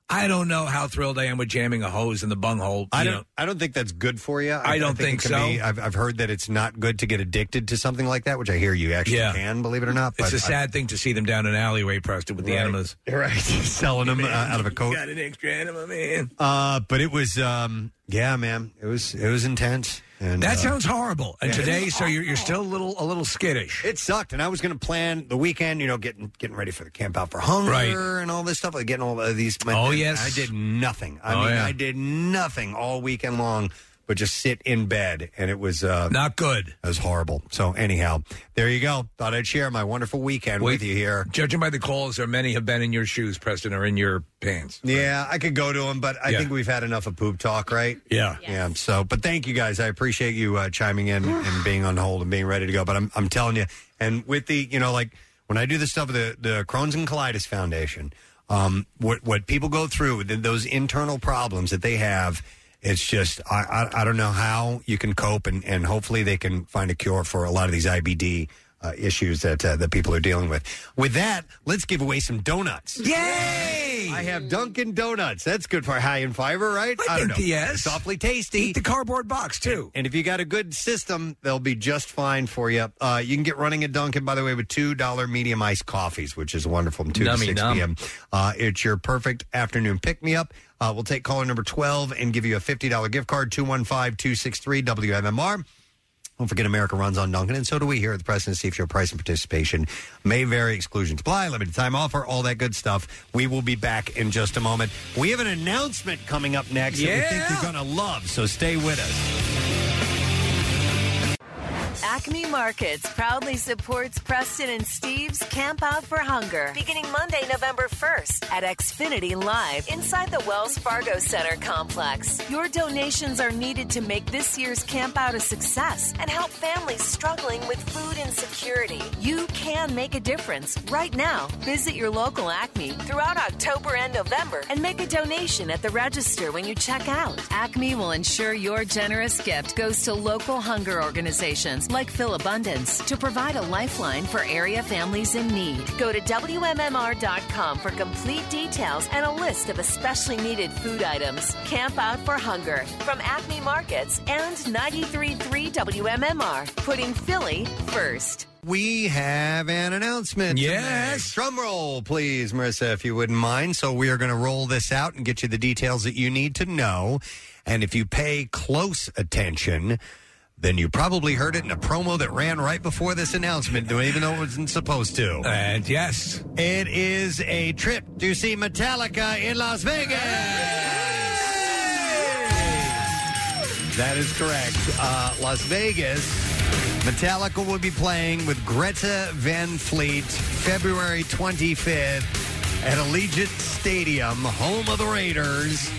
I don't know how thrilled I am with jamming a hose in the bunghole.
I
you
don't.
know.
I don't think that's good for you.
I don't think
it can
so.
Be, I've, I've heard that it's not good to get addicted to something like that, which I hear you actually
Yeah.
can, believe it or not.
It's
but
a
I-
sad thing to see them down an alleyway, Preston, with the
Right.
enemas.
*laughs* Right, selling them uh, out of a coat.
Got an extra enema, man.
Uh, but it was, um, yeah, man, it was it was intense. And
That
uh,
sounds horrible. And
yeah.
today, so you're, you're still a little a little skittish.
It sucked, and I was going to plan the weekend. You know, getting getting ready for the camp out for hunger
Right.
and all this stuff. Like getting all of these.
Oh, yes.
I did nothing. I
Oh,
mean,
yeah.
I did nothing all weekend long, but just sit in bed, and it was uh,
not good.
It was horrible. So anyhow, there you go. Thought I'd share my wonderful weekend
Wait.
with you here.
Judging by the calls, there many have been in your shoes, Preston, or in your pants.
Yeah, I could go to him, but I
Yeah.
think we've had enough of poop talk, right?
Yeah.
Yeah. So, but thank you guys. I appreciate you uh, chiming in and being on hold and being ready to go. But I'm, I'm telling you, and with the, you know, like when I do the stuff with the, the Crohn's and Colitis Foundation, um, what, what people go through, th- those internal problems that they have, it's just, I, I, I don't know how you can cope. And, and hopefully they can find a cure for a lot of these IBD. Uh, issues that uh, that people are dealing with. With that, let's give away some donuts.
Yay!
I have Dunkin' Donuts. That's good for high in fiber, right? I, don't know.
yes.
Softly tasty.
Eat the cardboard box too.
And if you got a good system, they'll be just fine for you. Uh, you can get running at Dunkin', by the way, with two dollar medium iced coffees, which is wonderful from two to
Nummy
six
num.
p.m. Uh, it's your perfect afternoon pick me up. Uh, we'll take caller number twelve and give you a fifty dollar gift card 215-263 WMMR. Don't forget, America runs on Duncan, and so do we here at the President Steve Show. Price and participation may vary. Exclusions apply. Limited time offer. All that good stuff. We will be back in just a moment. We have an announcement coming up next that we think you're going to love. So stay with us.
Acme Markets proudly supports Preston and Steve's Camp Out for Hunger beginning Monday, November 1st at Xfinity Live inside the Wells Fargo Center complex. Your donations are needed to make this year's Camp Out a success and help families struggling with food insecurity. You can make a difference right now. Visit your local Acme throughout October and November and make a donation at the register when you check out. Acme will ensure your generous gift goes to local hunger organizations like Phil Abundance to provide a lifeline for area families in need. Go to WMMR.com for complete details and a list of especially needed food items. Camp Out for Hunger from Acme Markets and 93.3 WMMR, putting Philly first.
We have an announcement. Yes. Drum roll, please, Marissa, if you wouldn't mind. So we are going to roll this out and get you the details that you need to know. And if you pay close attention, then you probably heard it in a promo that ran right before this announcement, even though it wasn't supposed to.
And yes,
it is a trip to see Metallica in Las Vegas. That is correct. Uh, Las Vegas. Metallica will be playing with Greta Van Fleet February 25th at Allegiant Stadium, home of the Raiders.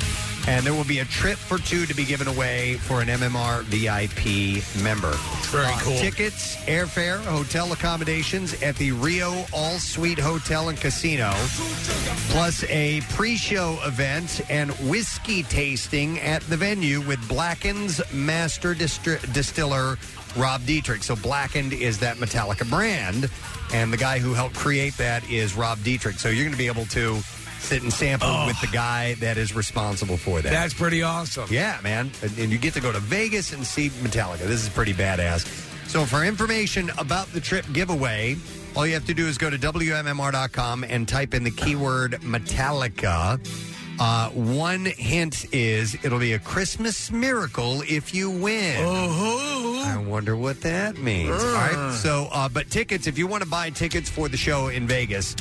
And there will be a trip for two to be given away for an MMR VIP member. Very
cool.
Tickets, airfare, hotel accommodations at the Rio All Suite Hotel and Casino, plus a pre-show event and whiskey tasting at the venue with Blackened's master distri- distiller Rob Dietrich. So Blackened is that Metallica brand, and the guy who helped create that is Rob Dietrich. So you're going to be able to sit and sample
Oh.
with the guy that is responsible for that.
that's pretty awesome.
Yeah, man. And, and you get to go to Vegas and see Metallica. This is pretty badass. So, for information about the trip giveaway, all you have to do is go to WMMR.com and type in the keyword Metallica. Uh, one hint is it'll be a Christmas miracle if you win. I wonder what that means.
Uh.
All right. So, uh, but tickets, if you want to buy tickets for the show in Vegas,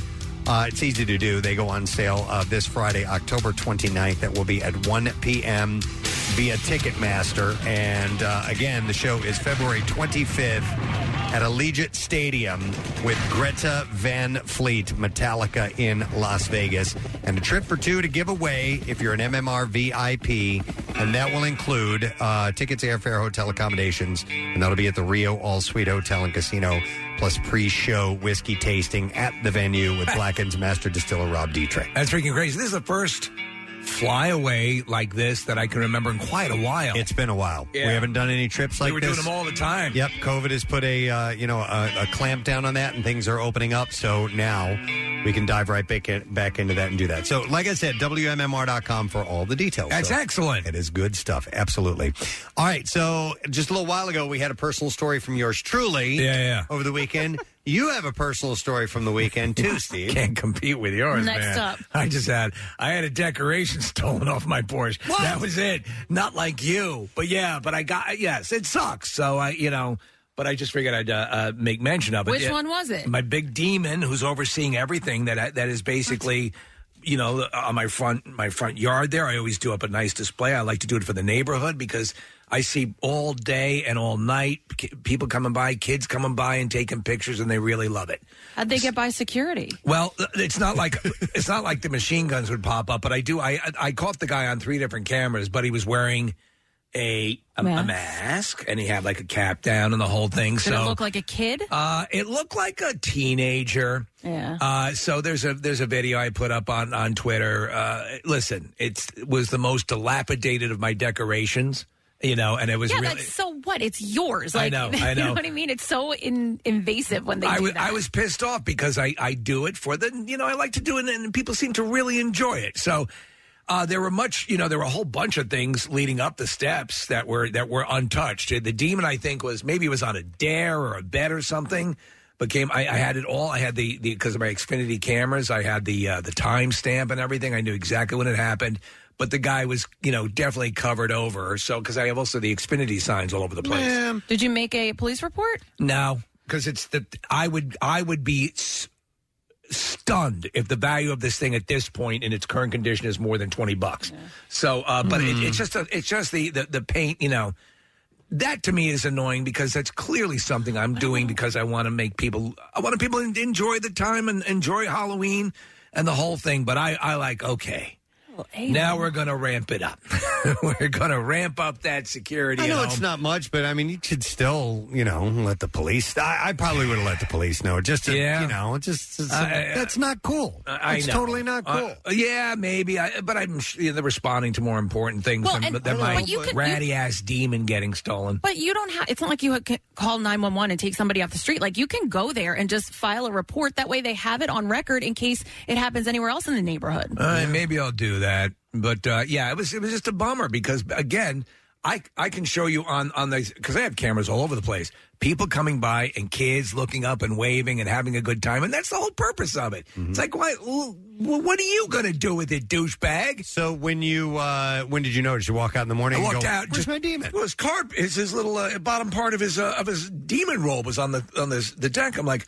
uh, it's easy to do. They go on sale uh, this Friday, October 29th. That will be at 1 p.m. via Ticketmaster. And uh, again, the show is February 25th at Allegiant Stadium with Greta Van Fleet, Metallica in Las Vegas. And a trip for two to give away if you're an MMR VIP. And that will include uh, tickets, airfare, hotel accommodations. And that'll be at the Rio All Suite Hotel and Casino, plus pre show whiskey tasting at the venue with Blackened's master distiller, Rob Dietrich.
That's freaking crazy. This is the first flyaway like this that I can remember in quite a while.
It's been a while.
Yeah.
We haven't done any trips like
we were
this.
doing them all the time.
Yep, COVID has put a uh, you know a, a clamp down on that, and things are opening up. So now we can dive right back, in, back into that and do that. So, like I said, WMMR.com for all the details.
That's
excellent. It is good stuff. Absolutely. All right. So, just a little while ago, we had a personal story from yours truly.
Yeah, yeah.
Over the weekend, you have a personal story from the weekend
*laughs*
too, Steve.
Can't compete with yours,
Next
man.
up.
I just had I had a decoration *laughs* stolen off my Porsche. That was it. Not like you, but yeah. But I got yes. It sucks. So I, you know. But I just figured I'd uh, uh, make mention of it.
Which
Yeah.
one was it?
My big demon, who's overseeing everything that I, that is basically, you know, uh, on my front my front yard. There, I always do up a nice display. I like to do it for the neighborhood because I see all day and all night ki- people coming by, kids coming by and taking pictures, and they really love it.
How'd they get by security?
Well, it's not like *laughs* it's not like the machine guns would pop up, but I do. I I caught the guy on three different cameras, but he was wearing a a mask, a mask and he had like a cap down and the whole thing.
Did
so
it look like a kid?
uh, it looked like a teenager.
yeah.
Uh, so there's a there's a video I put up on on Twitter. Uh, listen, it's, it was the most dilapidated of my decorations, you know, and it was
yeah,
really.
but so what? It's yours.
I
Like, *laughs*
know, I
you know
know.
what I mean? It's so in, invasive when they
I
do
was,
that.
I was pissed off because I, I do it for the, you know, I like to do it and people seem to really enjoy it. So uh, there were much, you know, there were a whole bunch of things leading up the steps that were that were untouched. The demon, I think, was maybe it was on a dare or a bet or something. But came, I, I had it all. I had the because of my Xfinity cameras. I had the uh, the timestamp and everything. I knew exactly when it happened. But the guy was, you know, definitely covered over. So because I have also the Xfinity signs all over the place.
Did you make a police report?
No, because it's the I would I would be s- stunned if the value of this thing at this point in its current condition
Hmm.
is more than twenty bucks. So, uh, but it, it's just a, it's just the, the the paint, you know. that to me is annoying because that's clearly something
*laughs*
I'm doing because I want to make people I want people to enjoy the time and enjoy Halloween and the whole thing. But I I like okay. now we're gonna ramp it up. *laughs* we're gonna ramp up that security.
I know
at
it's
home.
not much, but I mean, you should still, you know, let the police. I, I probably would have let the police know, just to,
Yeah.
you know, just to-
I- I-
that's not cool.
I- I
it's
know.
totally not cool.
Uh, yeah, maybe. I, but I'm sh- yeah, they're responding to more important things
Well,
than,
and-
than my
but you could- you-
ratty ass demon getting stolen.
But you don't have. It's not like you can call nine one one and take somebody off the street. Like you can go there and just file a report. That way, they have it on record in case it happens anywhere else in the neighborhood.
All right, Uh, maybe I'll do that. But uh, yeah, it was it was just a bummer because again, I I can show you on on the because I have cameras all over the place. People coming by and kids looking up and waving and having a good time, and that's the whole purpose of it.
Mm-hmm.
It's like why? w- What are you gonna do with it, douchebag?
So when you uh, when did you notice? You walk out in the morning.
I
and
walked
go,
out.
"Where's
just,
my demon?
Well, his car, his, his little uh, bottom part of his uh, of his demon robe was on the on this the deck. I'm like,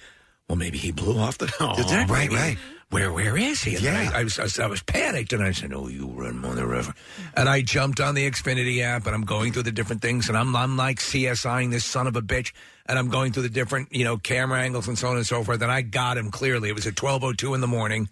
well, maybe he blew off the, *laughs* the
Aw,
deck.
right,
Maybe-
right.
Where where is he? And then
Yeah.
I, I, was, I was I was panicked and I said, oh, you run on the river. And I jumped on the Xfinity app and I'm going through the different things and I'm I'm like CSIing this son of a bitch and I'm going through the different you know camera angles and so on and so forth. And I got him clearly. It was at 12:02 in the morning.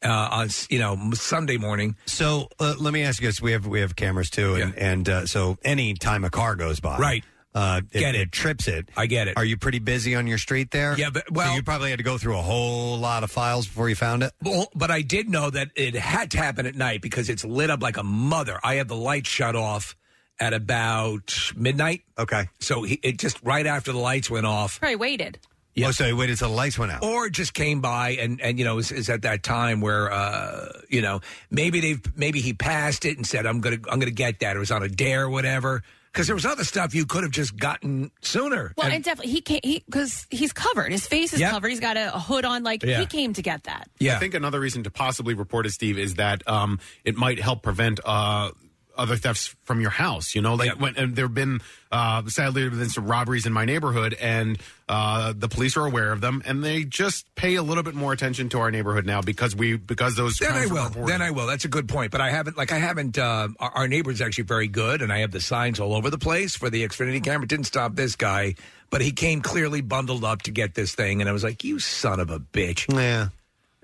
Uh, on s- you know Sunday morning,
So uh, let me ask you this: we have we have cameras too, and and uh, so any time a car goes by,
Right.
Uh, it,
Get it.
trips it.
I get it.
Are you pretty busy on your street there?
Yeah, but-
So
well-
you probably had to go through a whole lot of files before you found it.
Well, but I did know that it had to happen at night because it's lit up like a mother. I had the light shut off at about midnight.
Okay.
So he, it just right after the lights went off,
Probably waited.
Oh, so he waited until the lights went out.
or just came by and and you know is, is at that time where uh you know maybe they've maybe he passed it and said I'm gonna I'm gonna get that. It was on a dare or whatever because there was other stuff you could have just gotten sooner.
Well,
And-
and, definitely he can't. He because he's covered. His face is
Yep.
covered. He's got a, a hood on. Like
Yeah.
he came to get that.
I think another reason to possibly report it, Steve, is that um, it might help prevent uh, other thefts from your house. You know, like when and there have been uh, sadly there have been some robberies in my neighborhood, and uh, the police are aware of them, and they just pay a little bit more attention to our neighborhood now because we because those
Then I
crimes are
will.
reported.
Then I will. That's a good point. But I haven't. Like I haven't. Uh, our, our neighbor's actually very good, and I have the signs all over the place for the
Hmm.
Xfinity camera. It didn't stop this guy, but he came clearly bundled up to get this thing, and I was like, "You son of a bitch!"
Yeah.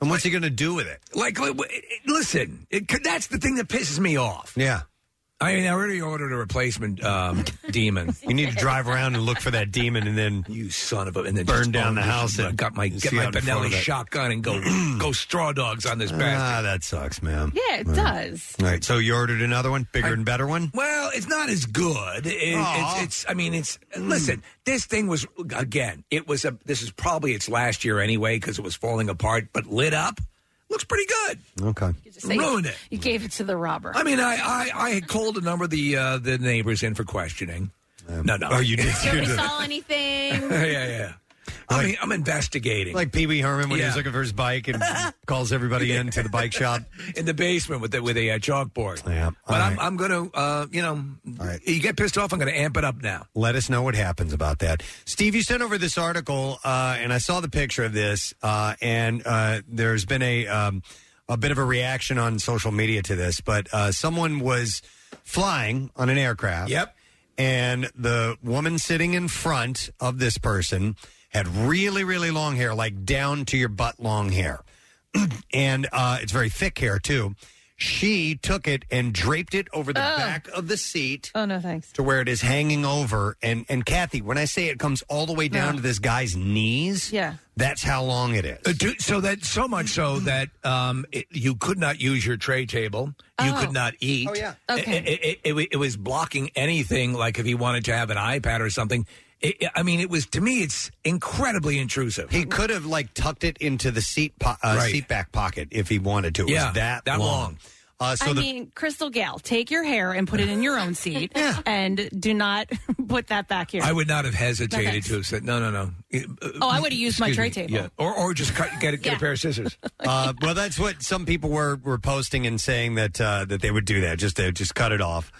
And what's he going to do with it?
Like, li- w- listen, it, could- that's the thing that pisses me off.
Yeah.
I mean, I already ordered a
*laughs*
replacement um, demon.
You need to drive around and look for that demon, and then
you son of a, and then
burn
just
down the
own this-
house.
I got my get
see
my
out in front
Benelli
of it.
shotgun and go
*clears throat*
go straw dogs on this
Ah,
bastard.
that sucks, man.
Yeah, it does.
All right, so you ordered another one, bigger and better one.
Well, it's not as good. It-
Aw.
it's, it's. I mean, it's. Listen, this thing was again. It was a. This is probably its last year anyway because it was falling apart. But lit up, looks pretty good.
Okay.
Just say-
Ruined it.
You gave it to the robber.
I mean, I I, I had called a number of the uh, the neighbors in for questioning. no, no.
oh, you did.
Nobody
*laughs*
saw anything.
*laughs* yeah, yeah. I mean, I'm investigating.
Like Pee Wee Herman when he was
Yeah.
looking for his bike
*laughs*
and calls everybody in to the bike shop.
in the basement with the, with a uh, chalkboard. Yeah, but I'm, I'm going to, uh, you know, you get pissed off. I'm going to amp it up now.
Let us know what happens about that. Steve, you sent over this article, uh, and I saw the picture of this, uh, and uh, there's been a um, a bit of a reaction on social media to this. But uh, someone was flying on an aircraft. Yep. And the woman sitting in front of this person had really, really long hair, like down to your butt long hair. *clears throat* and uh, it's very thick hair, too. She took it and draped it over the
Ugh.
back of the seat
Oh no, thanks.
to where it is hanging over and and Kathy, when I say it comes all the way down to this guy's knees,
Yeah.
that's how long it is.
Uh, do, so that so much so that um, it, you could not use your tray table. You
Oh.
could not eat.
Oh, yeah.
Okay. It, it, it, it, was blocking anything. Like if he wanted to have an iPad or something. It, it- I mean, it was to me. It's incredibly intrusive.
He could have like tucked it into the seat po- uh,
Right.
seat back pocket if he wanted to. It
Yeah,
was that
that
long.
long.
Uh, so
I
the
mean, Crystal Gale, take your hair and put it in your
*laughs*
own seat, and do not *laughs* put that back here.
I would not have hesitated
Okay.
to have said no, no, no. *laughs*
Oh, I would have used my
Excuse
tray
me.
table.
Yeah, or or just cut, get it, get a pair of scissors.
*laughs* uh, well, that's what some people were, were posting and saying that uh, that they would do that. Just they would just cut it off,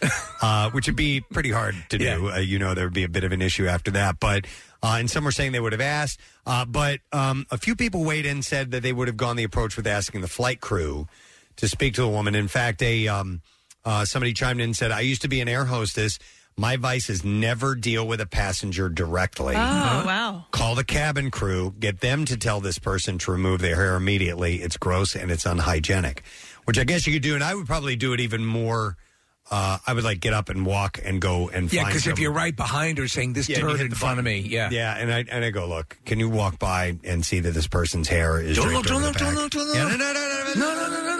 uh, which would be pretty hard to do. Uh, you know, there would be a bit of an issue after that. But uh, and some were saying they would have asked, uh, but um, a few people weighed in and said that they would have gone the approach with asking the flight crew to speak to a woman. In fact, a um, uh, somebody chimed in and said, "I used to be an air hostess." My vice is never deal with a passenger directly.
Oh, wow.
Call the cabin crew, get them to tell this person to remove their hair immediately. It's gross and it's unhygienic, which I guess you could do. And I would probably do it even more. Uh, I would like get up and walk and go and
Yeah,
find
because if
someone.
you're right behind her saying this
Yeah, you
turd
hit
in
the
front of me,
button.
yeah,
yeah, and I and I go look. Can you walk by and see that this person's hair is?
Don't
draped
look, don't
over the
look, don't
back?
look, don't
Yeah,
look.
no, no, no, no, no, no, no,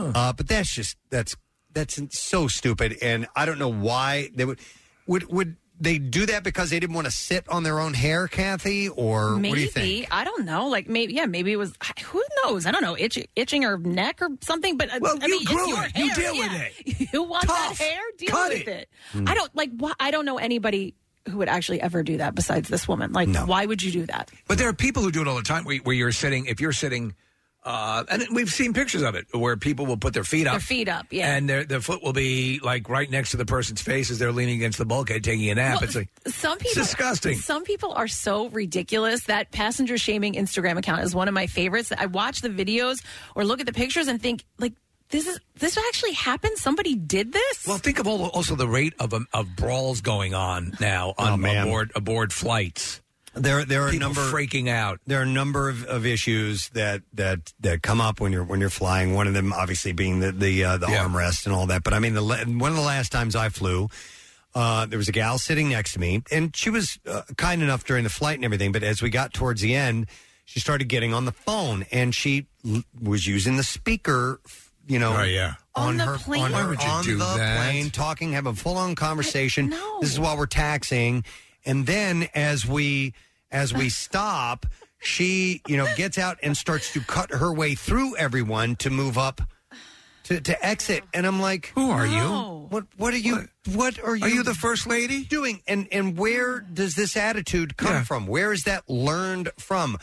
no, no. Uh, but that's just that's that's so stupid, and I don't know why they would would would they do that because they didn't want to sit on their own hair, Kathy, or
maybe
what do you think?
I don't know. Like maybe yeah, maybe it was who knows? I don't know, itch, itching her neck or something. But uh,
Well,
I
you
mean, it's
grew
your
it. You
hair,
deal with
yeah.
it.
*laughs* You want that hair? Deal
Cut
with it.
Hmm.
I don't like. Why, I don't know anybody who would actually ever do that besides this woman. Like, why would you do that?
But there are people who do it all the time where, where you're sitting, if you're sitting, uh, and we've seen pictures of it where people will put their feet up.
Their feet up, yeah.
And their, their foot will be like right next to the person's face as they're leaning against the bulkhead taking a nap.
Well,
it's like,
Some people
disgusting.
Some people are so ridiculous. That passenger shaming Instagram account is one of my favorites. I watch the videos or look at the pictures and think like this is this actually happened. Somebody did this.
well, think of all, also the rate of, um, of brawls going on now on aboard, aboard flights.
Oh, There, there are a
People
number
freaking out.
There are a number of, of issues that, that that come up when you're when you're flying. One of them, obviously, being the the, uh, the armrest and all that. But I mean, the la- one of the last times I flew, uh, there was a gal sitting next to me, and she was uh, kind enough during the flight and everything. But as we got towards the end, she started getting on the phone, and she l- was using the speaker. f- You know,
Oh, yeah.
on,
On the
her
plane?
on,
Why
her-
would you
on
do
the
that?
plane, talking, have a full on conversation. This is while we're taxing. And then as we as
*laughs*
we stop, she, you know, gets out and starts to cut her way through everyone to move up to, to exit. And I'm like, Who
are you?
you? What what are you what are you Are you the
first lady?
Doing and and where does this attitude come from? Where is that learned from?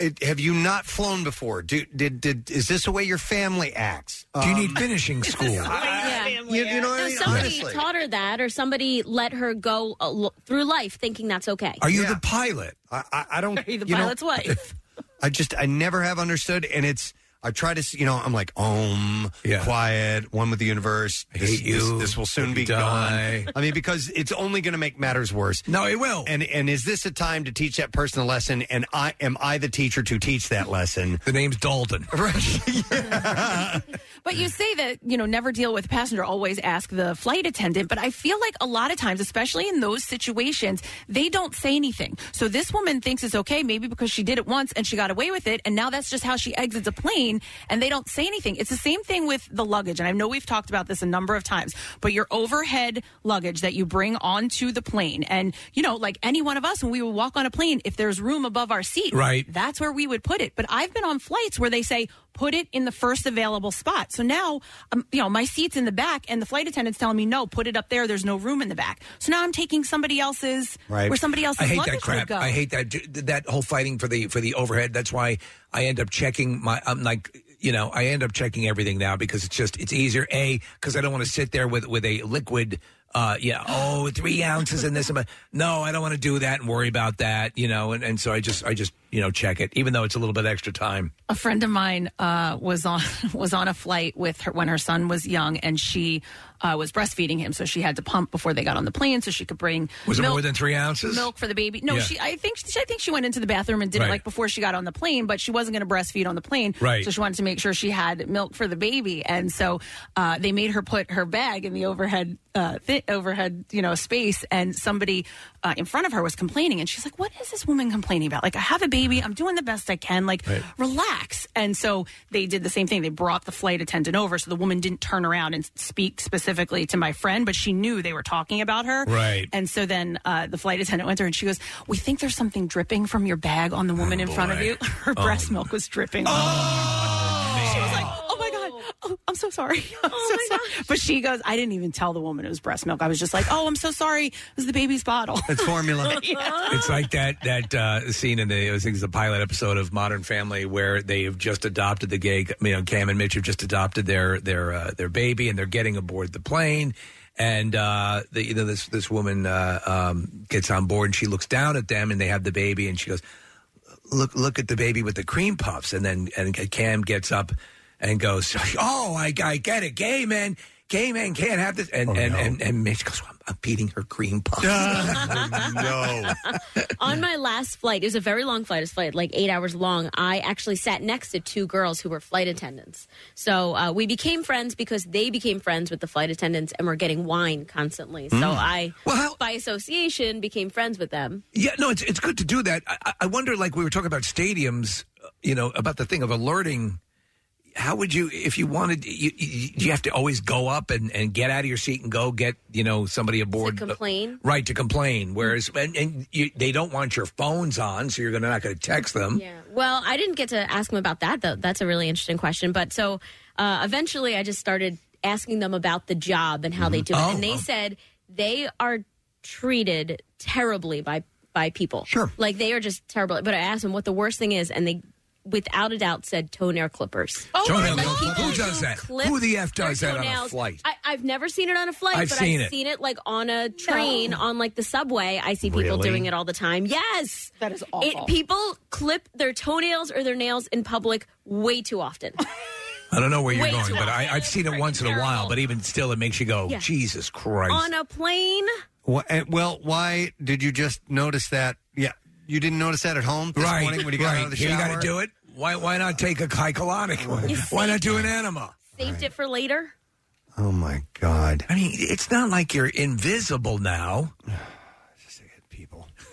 It, have you not flown before? Do, did, did is this the way your family acts? Um,
Do you
*laughs*
need finishing school?
Yeah.
You- you know what I
No,
mean?
Somebody
Honestly.
taught her that, or somebody let her go uh, lo- through life thinking that's okay.
Are
you the pilot?
I, I, I don't.
Are you the
know,
pilot's wife?
I just I never have understood, and it's I try to s- you know I'm like om quiet one with the universe. I this,
hate you.
This, this will soon
Hope
be
you die.
gone. I mean because it's only going to make matters worse.
No, it will.
And and is this a time to teach that person a lesson? And I am I the teacher to teach that lesson?
The name's Dalton.
But you say that, you know, never deal with a passenger, always ask the flight attendant. But I feel like a lot of times, especially in those situations, they don't say anything. So this woman thinks it's okay, maybe because she did it once and she got away with it. And now that's just how she exits a plane and they don't say anything. It's the same thing with the luggage. And I know we've talked about this a number of times, but your overhead luggage that you bring onto the plane. And, you know, like any one of us, when we would walk on a plane, if there's room above our seat,
Right.
that's where we would put it. But I've been on flights where they say put it in the first available spot. So now, um, you know, my seat's in the back, and the flight attendant's telling me no, put it up there. There's no room in the back. So now I'm taking somebody else's where somebody else's
I hate
luggage
that crap.
would go.
I hate that that whole fighting for the for the overhead. That's why I end up checking my. I'm like you know I end up checking everything now because it's just it's easier. A because I don't want to sit there with with a liquid. Uh, yeah. Oh, three ounces in this. and that. No, I don't want to do that and worry about that. You know, and, and so I just I just you know check it, even though it's a little bit extra time.
A friend of mine uh, was on *laughs* was on a flight with her when her son was young, and she uh, was breastfeeding him, so she had to pump before they got on the plane, so she could bring
Was it
milk
more than three ounces?
Milk for the baby. No,
Yeah.
she. I think she, I think she went into the bathroom and did
Right.
it like before she got on the plane, but she wasn't going to breastfeed on the plane.
Right.
So she wanted to make sure she had milk for the baby, and so uh, they made her put her bag in the overhead uh, th- overhead you know space. And somebody uh, in front of her was complaining, and she's like, "What is this woman complaining about? Like, I have a baby. I'm doing the best I can. Like, relax." And so they did the same thing. They brought the flight attendant over, so the woman didn't turn around and speak specifically to my friend, but she knew they were talking about her.
Right.
And so then uh, the flight attendant went to her and she goes, We think there's something dripping from your bag on the woman in front of you. *laughs* Her
Oh.
breast milk was dripping. She was like, Oh my God. Oh, I'm so sorry. *laughs* I'm so sorry. But she goes, I didn't even tell the woman it was breast milk. I was just like, Oh, I'm so sorry. It was the baby's bottle.
It's formula.
*laughs* Yeah.
It's like that that uh, scene in the I think it's the pilot episode of Modern Family where they have just adopted the gay. You know, Cam and Mitch have just adopted their their uh, their baby, and they're getting aboard the plane. And uh, the, you know, this this woman uh, um, gets on board, and she looks down at them, and they have the baby, and she goes, "Look, look at the baby with the cream puffs." And then and Cam gets up and goes, "Oh, I, I get it, gay men." gay man can't have this. And and, and and Mitch goes, well, I'm eating her cream puff. no.
On my last flight, it was a very long flight. It was flight like eight hours long. I actually sat next to two girls who were flight attendants. So uh, we became friends because they became friends with the flight attendants and were getting wine constantly. So
Mm.
I, by association, became friends with them.
Yeah, no, it's it's good to do that. I, I- I wonder, like we were talking about stadiums, uh, you know, about the thing of alerting. How would you, if you wanted, you, you, you have to always go up and, and get out of your seat and go get you know somebody aboard.
complain?
right to complain. Whereas, and, and you, they don't want your phones on, so you're gonna not going to text them.
Yeah. Well, I didn't get to ask them about that though. That's a really interesting question. But so uh, eventually, I just started asking them about the job and how they do it,
Oh,
and they
oh.
said they are treated terribly by by people. Sure. Like they are just terrible. But I asked them what the worst thing is, and they. Without a doubt, said toenail clippers.
Oh, Toenail my clippers. God. Who does that? Who the F does
their
that on a
toenails.
flight?
I, I've never seen it on a flight,
I've
but
seen
I've
it.
seen it like on a train, on like the subway. I see people
Really?
doing it all the time. Yes, that is
awful.
people clip their toenails or their nails in public way too often.
I don't know where you're
Way
going,
too
but I, I've seen it once in a while. But even still, it makes you go,
Yeah.
Jesus Christ.
on a plane,
Wha- eh, Well, why did you just notice that? Yeah, you didn't notice that at home this
right,
morning when you got
right.
out of the
Here
shower.
You got to do it. Why? Why not take a Kycolonic? Why not do an enema?
saved it for later.
Oh my God!
I mean, it's not like you're
*sighs*
invisible now.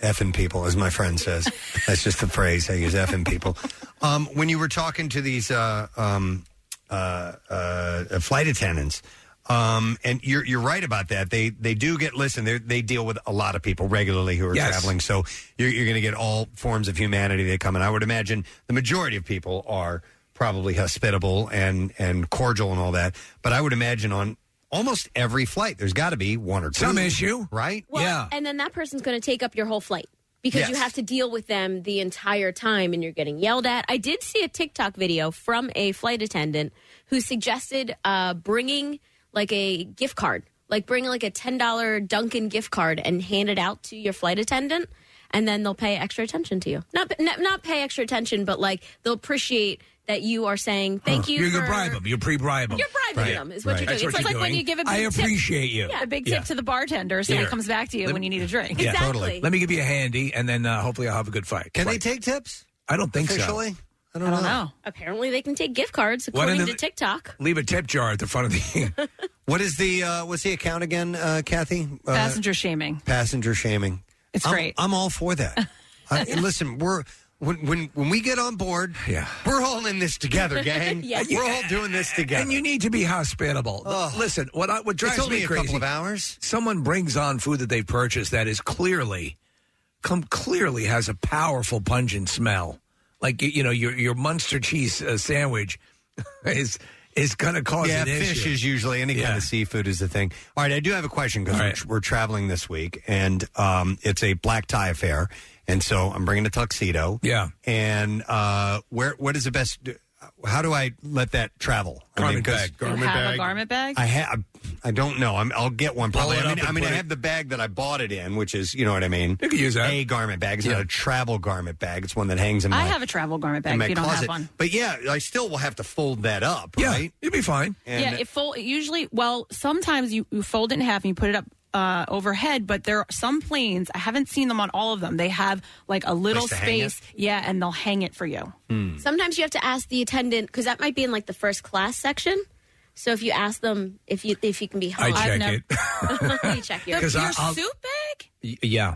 effing people, as my friend says. That's just the phrase I use, effing people. Um, when you were talking to these uh, um, uh, uh, flight attendants, um, and you're you're right about that. They they do get listen. They they deal with a lot of people regularly who are
Yes.
traveling, so you're, you're going to get all forms of humanity that come. And I would imagine the majority of people are probably hospitable and and cordial and all that. But I would imagine on almost every flight, there's got to be one or two
Some issue.
right?
Well, and then that person's going to take up your whole flight because you
Yes.
have to deal with them the entire time and you're getting yelled at. I did see a TikTok video from a flight attendant who suggested uh, bringing like a gift card, like bring like a $10 Dunkin' gift card and hand it out to your flight attendant. And then they'll pay extra attention to you. Not, not not pay extra attention, but like they'll appreciate that you are saying thank you.
You
for-
can bribe them. You pre-bribe them.
You're bribing them, is what you're doing.
That's
It's like when
doing.
you give a big
I
tip.
appreciate you.
Yeah, a big
Yeah.
tip to the bartender so
Here.
it comes back to you
Let-
when you need a drink.
Yeah, totally. Let me give you a handy, and then uh, hopefully I'll have a good fight.
Can they take tips?
I don't think
Officially?
so.
I
don't know.
Apparently, they can take gift cards
What
according
in
to
the-
TikTok.
Leave a tip jar at the front of the.
What is the uh, what's the account again, uh, Kathy? Uh,
Passenger shaming.
passenger shaming.
It's
I'm,
great.
I'm all for
*laughs*
that. I, and listen, we're *laughs* when when when we get on board, yeah. we're all in this together,
*laughs*
gang.
Yes.
We're all doing this together.
And you need to be hospitable.
Oh.
Listen, what I, what drives
It's only
me
a
crazy?
couple of hours.
Someone brings on food that they've purchased that is clearly, come clearly has a powerful pungent smell. Like you, you know your your Munster cheese uh, sandwich *laughs* is is going to cause
yeah,
an
fish
issue.
is usually any kind of seafood is the thing. All right, I do have a question because we're, we're traveling this week, and um, it's a black tie affair, and so I'm bringing a tuxedo.
Yeah.
and uh, where what is the best? How do I let that travel?
Garment
'cause-
bag.
You have a garment bag?
I have. I don't know. I'm, I'll get one probably.
Roll it
I mean,
up and
I, mean I
put it-
have the bag that I bought it in, which is, you know what I mean.
You could use that.
A garment bag. It's not a travel garment bag. It's one that hangs in my.
I have a travel garment
in
bag
my
if you don't
closet.
have one.
But yeah, I still will have to fold that up. right?
you'd be fine.
yeah, it fold usually. Well, sometimes you, you fold it in half and you put it up uh, overhead. But there are some planes. I haven't seen them on all of them. They have like a little
Place to hang it?
space. Yeah, and they'll hang it for you.
Hmm.
Sometimes you have to ask the attendant because that might be in like the first class section. So if you ask them if you if you can be
I
home,
check
I've
it
never- *laughs* you check
*laughs*
your,
'Cause I-
your
I'll-
soup bag.
Y- Yeah,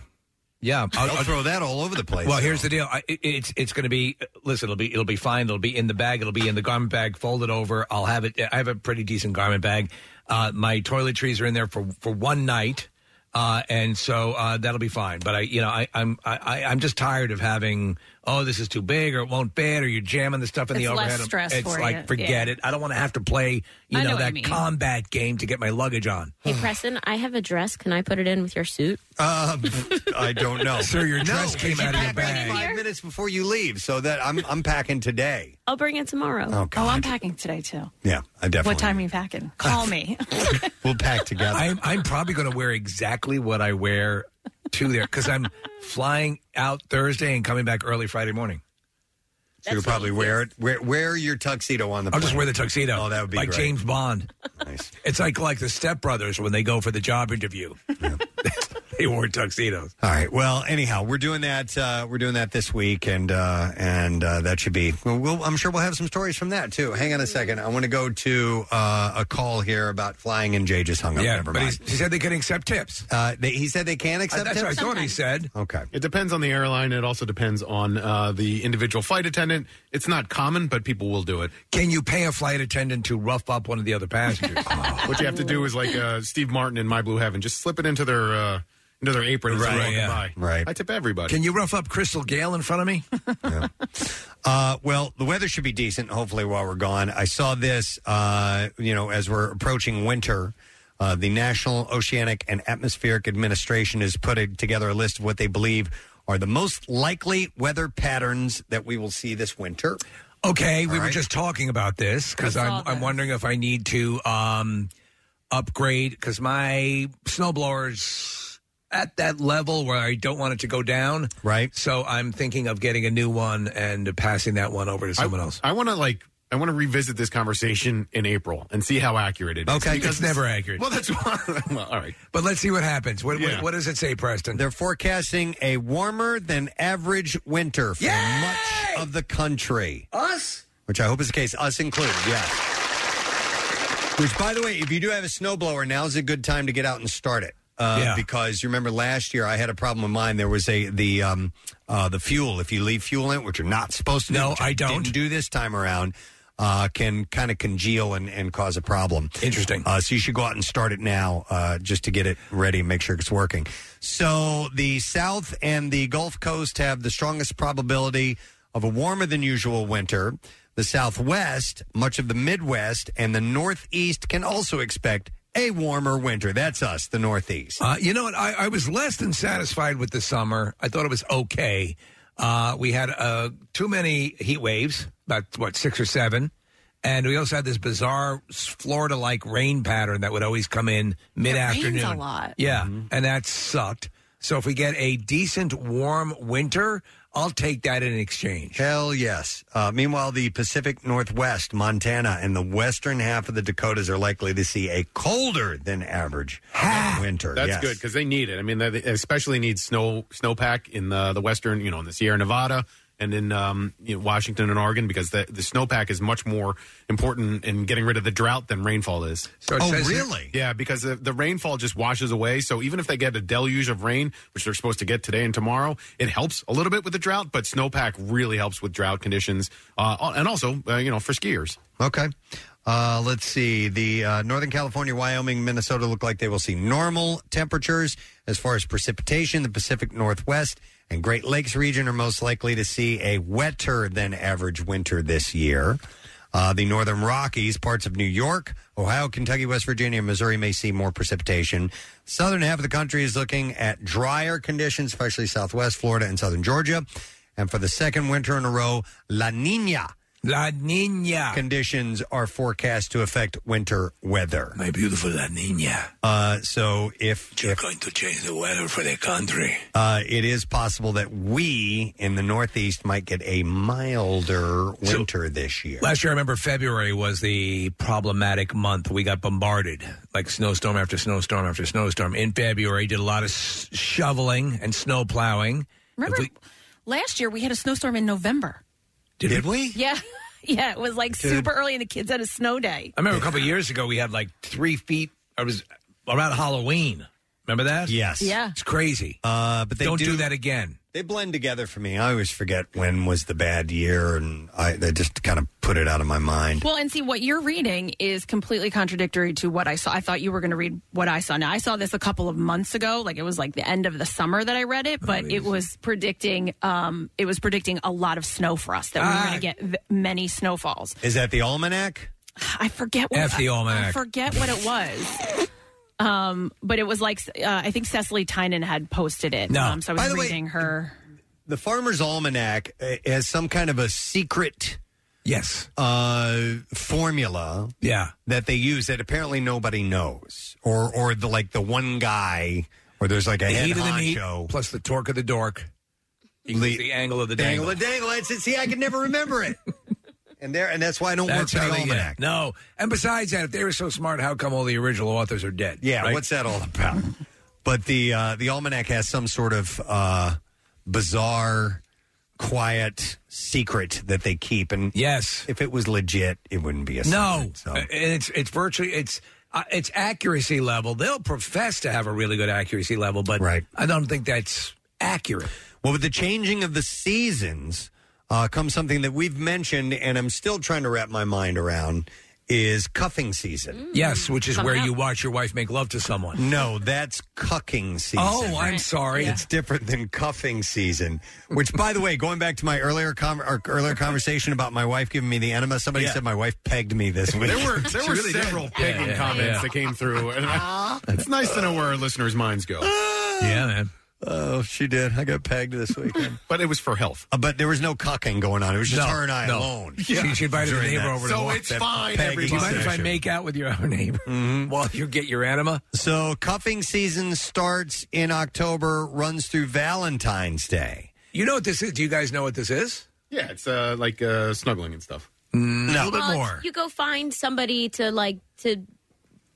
yeah.
I'll throw that all over the place,
Well,
though.
here's the deal. I, it- it's it's going to be. Listen, it'll be it'll be fine. It'll be in the bag. It'll be in the garment bag, folded over. I'll have it. I have a pretty decent garment bag. Uh, my toiletries are in there for for one night, uh, and so uh, that'll be fine. But I, you know, I, I'm I, I- I'm just tired of having. Oh, this is too big, or it won't fit, or you're jamming the stuff in the
It's less
overhead.
stress
it's
for
like
you.
forget
Yeah.
it. I don't want to have to play. You
I know
know,
what you
that
mean.
combat game to get my luggage on. *laughs*
Hey Preston, I have a dress. Can I put it in with your suit?
Uh,
Um, I
*laughs*
don't know.
*laughs* Sir, your
No,
dress came
you
out of your
pack it Five minutes before you leave, so that I'm I'm packing today.
I'll bring it tomorrow.
Oh, God.
I'm packing today too.
Yeah, I definitely.
What time are you packing? Call me.
We'll pack together.
I'm, I'm probably going to wear exactly what I wear to there because I'm flying out Thursday and coming back early Friday morning.
So you could probably wear it. Wear, wear your tuxedo on the.
I'll just
plane.
wear the tuxedo.
Oh, that would be
like
great.
James Bond. Nice. It's like like the Step Brothers when they go for the job interview. *laughs* they wore tuxedos.
All right. Well, anyhow, we're doing that. Uh, we're doing that this week, and uh, and uh, that should be. Well, we'll, I'm sure we'll have some stories from that too. Hang on a second. I want to go to uh, a call here about flying, and Jay just hung up.
yeah,
Never
but
mind.
he's- he said they can accept tips.
Uh, they, he said they can accept
That's what I
tips?
thought he said.
Okay.
It depends on the airline. It also depends on uh, the individual flight attendant. It's not common, but people will do it.
Can you pay a flight attendant to rough up one of the other passengers?
what you have to do is like uh, Steve Martin in My Blue Heaven. Just slip it into their uh, into their apron. as they're
Right,
walking
yeah.
by.
Right.
I tip everybody.
Can you rough up Crystal Gale in front of me?
Uh, well, the weather should be decent, hopefully, while we're gone. I saw this, uh, you know, as we're approaching winter. Uh, the National Oceanic and Atmospheric Administration has put a, together a list of what they believe are the most likely weather patterns that we will see this winter.
Okay,
All
we were
right.
just talking about this because
I saw
I'm, I'm wondering if I need to um, upgrade because my snowblower's at that level where I don't want it to go down.
Right.
So I'm thinking of getting a new one and passing that one over to someone else.
I want to like. I want to revisit this conversation in April and see how accurate it is.
Okay, it's never accurate.
Well, that's *laughs* why. well, all right.
But let's see what happens. What,
Yeah.
what, what does it say, Preston?
They're forecasting a warmer than average winter for much of the country.
Us?
Which I hope is the case, us included, yes. Which, by the way, if you do have a snowblower, now's a good time to get out and start it. Uh,
Yeah.
Because you remember last year I had a problem with mine. There was a the um, uh, the fuel. If you leave fuel in, it, which you're not supposed to.
No,
do, which
I don't.
didn't do this time around. Uh, can kind of congeal and, and cause a problem.
Interesting.
Uh, so you should go out and start it now, uh, just to get it ready and make sure it's working. So the South and the Gulf Coast have the strongest probability of a warmer than usual winter. The Southwest, much of the Midwest, and the Northeast can also expect a warmer winter. That's us, the Northeast.
Uh, you know what? I, I was less than satisfied with the summer. I thought it was okay. Uh, we had uh, too many heat waves, about what six or seven, and we also had this bizarre Florida-like rain pattern that would always come in mid-afternoon.
rains a lot.
yeah,
Mm-hmm.
and that sucked. So if we get a decent warm winter, I'll take that in exchange.
Hell yes. Uh, meanwhile, the Pacific Northwest, Montana, and the western half of the Dakotas are likely to see a colder than
*sighs*
average winter.
That's
yes.
good because they need it. I mean, they especially need snow snowpack in the the western, you know, in the Sierra Nevada and in um, you know, Washington and Oregon because the the snowpack is much more important in getting rid of the drought than rainfall is.
So it Oh, says here- really?
yeah, because the, the rainfall just washes away. So even if they get a deluge of rain, which they're supposed to get today and tomorrow, it helps a little bit with the drought. But snowpack really helps with drought conditions, uh, and also uh, you know for skiers.
Okay. Uh, let's see. The uh, Northern California, Wyoming, Minnesota look like they will see normal temperatures. As far as precipitation, the Pacific Northwest and Great Lakes region are most likely to see a wetter than average winter this year. Uh, the Northern Rockies, parts of New York, Ohio, Kentucky, West Virginia, and Missouri may see more precipitation. Southern half of the country is looking at drier conditions, especially Southwest Florida and Southern Georgia. And for the second winter in a row, La Nina
La Nina
conditions are forecast to affect winter weather.
My beautiful La Nina.
Uh, so if,
You're going to change the weather for the country.
uh, it is possible that we in the Northeast might get a milder winter this year.
Last year, I remember February was the problematic month. We got bombarded like snowstorm after snowstorm after snowstorm. In February, did a lot of s- shoveling and snow plowing.
Remember last year we had a snowstorm in November.
Did, we?
Yeah. *laughs* Yeah, it was like
Dude.
super early and the kids had a snow day.
I remember a couple of years ago, we had like three feet. I was around Halloween. Remember that?
Yes.
Yeah.
It's crazy.
Uh, but they
Don't do,
do-
that again.
They blend together for me. I always forget when was the bad year, and I, I just kind of put it out of my mind.
Well, and see what you're reading is completely contradictory to what I saw. I thought you were going to read what I saw. Now I saw this a couple of months ago, like it was like the end of the summer that I read it, but it was predicting um it was predicting a lot of snow for us that we
Ah.
were going to get v- many snowfalls.
Is that the almanac?
I forget what
F the
I- I
almanac.
forget what it was. Um, but it was like uh, I think Cecily Tynan had posted it.
No.
um, so I was
By the way-
reading her.
The Farmer's Almanac uh, has some kind of a secret,
yes,
uh, formula.
Yeah.
that they use that apparently nobody knows, or or the like the one guy, or there's like a
the
head
heat of the meat
honcho.
plus the torque of the dork You can see the angle of the dangle.
Dangle a dangle. That's it. See, I could never remember
*laughs*
it. And there, and that's why I don't
That's
work
how
for the
they get-
almanac.
No. And besides that, if they were so smart, how come all the original authors are dead?
Yeah,
right?
what's that all about? but the uh, the almanac has some sort of uh, bizarre, quiet secret that they keep. And
yes,
if it was legit, it wouldn't be a
No,
secret, so.
Uh, and it's it's virtually it's uh, it's accuracy level. They'll profess to have a really good accuracy level, but I don't think that's accurate.
Well, with the changing of the seasons uh, comes something that we've mentioned, and I'm still trying to wrap my mind around is cuffing season.
Yes, which is
Coming
where
up.
you watch your wife make love to someone.
No, that's cucking season.
Oh, I'm sorry.
It's different than cuffing season. Which, by the way, going back to my earlier com- or earlier conversation about my wife giving me the enema, somebody
Yeah.
said my wife pegged me this week.
There were there were several pagan comments that came through, and
Uh-huh.
I- it's nice to know where our listeners'
*gasps*
minds go.
yeah, man.
Oh, she did. I got pegged this weekend,
*laughs*
Uh,
but it was for health.
but there was no cucking going on. It was just
No,
her and I
no.
alone.
She, she invited her
During
neighbor
that-
over. to walk that pegging
Pegging
Do you mind if I
session.
make out with your other neighbor
Mm-hmm.
while you get your anima?
So cuffing season starts in October, runs through Valentine's Day.
You know what this is? Do you guys know what this is?
Yeah, it's uh, like uh, snuggling and stuff.
No.
A little bit
Uh,
Well, it's-
more.
You go find somebody to like to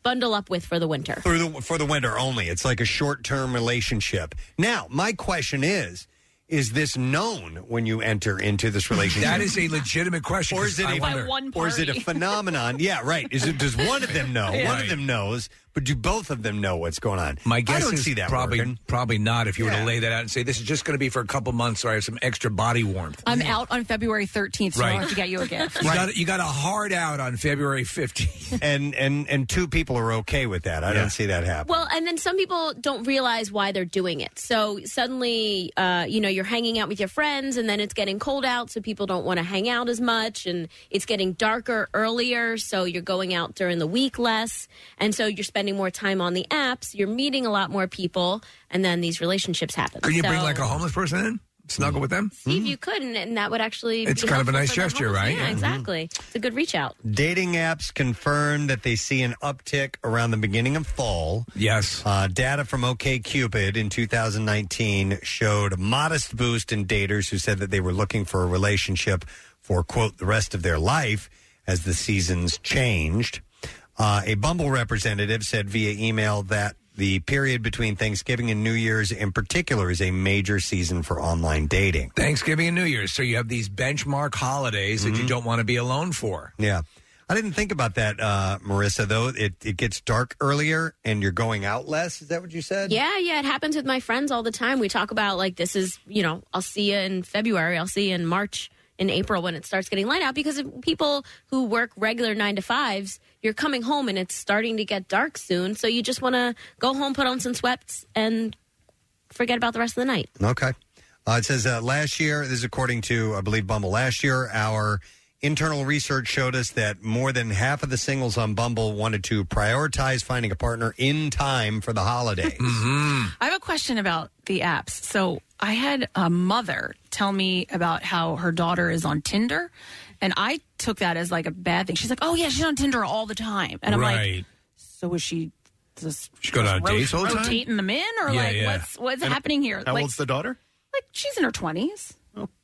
bundle up with for the winter.
Through the, for the winter only. It's like a short term relationship. Now, my question is is this known when you enter into
*laughs*
this relationship?
That is a legitimate question.
Or is it,
I
a,
wonder-
or is it
*laughs*
a phenomenon? yeah, right. Is it does one of them know?
Yeah.
One
Right.
of them knows, but do both of them know what's going on?
My guess
I don't
is
see that
probably
working.
probably not. If you were
Yeah.
to lay that out and say this is just going to be for a couple months, so I have some extra body warmth.
I'm out on February 13th, so
Right.
I'll have to get you a gift.
*laughs* You, got, you got a hard out on February 15th.
and and and two people are okay with that. I don't see that happen.
Well, and then some people don't realize why they're doing it. So suddenly, uh, you know, you're hanging out with your friends, and then it's getting cold out, so people don't want to hang out as much, and it's getting darker earlier, so you're going out during the week less, and so you're spending more time on the apps. You're meeting a lot more people, and then these relationships happen.
Could you bring
So-
like a homeless person in, snuggle with them?
If you couldn't, and that would actually
It's
be
kind of a
helpful
nice
for the
gesture,
homeless.
right? Mm-hmm.
Yeah,
Yeah.
exactly. It's a good reach out.
Dating apps confirm that they see an uptick around the beginning of fall.
Yes.
Uh, data from OKCupid in 2019 showed a modest boost in daters who said that they were looking for a relationship for, quote, the rest of their life as the seasons changed. Uh, a Bumble representative said via email that the period between Thanksgiving and New Year's in particular is a major season for online dating.
Thanksgiving and New Year's. So you have these benchmark holidays that you don't want to be alone for.
Yeah. I didn't think about that, uh, Marissa, though. It, it gets dark earlier and you're going out less. Is that what you said?
Yeah, yeah, it happens with my friends all the time. We talk about like this is, you know, I'll see you in February, I'll see you in March, in April when it starts getting light out because of people who work regular 9 to 5s, you're coming home and it's starting to get dark soon, so you just want to go home, put on some sweats and forget about the rest of the night.
Okay. Uh, it says uh, last year, this is according to, I believe, Bumble. Last year, our internal research showed us that more than half of the singles on Bumble wanted to prioritize finding a partner in time for the
*laughs*
holidays.
Mm-hmm.
I have a question about the apps. So I had a mother tell me about how her daughter is on Tinder, and I took that as like a bad thing. She's like, "Oh yeah, she's on Tinder all the time," and I'm like, "So is she just
She's going on
ro-
dates all the time?
rotating them in, or
Yeah,
like
yeah.
what's what's
And
happening here?"
How
like,
old's the daughter?
like she's in her twenties.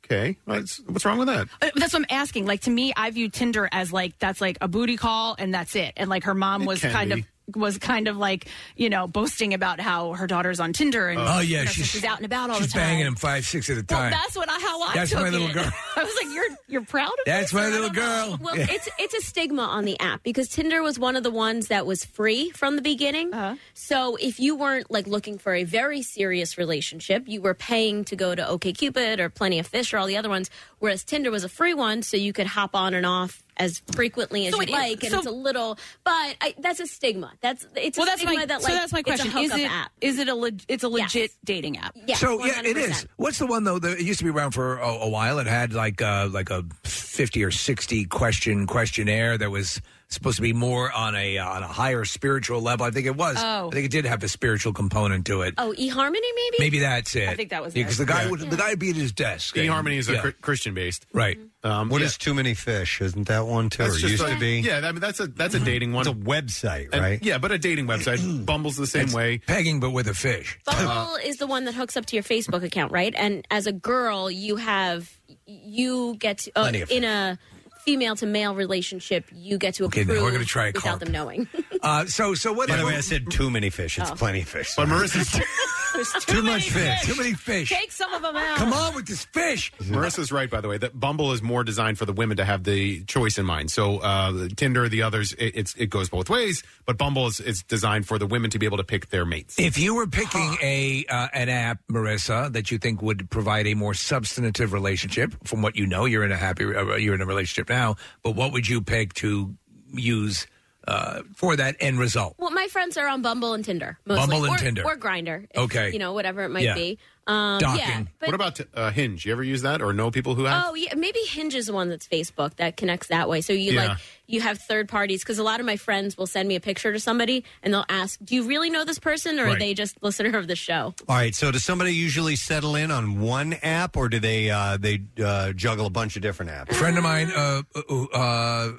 Okay, what's, what's wrong with that?
Uh, That's what I'm asking. Like to me, I view Tinder as like that's like a booty call and that's it. And like her mom
It
was
can
kind
be.
of was kind of like you know boasting about how her daughter's on Tinder and
Oh, yeah,
you know, so
she's-
she's out and about all
She's
the time.
banging him five, six at a
well,
time.
that's what I how I
That's
took
my little
*laughs*
it.
girl.
I was like, you're you're proud of
That's my little girl.
Well,
Yeah.
it's it's a stigma on the app because Tinder was one of the ones that was free from the beginning.
Uh-huh.
So if you weren't like looking for a very serious relationship, you were paying to go to OkCupid or Plenty of Fish or all the other ones. Whereas Tinder was a free one, so you could hop on and off as frequently *laughs* as
So
you
it-
like, and
so-
it's a little. But I, that's a stigma. That's it's
Well,
a
that's
stigma
my
that
so
like
that's my
it's a
question. Is
hookup
it
app.
is it a leg, it's a legit dating app?
so yeah, it is. What's the one though? That, it used to be around for a, a while. It had like uh, like a fifty or sixty question questionnaire that was supposed to be more on a uh, on a higher spiritual level. I think it was.
Oh.
I think it did have a spiritual component to it.
Oh, eHarmony maybe?
Maybe that's it.
I think that was
because the guy
Yeah.
would the guy would be at his desk.
The
and-
harmony is a
yeah.
cr- Christian based,
right?
Mm-hmm.
Um,
What is too many fish? Isn't that one too?
That's
or
just
used
a-
to be.
Yeah, I mean that's a that's a dating one.
It's a website,
And-
right?
yeah, but a dating website. Bumble's the same
It's
way. Uh,
Pegging, but with a fish.
*laughs* Bumble is the one that hooks up to your Facebook account, right? And as a girl, you have you get to, uh,
Plenty of
in a female to male relationship, you get to
Okay,
approve
now we're gonna try a
without
carp.
them knowing. *laughs*
Uh, so so what?
By the way, I said too many fish. It's
Oh.
plenty of fish.
But
*laughs*
Marissa's
There's too,
Too much
many
fish. Too many
fish.
Take some of them out.
with this fish.
Marissa's right, by the way, that Bumble is more designed for the women to have the choice in mind. So uh, Tinder, the others, it, it's it goes both ways, but Bumble is it's designed for the women to be able to pick their mates.
If you were picking a uh, an app, Marissa, that you think would provide a more substantive relationship, from what you know, you're in a happy uh, you're in a relationship now. But what would you pick to use uh, for that end result?
Well, my friends are on Bumble and Tinder. Mostly.
Bumble and
or,
Tinder.
or Grinder.
Okay.
you know whatever it might
Yeah.
be. Um, Yeah, but,
what about uh, Hinge? You ever use that or know people who have?
Oh yeah, maybe Hinge is the one that's Facebook that connects that way. So you
Yeah.
like you have third parties because a lot of my friends will send me a picture to somebody and they'll ask, "Do you really know this person, or are
Right.
they just a listener of the show?"
All right. So, does somebody usually settle in on one app, or do they uh, they uh, juggle a bunch of different apps?
friend of mine uh, uh, uh,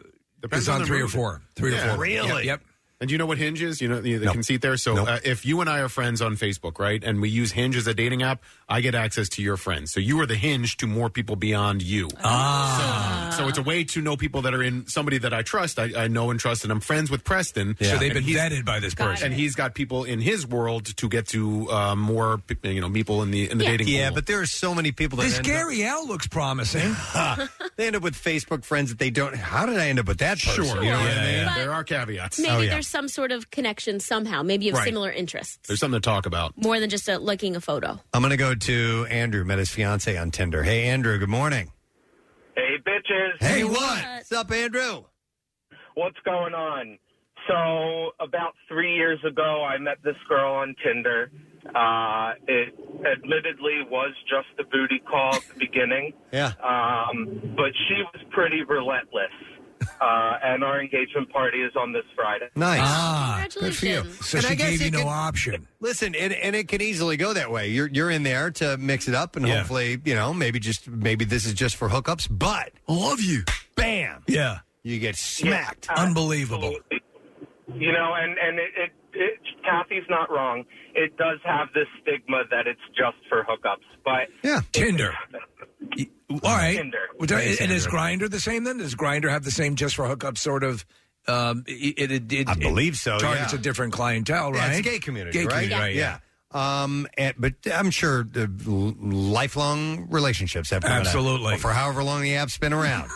is on,
the
three or
mood.
four, three
Yeah.
or four. Yep. yep.
And do you know what Hinge is? You know the, the conceit there. So uh, if you and I are friends on Facebook, right, and we use Hinge as a dating app, I get access to your friends. So you are the Hinge to more people beyond you. Ah. So, so it's a way to know people that are in somebody that I trust. I, I know and trust, and I'm friends with Preston.
So they've been
And he's-
vetted by this
Got
person.
and he's got people in his world to get to uh, more, pe- you know, people in the in the dating.
Yeah,
pool.
but there are so many people that
This
end
Gary L looks promising.
*laughs* they end up with Facebook friends that they don't. How did I end up with that person?
Sure.
You know what I mean?
Yeah,
Oh,
yeah, yeah.
But
There are caveats.
Maybe there's some sort of connection somehow. Maybe you have
Right.
similar interests,
There's something to talk about.
more than just a, liking a photo.
I'm going to go to Andrew, met his fiance on Tinder. Hey, Andrew. Good morning.
Hey, bitches.
Hey, what? What's up, Andrew?
What's going on? So, about three years ago, I met this girl on Tinder. Uh, it admittedly was just a booty call at the beginning,
Yeah.
um, but she was pretty relentless. Uh, and our engagement party is on this Friday.
Nice.
Ah,
Ah,
Congratulations. So
And
she
I guess
gave
it
you no
can-
option.
Listen, and, and it can easily go that way. You're you're in there to mix it up, and
Yeah.
hopefully, you know, maybe just maybe this is just for hookups. But I love you. Bam.
Yeah.
You get smacked.
Unbelievable.
You know, and and it, it, it Kathy's not wrong. It does have this stigma that it's just for hookups, but
yeah,
Tinder. All right.
Tinder.
Well, do-
Thanks,
and is
Andrew.
Grinder the same then? Does Grinder have the same just for hookup sort of? Um, it, it, it, I
believe so,
Targets
yeah.
a different clientele,
Yeah,
right?
it's a gay community,
Gay
right?
community, right?
Yeah. Um, and, but I'm sure the l- lifelong relationships have proven that.
Absolutely.
for however long the app's been
*laughs*
around.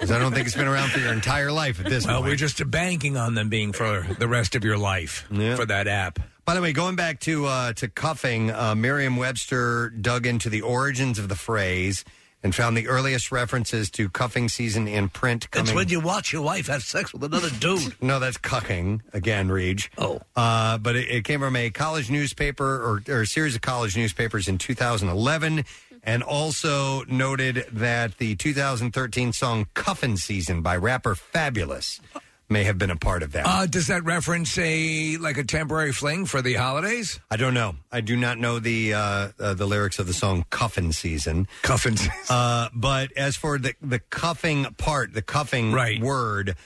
'Cause I don't think it's been around for your entire life at this
well,
point.
we're just banking on them being for the rest of your life for that app.
By the way, going back to uh, to cuffing, uh, Merriam-Webster dug into the origins of the phrase and found the earliest references to cuffing season in print. Coming
It's when you watch your wife have sex with another
*laughs*
dude.
No, that's cucking again, Reach. Oh, uh, but it, it came from a college newspaper or, or a series of college newspapers in 2011, and also noted that the 2013 song "Cuffin' Season" by rapper Fabulous may have been a part of that.
Uh, does that reference a like a temporary fling for the holidays?
I don't know. I do not know the uh, uh, the lyrics of the song "Cuffin' Season."
Cuffin.
Uh, but as for the the cuffing part, the cuffing word,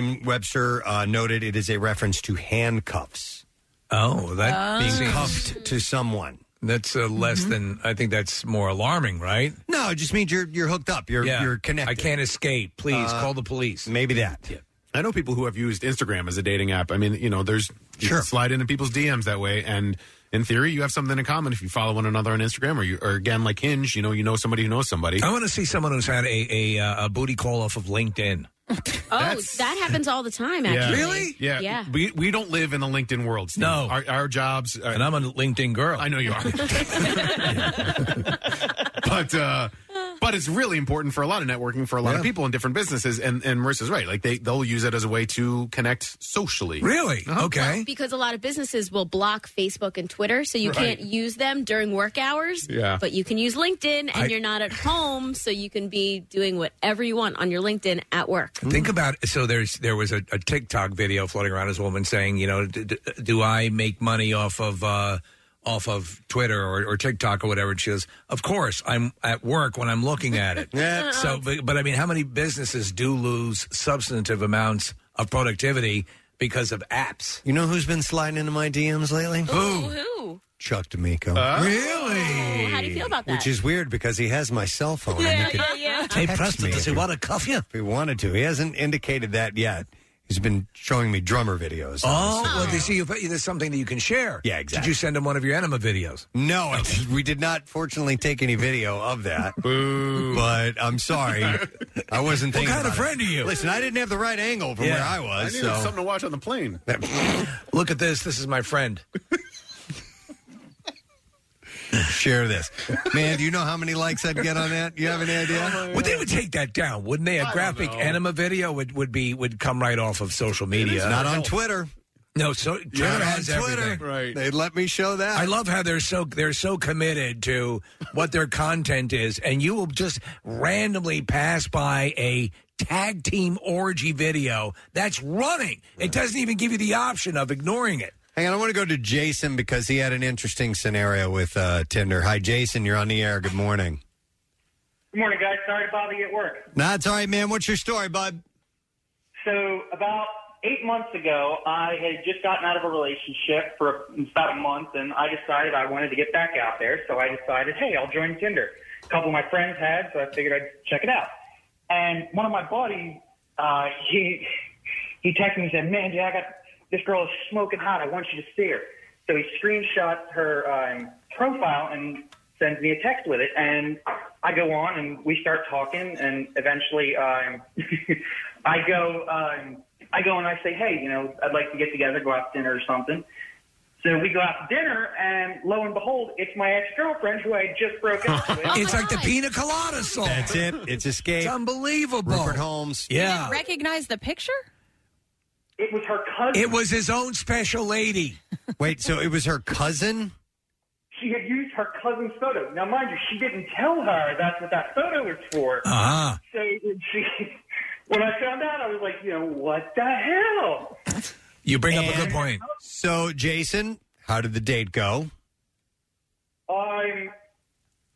Merriam-Webster uh, noted it is a reference to handcuffs.
Oh, that
being
seems-
cuffed to someone.
That's uh, less than I think. That's more alarming, right?
Mm-hmm. No, it just means you're you're hooked up. You're
Yeah.
you're connected. Uh,
I can't escape. Please call the police.
Maybe that.
I know people who have used Instagram as a dating app. I mean, you know, there's you can slide into people's DMs that way, and in theory, you have something in common if you follow one another on Instagram or you, or again like Hinge. You know, you know somebody who knows somebody.
I want to see someone who's had a a, uh, a booty call off of LinkedIn.
*laughs* Oh, that happens all the time. Actually,
Yeah.
Yeah.
We we don't live in the LinkedIn world. Steve.
No.
Our, our jobs. and
*laughs* I'm a LinkedIn girl.
I know you are. but uh, but but it's really important for a lot of networking for a lot of people in different businesses. And and Marissa's right; like they they'll use it as a way to connect socially. Uh-huh.
Really?
Well, because a lot of businesses will block Facebook and Twitter, so you
Right.
can't use them during work hours.
Yeah.
But you can use LinkedIn, and
I-
you're not at home, so you can be doing whatever you want on your LinkedIn at work.
mm-hmm.
Think about so there's there was a, a TikTok video floating around as a woman saying, you know, d- d- do I make money off of uh, off of Twitter or, or TikTok or whatever? And she goes, of course, I'm at work when I'm looking at it.
*laughs* Yeah.
So, but, but I mean, how many businesses do lose substantive amounts of productivity because of apps?
You know who's been sliding into my DMs lately?
Who?
Who?
Chuck D'Amico.
Oh. Really?
How do you feel about that?
Which is weird because he has my cell phone.
Yeah,
and he could
yeah, yeah.
text
Hey, Preston,
me
does
if
he wanna
cuff you?
If he wanted to. He hasn't indicated that yet. He's been showing me drummer videos.
Oh, well, they see you. There's something that you can share.
Yeah,
Did
exactly.
you send him one of your
*laughs*
enema videos?
No, I did- we did not fortunately take any video of that. But I'm sorry. I wasn't
What
thinking. about
kind of
it.
friend are you?
Listen, I didn't have the right angle from
Yeah.
where I was.
I knew it was
so.
something
to watch on the plane.
Look at this. This is my friend.
Share this. Man, do you know how many likes I'd get on that? You have any idea?
Well, they would take that down, wouldn't they? A
Oh, I don't
graphic
know.
enema video would, would be would come right off of social media.
not on Twitter.
No, so Twitter
Not on
has
Twitter.
everything.
Right. They'd let me show that.
I love how they're so they're so committed to what their content is, and you will just randomly pass by a tag team orgy video that's running. It doesn't even give you the option of ignoring it.
Hang on, I want to go to Jason because he had an interesting scenario with uh, Tinder. Hi, Jason. You're on the air. Good morning.
Good morning, guys. Sorry to bother you at work.
Nah, it's all right, man. What's your story, bud?
So, about eight months ago, I had just gotten out of a relationship for about a month, and I decided I wanted to get back out there. So, I decided, hey, I'll join Tinder. A couple of my friends had, so I figured I'd check it out. And one of my buddies, uh, *laughs* he he texted me and said, "Man, dude, I got this girl is smoking hot. I want you to see her." So he screenshots her um, profile and sends me a text with it, and I go on and we start talking, and eventually um, *laughs* I go um, I go and I say, "Hey, you know, I'd like to get together, go out to dinner or something." So we go out to dinner, and lo and behold, it's my ex girlfriend who I had just broken
*laughs*
up with.
it's like the pina colada song.
That's it. It's escape. It's
unbelievable.
Rupert Holmes.
Yeah.
Recognize the picture?
It was her cousin.
It was his own special lady.
Wait, so it was her cousin?
she had used her cousin's photo. Now, mind you, she didn't tell her that's what that photo was for.
Uh-huh.
So when she, when I found out, I was like, you know, what the hell?
You bring
up a good point. So, Jason, how did the date go?
I'm,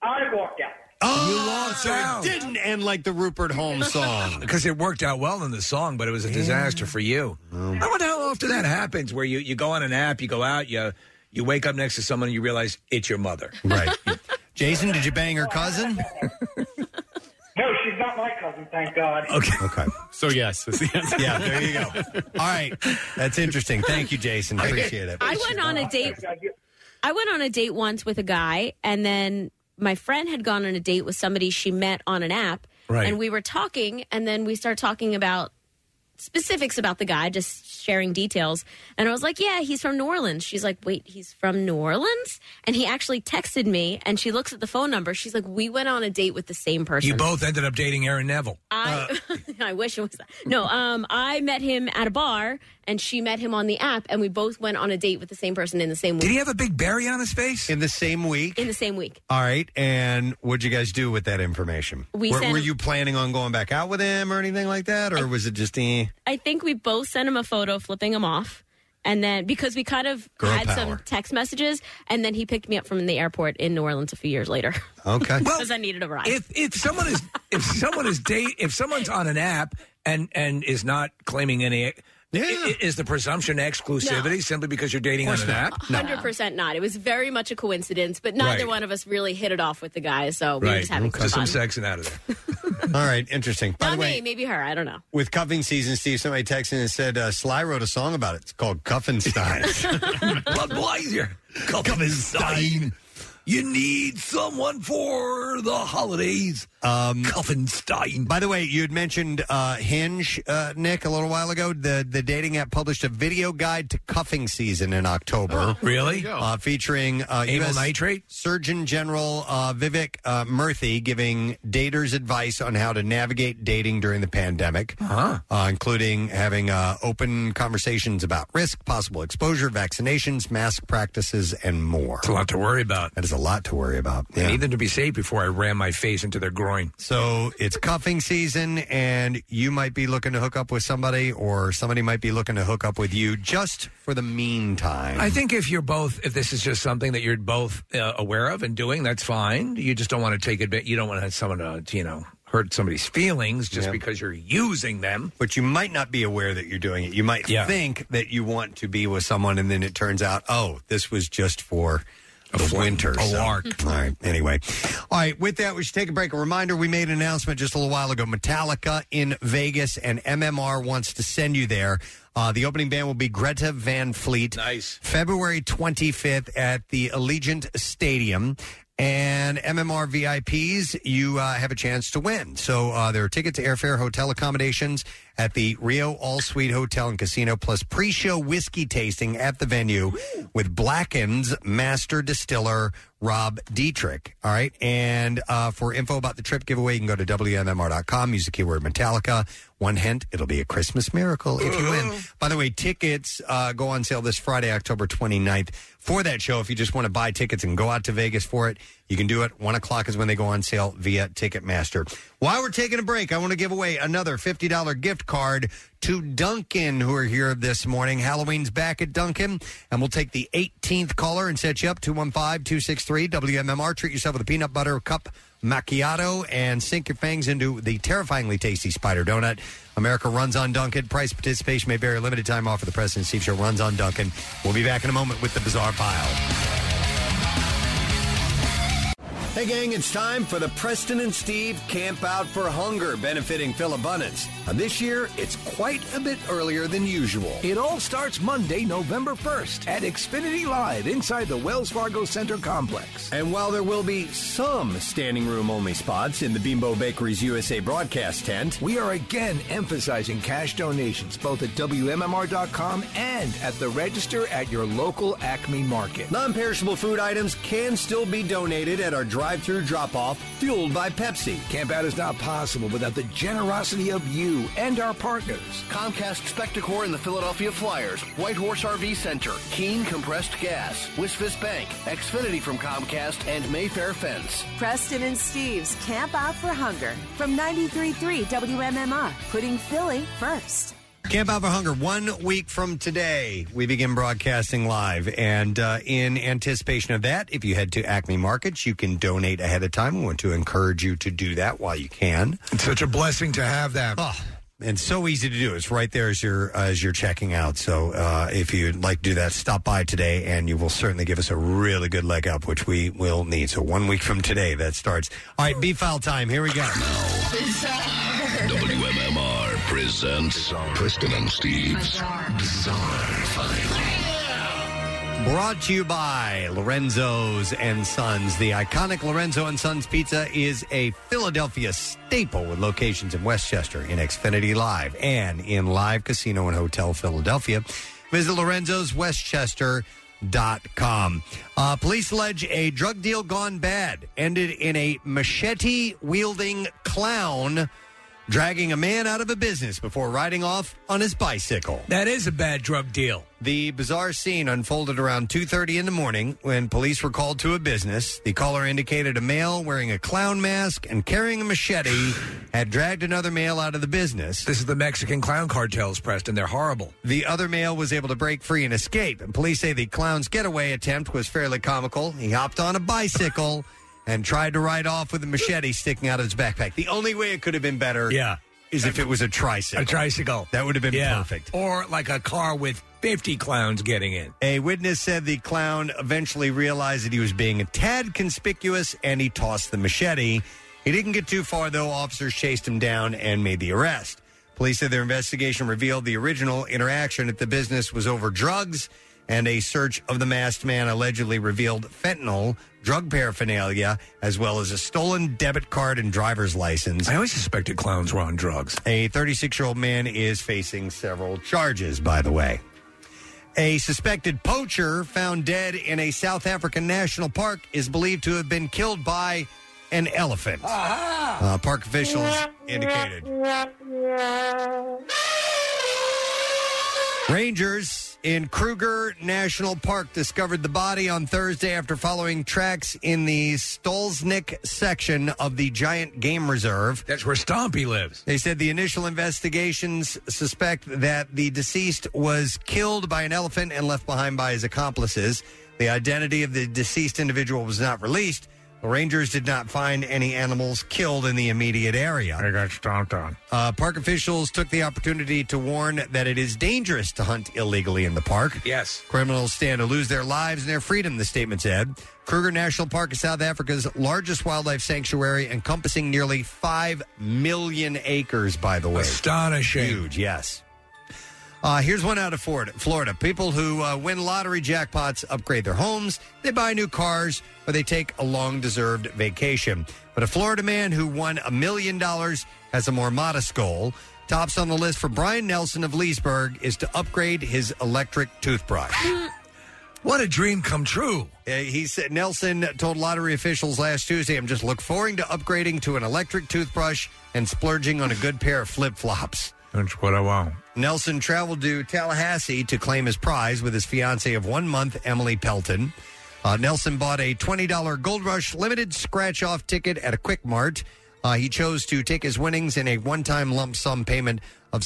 I walked out.
Oh, you lost out. It didn't end like the Rupert Holmes
*laughs*
song.
Because it worked out well in the song, but it was a disaster for you.
Oh.
I wonder how often that happens where you, you go on an app, you go out, you you wake up next to someone and you realize it's your mother.
Right. Jason, did you bang her cousin?
No, she's not my cousin, thank God.
Okay.
*laughs*
Okay.
So yes, is the answer.
yeah, there you go. All right. That's interesting. Thank you, Jason. Appreciate it.
I went on a date. I went on a date once with a guy, and then my friend had gone on a date with somebody she met on an app,
Right.
and we were talking, and then we started talking about specifics about the guy, just sharing details. And I was like, "Yeah, he's from New Orleans." She's like, "Wait, he's from New Orleans?" And he actually texted me, and she looks at the phone number. She's like, "We went on a date with the same
*laughs*
person."
You both ended up dating Aaron Neville. Uh,
*laughs* I
Uh.
I wish it was no. Um, I met him at a bar, and she met him on the app, and we both went on a date with the same person in the same week.
Did he have a big berry on his face?
In the same week?
in the same week?
All right, and what'd you guys do with that information?
We
were,
sent
were
him-
you planning on going back out with him or anything like that, or was it just eh?
I think we both sent him a photo, flipping him off, and then because we kind of
Girl
had
power.
some text messages, and then he picked me up from the airport in New Orleans a few years later.
Okay.
*laughs* because I needed a ride.
If if someone is if someone is date if someone's on an app and and is not claiming any i- i- is the presumption exclusivity simply because you're dating on
Course
an
not.
app?
Hundred percent not. It was very much a coincidence, but neither
Right.
one of us really hit it off with the guy, so we were
Right.
just having
Just
some
some
fun.
sex and out of there.
*laughs*
All right, interesting. By
Not
the
me,
way,
maybe her. I don't know.
with cuffing season, Steve, somebody texted and said uh, Sly wrote a song
*laughs*
about it. It's called Cuffenstein.
Blood Blazer. Cuffenstein. You need someone for the holidays.
Um,
Cuffenstein.
By the way, you had mentioned uh, Hinge, uh, Nick, a little while ago. The the dating app published a video guide to cuffing season in October.
Oh, really?
Uh, featuring uh,
Amyl
US
nitrate?
Surgeon General uh, Vivek uh, Murthy giving daters advice on how to navigate dating during the pandemic,
Uh-huh.
uh, including having uh, open conversations about risk, possible exposure, vaccinations, mask practices, and more. It's
a lot to worry about.
That is a lot to worry about.
I need them to be safe before I ram my face into their groin.
So it's cuffing season, and you might be looking to hook up with somebody, or somebody might be looking to hook up with you just for the meantime.
I think if you're both, if this is just something that you're both uh, aware of and doing, that's fine. You just don't want to take it. You don't want to someone to, you know, hurt somebody's feelings just
Yeah.
because you're using them.
But you might not be aware that you're doing it. You might
Yeah.
think that you want to be with someone, and then it turns out, oh, this was just for the winter.
a
so-
lark.
All right. Anyway. All right. With that, we should take a break. A reminder we made an announcement just a little while ago Metallica in Vegas, and MMR wants to send you there. Uh, the opening band will be Greta Van Fleet. Nice. February 25th at the Allegiant Stadium. And MMR VIPs, you uh, have a chance to win. So uh, there are tickets, airfare, hotel accommodations at the Rio All Suite Hotel and Casino, plus pre show whiskey tasting at the venue with Blacken's master distiller, Rob Dietrich. All right. And uh, for info about the trip giveaway, you can go to WMMR.com, use the keyword Metallica. One hint, it'll be a Christmas miracle if you win. By the way, tickets uh, go on sale this Friday, October 29th for that show. If you just want to buy tickets and go out to Vegas for it, you can do it. One o'clock is when they go on sale via Ticketmaster. While we're taking a break, I want to give away another $50 gift card to Duncan, who are here this morning. Halloween's back at Duncan, and we'll take the 18th caller and set you up 215 263 WMMR. Treat yourself with a peanut butter cup macchiato and sink your fangs into the terrifyingly tasty spider donut. America runs on Duncan. Price participation may vary. Limited time offer. The President Steve Show runs on Duncan. We'll be back in a moment with the bizarre pile.
Hey, gang, it's time for the Preston and Steve Camp Out for Hunger benefiting Phil Abundance. And this year, it's quite a bit earlier than usual.
It all starts Monday, November 1st at Xfinity Live inside the Wells Fargo Center complex.
And while there will be some standing room only spots in the Bimbo Bakeries USA broadcast tent,
We are again emphasizing cash donations both at WMMR.com and at the register at your local Acme Market.
non perishable food items can still be donated at our drive through drop off, fueled by Pepsi.
Camp Out is not possible without the generosity of you and our partners.
Comcast
Spectacor and the Philadelphia Flyers, White Horse RV Center, Keen Compressed Gas, Wisvis Bank, Xfinity from Comcast, and Mayfair Fence.
Preston and Steve's Camp Out for Hunger from 93.3 WMMR, putting Philly first.
Camp Out for Hunger, one week from today, we begin broadcasting live. And uh, in anticipation of that, if you head to Acme Markets, you can donate ahead of time. We want to encourage you to do that while you can. Ah,
It's such a blessing to have that.
and so easy to do. It's right there as you're as you're checking out. So uh, if you'd like to do that, stop by today, and you will certainly give us a really good leg up, which we will need. So one week from today, that starts. All right, B file time. Here we go.
WMMR presents Preston and Steve's Bizarre
Brought to you by Lorenzo's and Sons. The iconic Lorenzo and Sons pizza is a Philadelphia staple with locations in Westchester, in Xfinity Live, and in Live Casino and Hotel Philadelphia. Visit lorenzoswestchester.com. Uh, police allege a drug deal gone bad ended in a machete wielding clown dragging a man out of a business before riding off on his bicycle.
That is a bad drug deal.
The bizarre scene unfolded around 2:30 in the morning when police were called to a business. The caller indicated a male wearing a clown mask and carrying a machete had dragged another male out of the business.
This is the Mexican clown cartels, Preston. They're horrible.
The other male was able to break free and escape. And police say the clown's getaway attempt was fairly comical. He hopped on a bicycle and tried to ride off with a machete sticking out of his backpack. The only way it could have been better
Yeah.
is if it was a tricycle.
A tricycle.
That would have been
Yeah.
perfect.
Or like a car with 50 clowns getting in.
A witness said the clown eventually realized that he was being a tad conspicuous and he tossed the machete. He didn't get too far, though. Officers chased him down and made the arrest. Police said their investigation revealed the original interaction at the business was over drugs and a search of the masked man allegedly revealed fentanyl, drug paraphernalia, as well as a stolen debit card and driver's license. I
always suspected clowns were on drugs.
A 36 year old man is facing several charges, by the way. A suspected poacher found dead in a South African national park is believed to have been killed by an elephant. Uh, park officials indicated. Rangers in Kruger National Park discovered the body on Thursday after following tracks in the Stolznik section of the giant game reserve.
That's where Stompy lives.
They said the initial investigations suspect that the deceased was killed by an elephant and left behind by his accomplices. The identity of the deceased individual was not released. The Rangers did not find any animals killed in the immediate area.
I got stomped on.
Uh, park officials took the opportunity to warn that it is dangerous to hunt illegally in the park.
Yes.
Criminals stand to lose their lives and their freedom, the statement said. Kruger National Park is South Africa's largest wildlife sanctuary, encompassing nearly 5 million acres, by the way.
Astonishing.
Huge, yes. Uh, here's one out of Florida. Florida. People who uh, win lottery jackpots upgrade their homes, they buy new cars, or they take a long deserved vacation. But a Florida man who won a million dollars has a more modest goal. Tops on the list for Brian Nelson of Leesburg is to upgrade his electric toothbrush.
*clears throat*
Uh,
What a dream come true.
He said Nelson told lottery officials last Tuesday, I'm just look forward to upgrading to an electric toothbrush and splurging on a good pair of flip flops.
That's what I want.
Nelson traveled to Tallahassee to claim his prize with his fiancee of one month, Emily Pelton. Uh, Nelson bought a $20 Gold Rush limited scratch off ticket at a Quick Mart. Uh, he chose to take his winnings in a one time lump sum payment of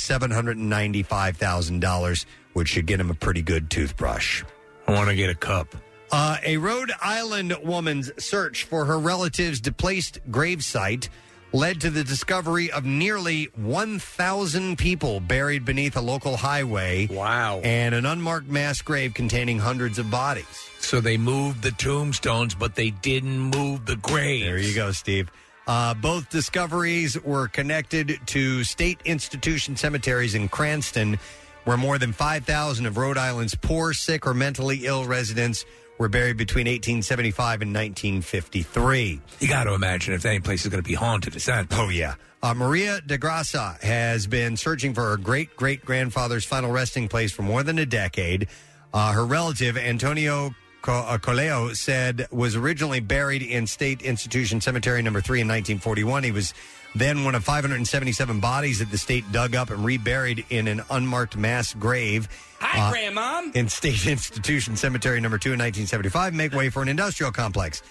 $795,000, which should get him a pretty good toothbrush.
I want to get a cup.
Uh, a Rhode Island woman's search for her relative's displaced gravesite led to the discovery of nearly 1,000 people buried beneath a local highway.
Wow.
And an unmarked mass grave containing hundreds of bodies.
So they moved the tombstones, but they didn't move the graves.
There you go, Steve. Uh, both discoveries were connected to state institution cemeteries in Cranston, where more than 5,000 of Rhode Island's poor, sick, or mentally ill residents were buried between 1875 and 1953.
You got to imagine if any place is going to be haunted, it's that.
Oh, yeah. Uh, Maria de Grassa has been searching for her great great grandfather's final resting place for more than a decade. Uh, her relative, Antonio Co- uh, Coleo, said was originally buried in State Institution Cemetery number three in 1941. He was then one of 577 bodies that the state dug up and reburied in an unmarked mass grave.
Hi,
uh,
Grandma.
in State *laughs* Institution Cemetery number two in 1975 make way for an industrial complex.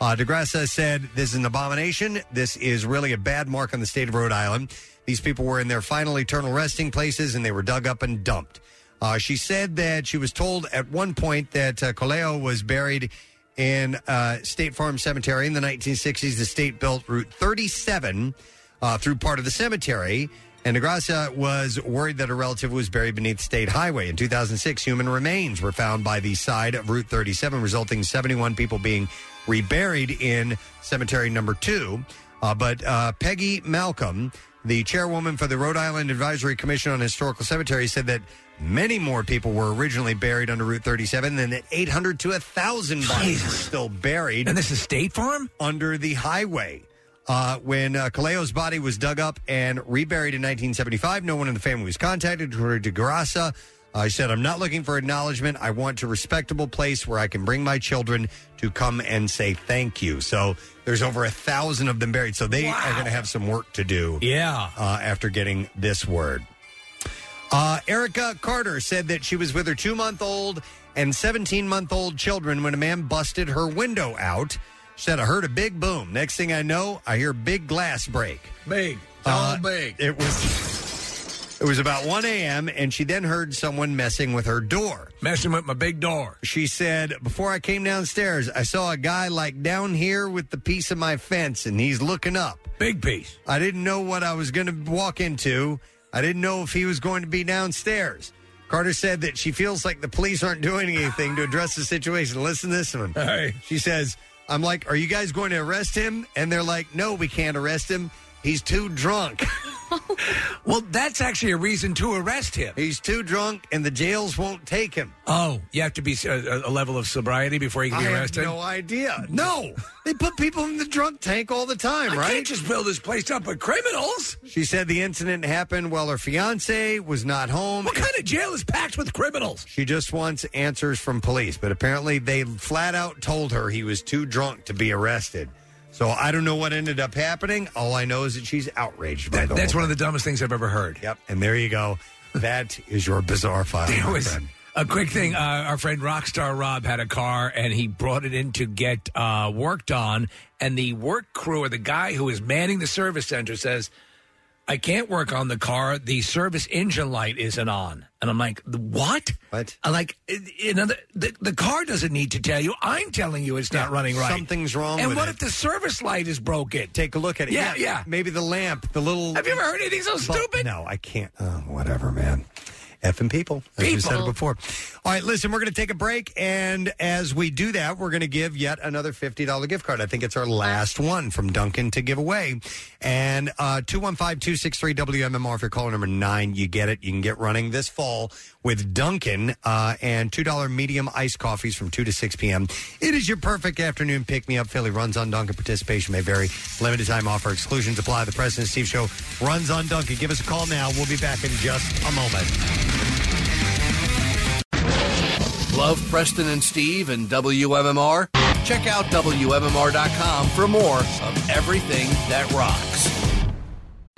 Uh, DeGrasse said, This is an abomination. This is really a bad mark on the state of Rhode Island. These people were in their final eternal resting places and they were dug up and dumped. Uh, she said that she was told at one point that uh, Coleo was buried in uh, State Farm Cemetery in the 1960s. The state built Route 37 uh, through part of the cemetery. And DeGrasse was worried that a relative was buried beneath State Highway. In 2006, human remains were found by the side of Route 37, resulting in 71 people being reburied in Cemetery Number 2. Uh, but uh, Peggy Malcolm, the chairwoman for the Rhode Island Advisory Commission on Historical Cemeteries, said that many more people were originally buried under Route 37 than that 800 to 1,000 bodies were still buried. And
this is State Farm?
Under the highway. Uh, when uh, Kaleo's body was dug up and reburied in 1975, no one in the family was contacted. According to Garassa, uh, she said, I'm not looking for acknowledgement. I want a respectable place where I can bring my children to come and say thank you. So there's over a thousand of them buried. So they are going to have some work to do.
Yeah.
Uh, after getting this word. Uh, Erica Carter said that she was with her two month old and 17 month old children when a man busted her window out. She said, I heard a big boom. Next thing I know, I hear big glass break.
Big.
Uh, It was. It was about 1 a.m., and she then heard someone messing with her door.
Messing with my big door.
She said, Before I came downstairs, I saw a guy like down here with the piece of my fence, and he's looking up.
Big piece.
I didn't know what I was going to walk into. I didn't know if he was going to be downstairs. Carter said that she feels like the police aren't doing anything to address the situation. Listen to this one. She says, I'm like, Are you guys going to arrest him? And they're like, No, we can't arrest him. He's too drunk.
well, that's actually a reason to arrest him.
He's too drunk, and the jails won't take him.
Oh, you have to be a, a level of sobriety before you can
I
be
have
arrested.
no
*laughs*
idea. No, they put people in the drunk tank all the time, right?
can't just build this place up with criminals.
She said the incident happened while her fiance was not home.
What kind of jail is packed with criminals?
She just wants answers from police, but apparently they flat out told her he was too drunk to be arrested. So I don't know what ended up happening. All I know is that she's outraged by the
That's
whole
one of the dumbest things I've ever heard.
Yep. And there you go. That is your bizarre file.
There
my
was
friend.
a quick thing. Uh, our friend Rockstar Rob had a car, and he brought it in to get uh, worked on. And the work crew, or the guy who is manning the service center, says, "I can't work on the car. The service engine light isn't on." And I'm like, "What? What? I'm like, you know, the, the, the car doesn't need to tell you. I'm telling you, it's not running right.
Something's wrong.
And
with
what
it.
if the service light is broken?
Take a look at it.
Yeah, yeah.
Maybe the lamp, the little.
Have you ever heard anything so
Well,
stupid?
No, I can't. Oh, whatever, man. Effing people, as we said
People.
before. All right, listen, we're going to take a break, and as we do that, we're going to give yet another fifty dollar gift card. I think it's our last one from Duncan to give away. And uh, two one five two six three WMMR. If you're caller number nine, you get it. You can get running this fall with Duncan uh, and two dollar medium iced coffees from two to six p.m. It is your perfect afternoon pick me up. Philly runs on Duncan. Participation may vary. Limited time offer. Exclusions apply. The President Steve Show runs on Duncan. Give us a call now. We'll be back in just a moment.
Love Preston and Steve and WMMR? Check out WMMR.com for more of everything that rocks.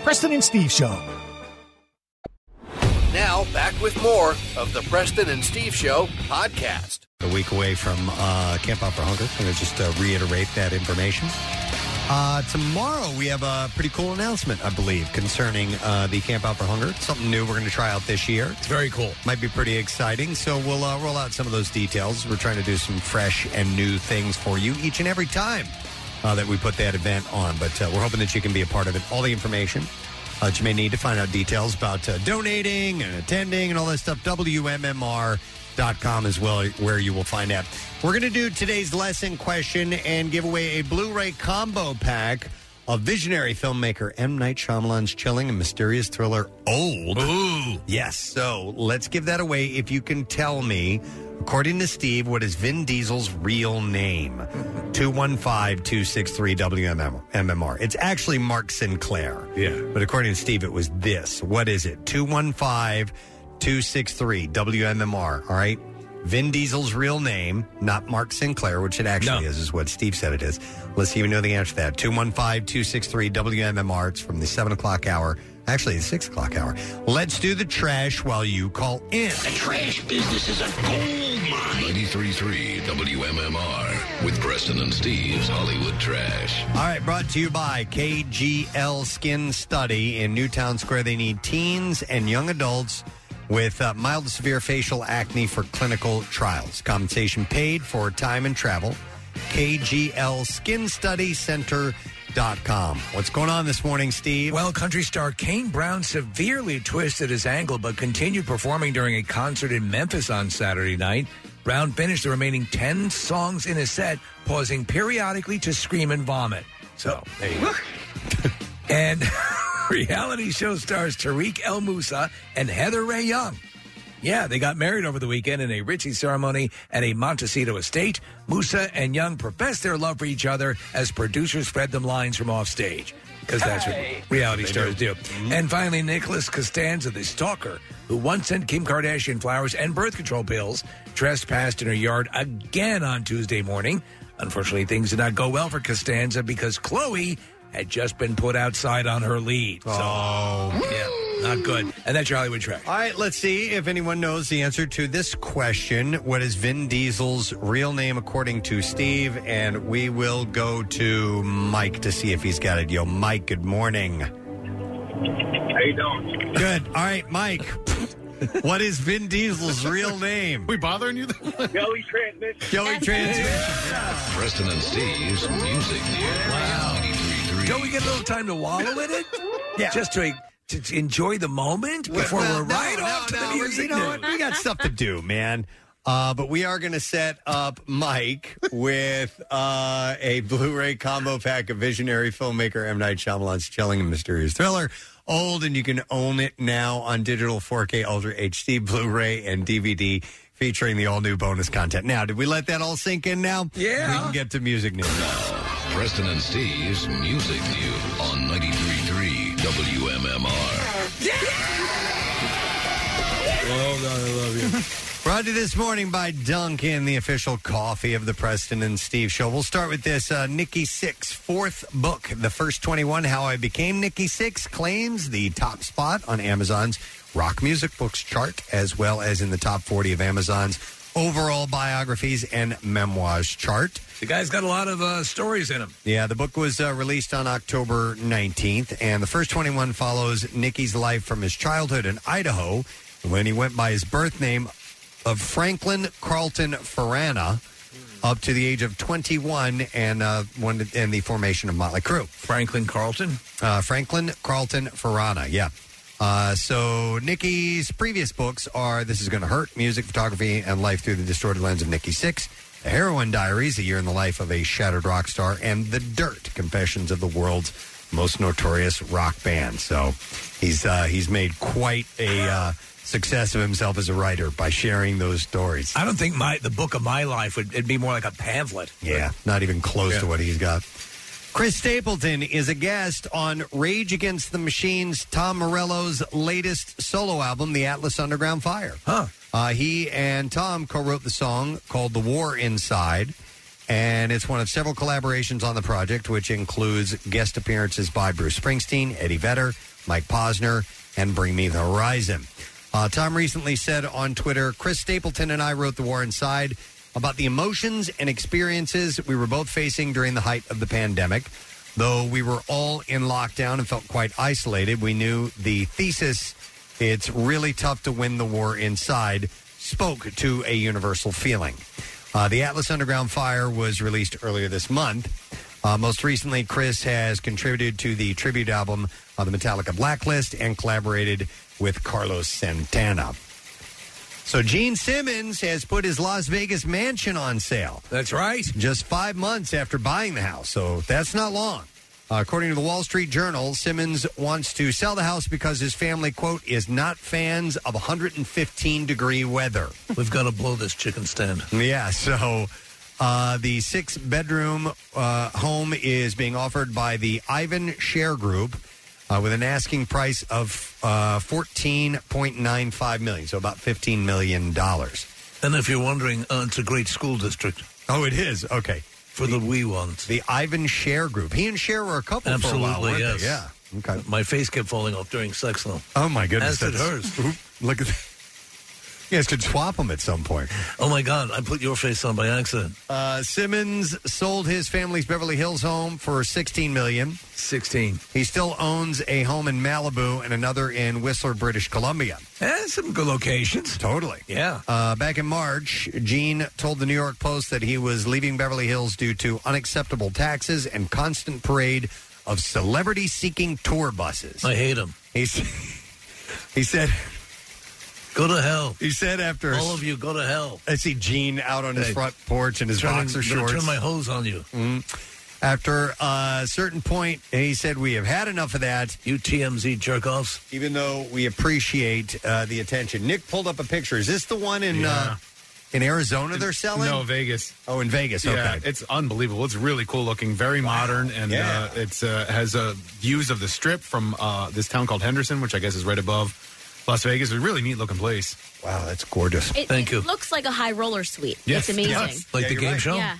Preston and Steve Show.
Now, back with more of the Preston and Steve Show podcast.
A week away from uh, Camp Out for Hunger. I'm going to just uh, reiterate that information. Uh, tomorrow, we have a pretty cool announcement, I believe, concerning uh, the Camp Out for Hunger. It's something new we're going to try out this year. It's
very cool.
Might be pretty exciting. So we'll uh, roll out some of those details. We're trying to do some fresh and new things for you each and every time uh, that we put that event on. But uh, we're hoping that you can be a part of it. All the information uh, that you may need to find out details about uh, donating and attending and all that stuff. WMMR.com is well where you will find out. We're going to do today's lesson question and give away a Blu-ray combo pack of visionary filmmaker M. Night Shyamalan's chilling and mysterious thriller Old. Ooh. Yes. So let's give that away if you can tell me, according to Steve, what is Vin Diesel's real name? 215 263 WMMR. It's actually Mark Sinclair. Yeah. But according to Steve, it was this. What is it? 215 263 WMMR. All right. Vin Diesel's real name, not Mark Sinclair, which it actually is, is what Steve said it is. Let's see if we know the answer to that. 215 263 WMMR. It's from the 7 o'clock hour. Actually, the 6 o'clock hour. Let's do the trash while you call in.
The trash business is a gold mine. 93.3 WMMR with Preston and Steve's Hollywood Trash.
All right, brought to you by KGL Skin Study in Newtown Square. They need teens and young adults with uh, mild to severe facial acne for clinical trials. Compensation paid for time and travel. KGL Skin Study Center.com. What's going on this morning, Steve?
Well, country star Kane Brown severely twisted his ankle but continued performing during a concert in Memphis on Saturday night. Brown finished the remaining 10 songs in his set, pausing periodically to scream and vomit. So, there you go. and *laughs* reality show stars Tariq El Moussa and Heather Ray Young. Yeah, they got married over the weekend in a Ritchie ceremony at a Montecito estate. Musa and Young professed their love for each other as producers fed them lines from offstage. Because that's
Hey.
what reality
They
stars do. And finally, Nicholas Costanza, the stalker who once sent Kim Kardashian flowers and birth control pills, trespassed in her yard again on Tuesday morning. Unfortunately, things did not go well for Costanza because Chloe had just been put outside on her lead. So,
Oh.
yeah, not good. And that's your Hollywood track.
All right, let's see if anyone knows the answer to this question. What is Vin Diesel's real name according to Steve? And we will go to Mike to see if he's got it. Yo, Mike, good morning.
How you doing?
Good. All right, Mike. what is Vin Diesel's real name? We bothering you?
*laughs* Joey Transmission.
Joey Transmission.
Preston and Steve's Music News.
Don't we get a little time to wallow in
*laughs*
it? yeah. Just to, to enjoy the moment before
Well,
we're
no,
right
no,
off to
no,
the
we're-
music.
You know what? We got stuff to do, man. Uh, but we are going to set up Mike with uh, a Blu-ray combo pack of visionary filmmaker M. Night Shyamalan's chilling and mysterious thriller, old, and you can own it now on digital 4K Ultra HD Blu-ray and DVD featuring the all-new bonus content. Now, did we let that all sink in? Now, yeah, we can get to music news.
Preston and Steve's Music News on 93.3 WMMR.
Oh God, I love you. Brought to you this morning by Dunkin', the official coffee of the Preston and Steve Show. We'll start with this uh, Nikki Six fourth book, the first twenty-one. How I became Nikki Six claims the top spot on Amazon's rock music books chart, as well as in the top forty of Amazon's overall biographies and memoirs chart.
The guy's got a lot of uh, stories in him.
Yeah, the book was uh, released on October 19th, and the first 21 follows Nicky's life from his childhood in Idaho when he went by his birth name of Franklin Carlton Farana up to the age of 21 and uh, when in the formation of Motley Crue.
Franklin Carlton?
Uh, Franklin Carlton Farana, yeah. Uh, so Nikki's previous books are This Is Gonna Hurt, Music, Photography, and Life Through the Distorted Lens of Nikki Six, The Heroin Diaries, A Year in the Life of a Shattered Rock Star, and The Dirt, Confessions of the World's Most Notorious Rock Band. So he's uh, he's made quite a uh, success of himself as a writer by sharing those stories.
I don't think my the book of my life would it'd be more like a pamphlet.
Yeah, not even close to what he's got. Chris Stapleton is a guest on Rage Against the Machine's Tom Morello's latest solo album, The Atlas Underground Fire. Huh. Uh, he and Tom co wrote the song called The War Inside, and it's one of several collaborations on the project, which includes guest appearances by Bruce Springsteen, Eddie Vedder, Mike Posner, and Bring Me the Horizon. Uh, Tom recently said on Twitter Chris Stapleton and I wrote The War Inside about the emotions and experiences we were both facing during the height of the pandemic. Though we were all in lockdown and felt quite isolated, we knew the thesis it's really tough to win the war inside spoke to a universal feeling. Uh, the Atlas Underground Fire was released earlier this month. Uh, most recently, Chris has contributed to the tribute album uh, The Metallica Blacklist and collaborated with Carlos Santana. So Gene Simmons has put his Las Vegas mansion on sale.
That's right.
Just five months after buying the house, so that's not long. Uh, according to the Wall Street Journal, Simmons wants to sell the house because his family, quote, is not fans of 115 degree weather.
We've got to blow this chicken stand.
Yeah, so uh, the six bedroom uh, home is being offered by the Ivan Share Group uh, with an asking price of uh, $14.95 million, so about $15 million.
And if you're wondering, uh, it's a great school district.
Oh, it is? Okay.
For the, wee ones.
The Ivan Share Group. He and Share were a couple
Absolutely,
for a while, weren't
yes.
they? Yeah. Okay.
My face kept falling off during sex, though.
Oh, my goodness.
As did
that's- *laughs*
hers.
Oop, Look at that. You guys could swap them at some point.
Oh, my God. I put your face on by accident.
Uh, Simmons sold his family's Beverly Hills home for sixteen million.
Sixteen.
He still owns a home in Malibu and another in Whistler, British Columbia.
Eh, some good locations.
Totally.
Yeah.
Uh, back in March, Gene told the New York Post that he was leaving Beverly Hills due to unacceptable taxes and constant parade of celebrity-seeking tour buses.
I hate him.
He's, *laughs* he said,
"Go to hell."
He said after
All of you, go to hell.
I see Gene out on his
Hey.
front porch in his
Turning-
boxer
gonna
shorts.
Turn my hose on you.
Mm. After a certain point, he said, "We have had enough of that."
You TMZ jerk offs.
Even though we appreciate uh, the attention, Nick pulled up a picture. Is this the one in uh, in Arizona they're selling?
No, Vegas.
Oh, in Vegas.
Yeah,
Okay.
it's unbelievable. It's really cool looking, very modern, and
Yeah.
uh, it's uh, has uh, views of the strip from uh, this town called Henderson, which I guess is right above Las Vegas. It's a really neat looking place.
Wow, that's gorgeous.
It, it looks like a high roller suite.
Yes,
it's amazing.
it does. Like Yeah, the you're game right. show?
Yeah.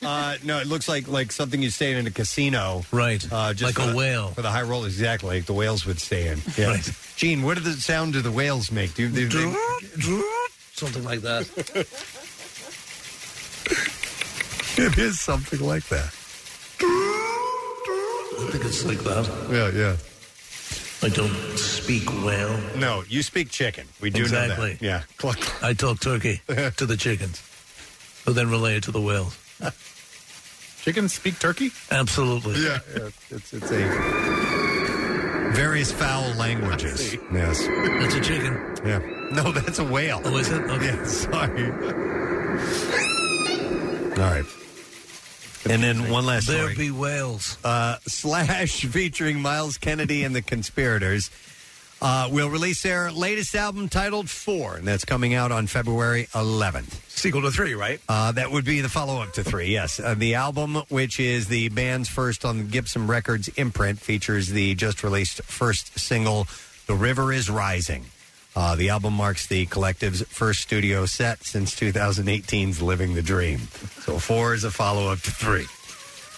Uh, no, it looks like like something you stay in a casino,
right?
Uh, just
Like
for
a
the-
whale.
for the high rollers, exactly. Like the whales would stay in. Yeah.
Right.
Gene, what do the sound do the whales make? Do, do they-
Something like that.
*laughs* it is something like that.
I think it's like that.
Yeah, yeah.
I don't speak whale.
No, you speak chicken. We do know
exactly.
that. Yeah.
I talk
*laughs*
turkey to the chickens, who then relay it to the whales.
Chickens speak turkey?
Absolutely.
Yeah. It's, it's a various foul languages. Yes.
That's a chicken.
Yeah. No, that's a whale.
Oh, is it? Okay.
Yeah, sorry. All right. And then one last
There
story.
be whales.
Uh, Slash *laughs* featuring Miles Kennedy and the Conspirators uh, will release their latest album titled Four, and that's coming out on February 11th.
Sequel to three, right?
Uh, that would be the follow up to three, yes. Uh, the album, which is the band's first on Gibson Records imprint, features the just released first single, The River Is Rising. Uh, the album marks the collective's first studio set since 2018's Living the Dream. So, four is a follow up to three.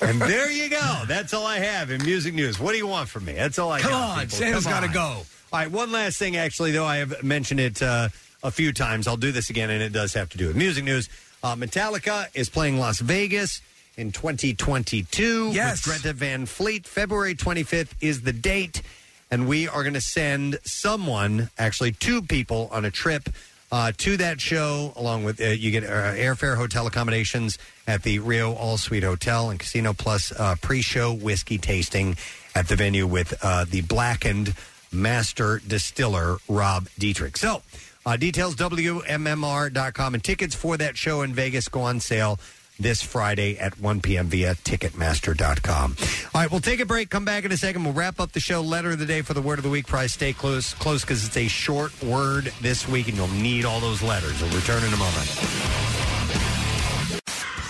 And there you go. That's all I have in music news. What do you want from me? That's all I
Come
got,
on,
people.
Santa's
Come
gotta
on.
go.
All right, one last thing, actually, though I have mentioned it uh, a few times. I'll do this again, and it does have to do with music news. Uh, Metallica is playing Las Vegas in 2022 yes. with Greta Van Fleet. February 25th is the date, and we are going to send someone, actually two people, on a trip uh, to that show, along with uh, you get uh, airfare, hotel accommodations at the Rio All Suite Hotel and Casino, plus uh, pre-show whiskey tasting at the venue with uh, the blackened master distiller Rob Dietrich. So, uh, details WMMR.com and tickets for that show in Vegas go on sale this Friday at 1 p.m. via Ticketmaster.com. All right, we'll take a break, come back in a second. We'll wrap up the show. Letter of the day for the word of the week prize. Stay close close because it's a short word this week, and you'll need all those letters. We'll return in a moment.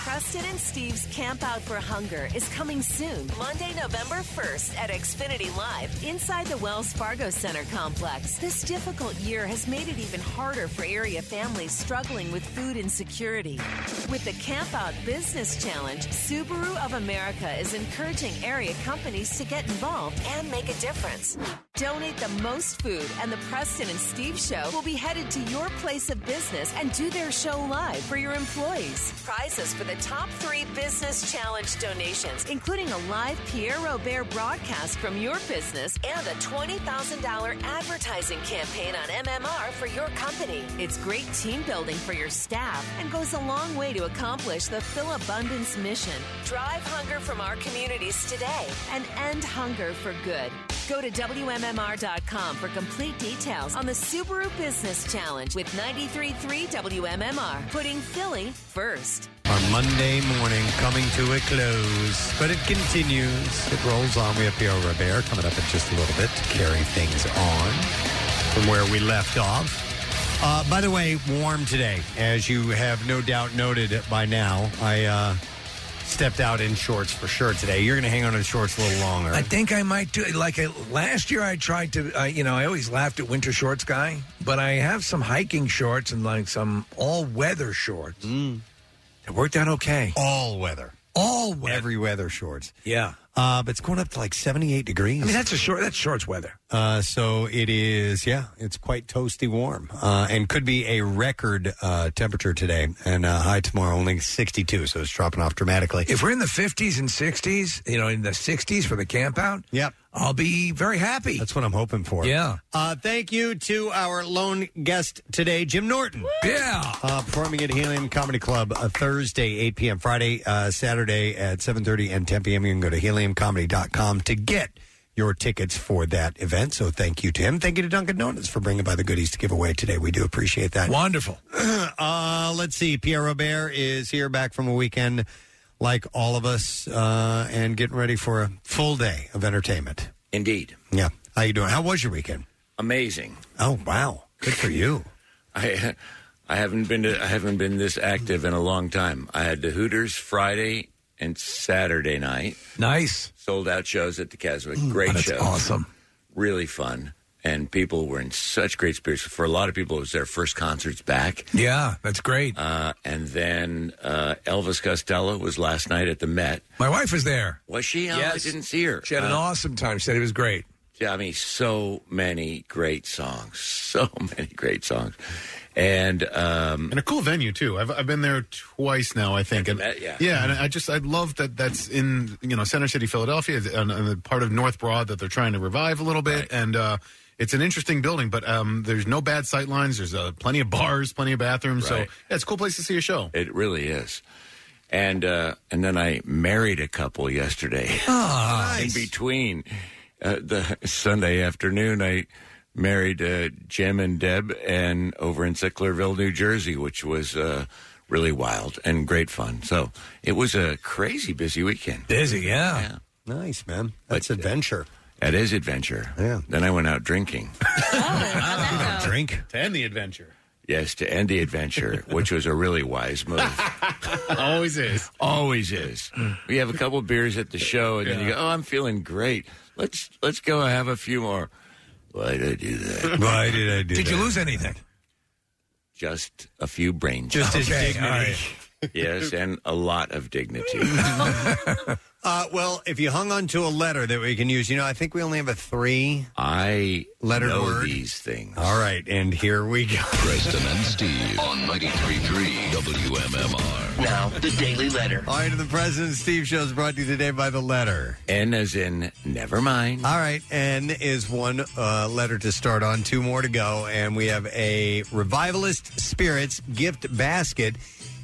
Preston and Steve's Camp Out for Hunger is coming soon, Monday, November 1st at Xfinity Live inside the Wells Fargo Center complex. This difficult year has made it even harder for area families struggling with food insecurity. With the Camp Out Business Challenge, Subaru of America is encouraging area companies to get involved and make a difference. Donate the most food, and the Preston and Steve Show will be headed to your place of business and do their show live for your employees. Prizes for the top three Business Challenge donations, including a live Pierre Robert broadcast from your business and a $20,000 advertising campaign on MMR for your company. It's great team building for your staff and goes a long way to accomplish the Phil Abundance mission. Drive hunger from our communities today and end hunger for good. Go to WMMR.com for complete details on the Subaru Business Challenge with 93.3 WMMR, putting Philly first.
Our Monday morning coming to a close, but it continues. It rolls on. We have Pierre Robert coming up in just a little bit to carry things on from where we left off. Uh, by the way, warm today, as you have no doubt noted by now. I uh, stepped out in shorts for sure today. You're going to hang on to the shorts a little longer.
I think I might do it. Like I, last year, I tried to. I, you know, I always laughed at winter shorts guy, but I have some hiking shorts and like some all weather shorts. Mm. It worked out okay.
All weather.
All weather.
Every weather shorts.
Yeah.
Uh, but it's going up to like 78 degrees.
I mean, that's a short. That's shorts weather.
Uh, so it is, yeah, it's quite toasty warm uh, and could be a record uh, temperature today and uh, high tomorrow, only 62. So it's dropping off dramatically.
If we're in the fifties and sixties, you know, in the sixties for the camp out,
yep,
I'll be very happy.
That's what I'm hoping for.
Yeah.
Uh, thank you to our lone guest today, Jim Norton.
Yeah.
Uh, performing at Helium Comedy Club uh, Thursday, 8 p.m., Friday, uh, Saturday at 7.30 and 10 p.m. You can go to heliumcomedy.com to get your tickets for that event. So thank you to him. Thank you to Dunkin' Donuts for bringing by the goodies to give away today. We do appreciate that.
Wonderful.
*clears throat* uh, let's see. Pierre Robert is here back from a weekend like all of us uh, and getting ready for a full day of entertainment.
Indeed.
Yeah. How you doing? How was your weekend?
Amazing.
Oh wow. Good for you.
I I haven't been to, I haven't been this active in a long time. I had the Hooters Friday and Saturday night.
Nice.
Sold out shows at the Keswick.
Mm,
Great
that's
show.
awesome.
Really fun. And people were in such great spirits. For a lot of people, it was their first concerts back.
Yeah, that's great.
Uh, and then uh, Elvis Costello was last night at the Met.
My wife was there.
Was she? Oh,
Yes.
I didn't see her.
She had an
Uh,
awesome time. She said it was great.
*laughs* Yeah, I mean, so many great songs, so many great songs, and um,
and a cool venue too. I've I've been there twice now. I think.
Have
And,
you met? Yeah.
and I just I love that that's in you know Center City, Philadelphia, and, and the part of North Broad that they're trying to revive a little bit. And uh, it's an interesting building, but um, there's no bad sight lines. There's uh, plenty of bars, plenty of bathrooms. So yeah,
Right.
it's a cool place to see a show.
It really is. And uh, and then I married a couple
*laughs*
yesterday.
Ah.
in between uh, the *laughs* Sunday afternoon, I married uh, Jim and Deb, and over in Sicklerville, New Jersey, which was uh, really wild and great fun. So it was a crazy busy weekend.
Busy, yeah.
Nice, man. That's adventure.
That is adventure.
Yeah.
Then I went out drinking.
Drink
to end the adventure.
Yes, to end the
*laughs*
adventure, which was a really wise move.
Always is.
Always is. We have a couple beers at the show, and then you go, "Oh, I'm feeling great. Let's let's go have a few more." Why did I do that?
*laughs* Why did I do
Did you
that?
lose
anything?
Just a few brain
Just his
cells.
dignity. all right.
yes, and a lot of dignity.
Uh, well, if you hung on to a letter that we can use, you know, I think we only have a three
I
letter
know
word.
these things.
All right, and here we go.
Preston and Steve on 93.3 WMMR.
Now,
the Daily Letter.
All right, and the President Steve Show is brought to you today by the letter.
N as in never mind.
All right, N is one uh, letter to start on, two more to go, and we have a Revivalist Spirits gift basket,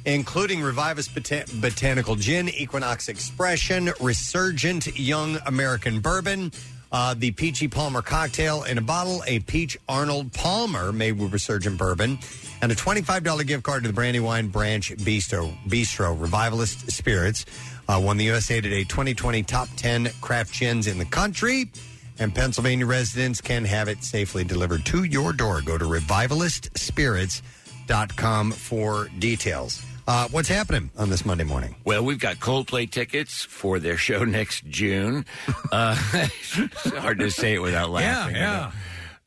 including Revivalist Bota- Botanical Gin, Equinox Expression, Resurgent Young American Bourbon. Uh, the Peachy Palmer cocktail in a bottle, a Peach Arnold Palmer made with Resurgent Bourbon, and a $25 gift card to the Brandywine Branch Bistro, Bistro Revivalist Spirits. Uh, won the USA Today 2020 Top 10 Craft Gins in the country. And Pennsylvania residents can have it safely delivered to your door. Go to revivalistspirits.com for details. Uh, what's happening on this Monday morning?
Well, we've got Coldplay tickets for their show *laughs* next
*laughs*
June. Uh, *laughs* it's hard to say it without laughing. I know.
yeah.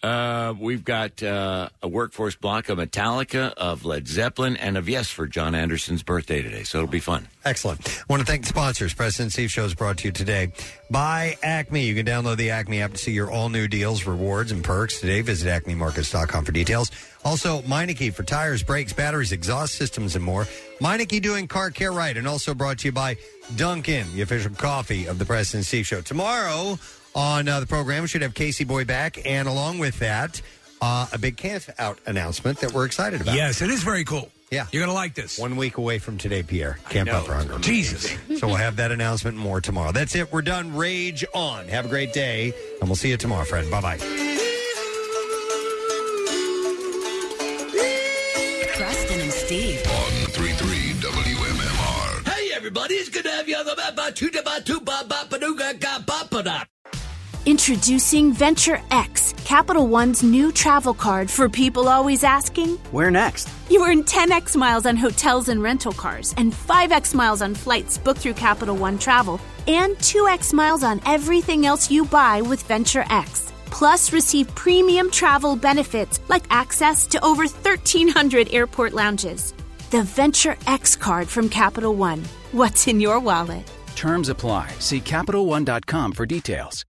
Uh, we've got uh, a workforce block of Metallica, of Led Zeppelin, and of Yes for John Anderson's birthday today. So it'll be fun.
Excellent. want to thank the sponsors. President Steve Show is brought to you today by Acme. You can download the Acme app to see your all new deals, rewards, and perks today. Visit acmemarkets.com for details. Also, Meineke for tires, brakes, batteries, exhaust systems, and more. Meineke doing car care right, and also brought to you by Duncan, the official coffee of the President Steve Show. Tomorrow on uh, the program, we should have Casey Boy back, and along with that, uh, a big camp out announcement that we're excited about.
Yes, it is very cool.
Yeah.
You're going to like this.
One week away from today, Pierre. Camp
know.
Out for Hunger.
Jesus.
*laughs* So we'll have that announcement and more tomorrow. That's it. We're done. Rage on. Have a great day, and we'll see you tomorrow, friend. Bye bye.
Preston and Steve. On 3.3 WMMR.
Hey everybody, it's good to have you on the map. Ba- two- da- ba- two- ba- ba- ba- doo- ga- ga- ba- ba- da.
Introducing Venture X, Capital One's new travel card for people always asking,
*laughs* Where next?
You earn 10x miles on hotels and rental cars, and 5x miles on flights booked through Capital One Travel, and 2x miles on everything else you buy with Venture X. Plus, receive premium travel benefits like access to over 1,300 airport lounges. The Venture X card from Capital One. What's in your wallet?
Terms apply. See CapitalOne.com for details.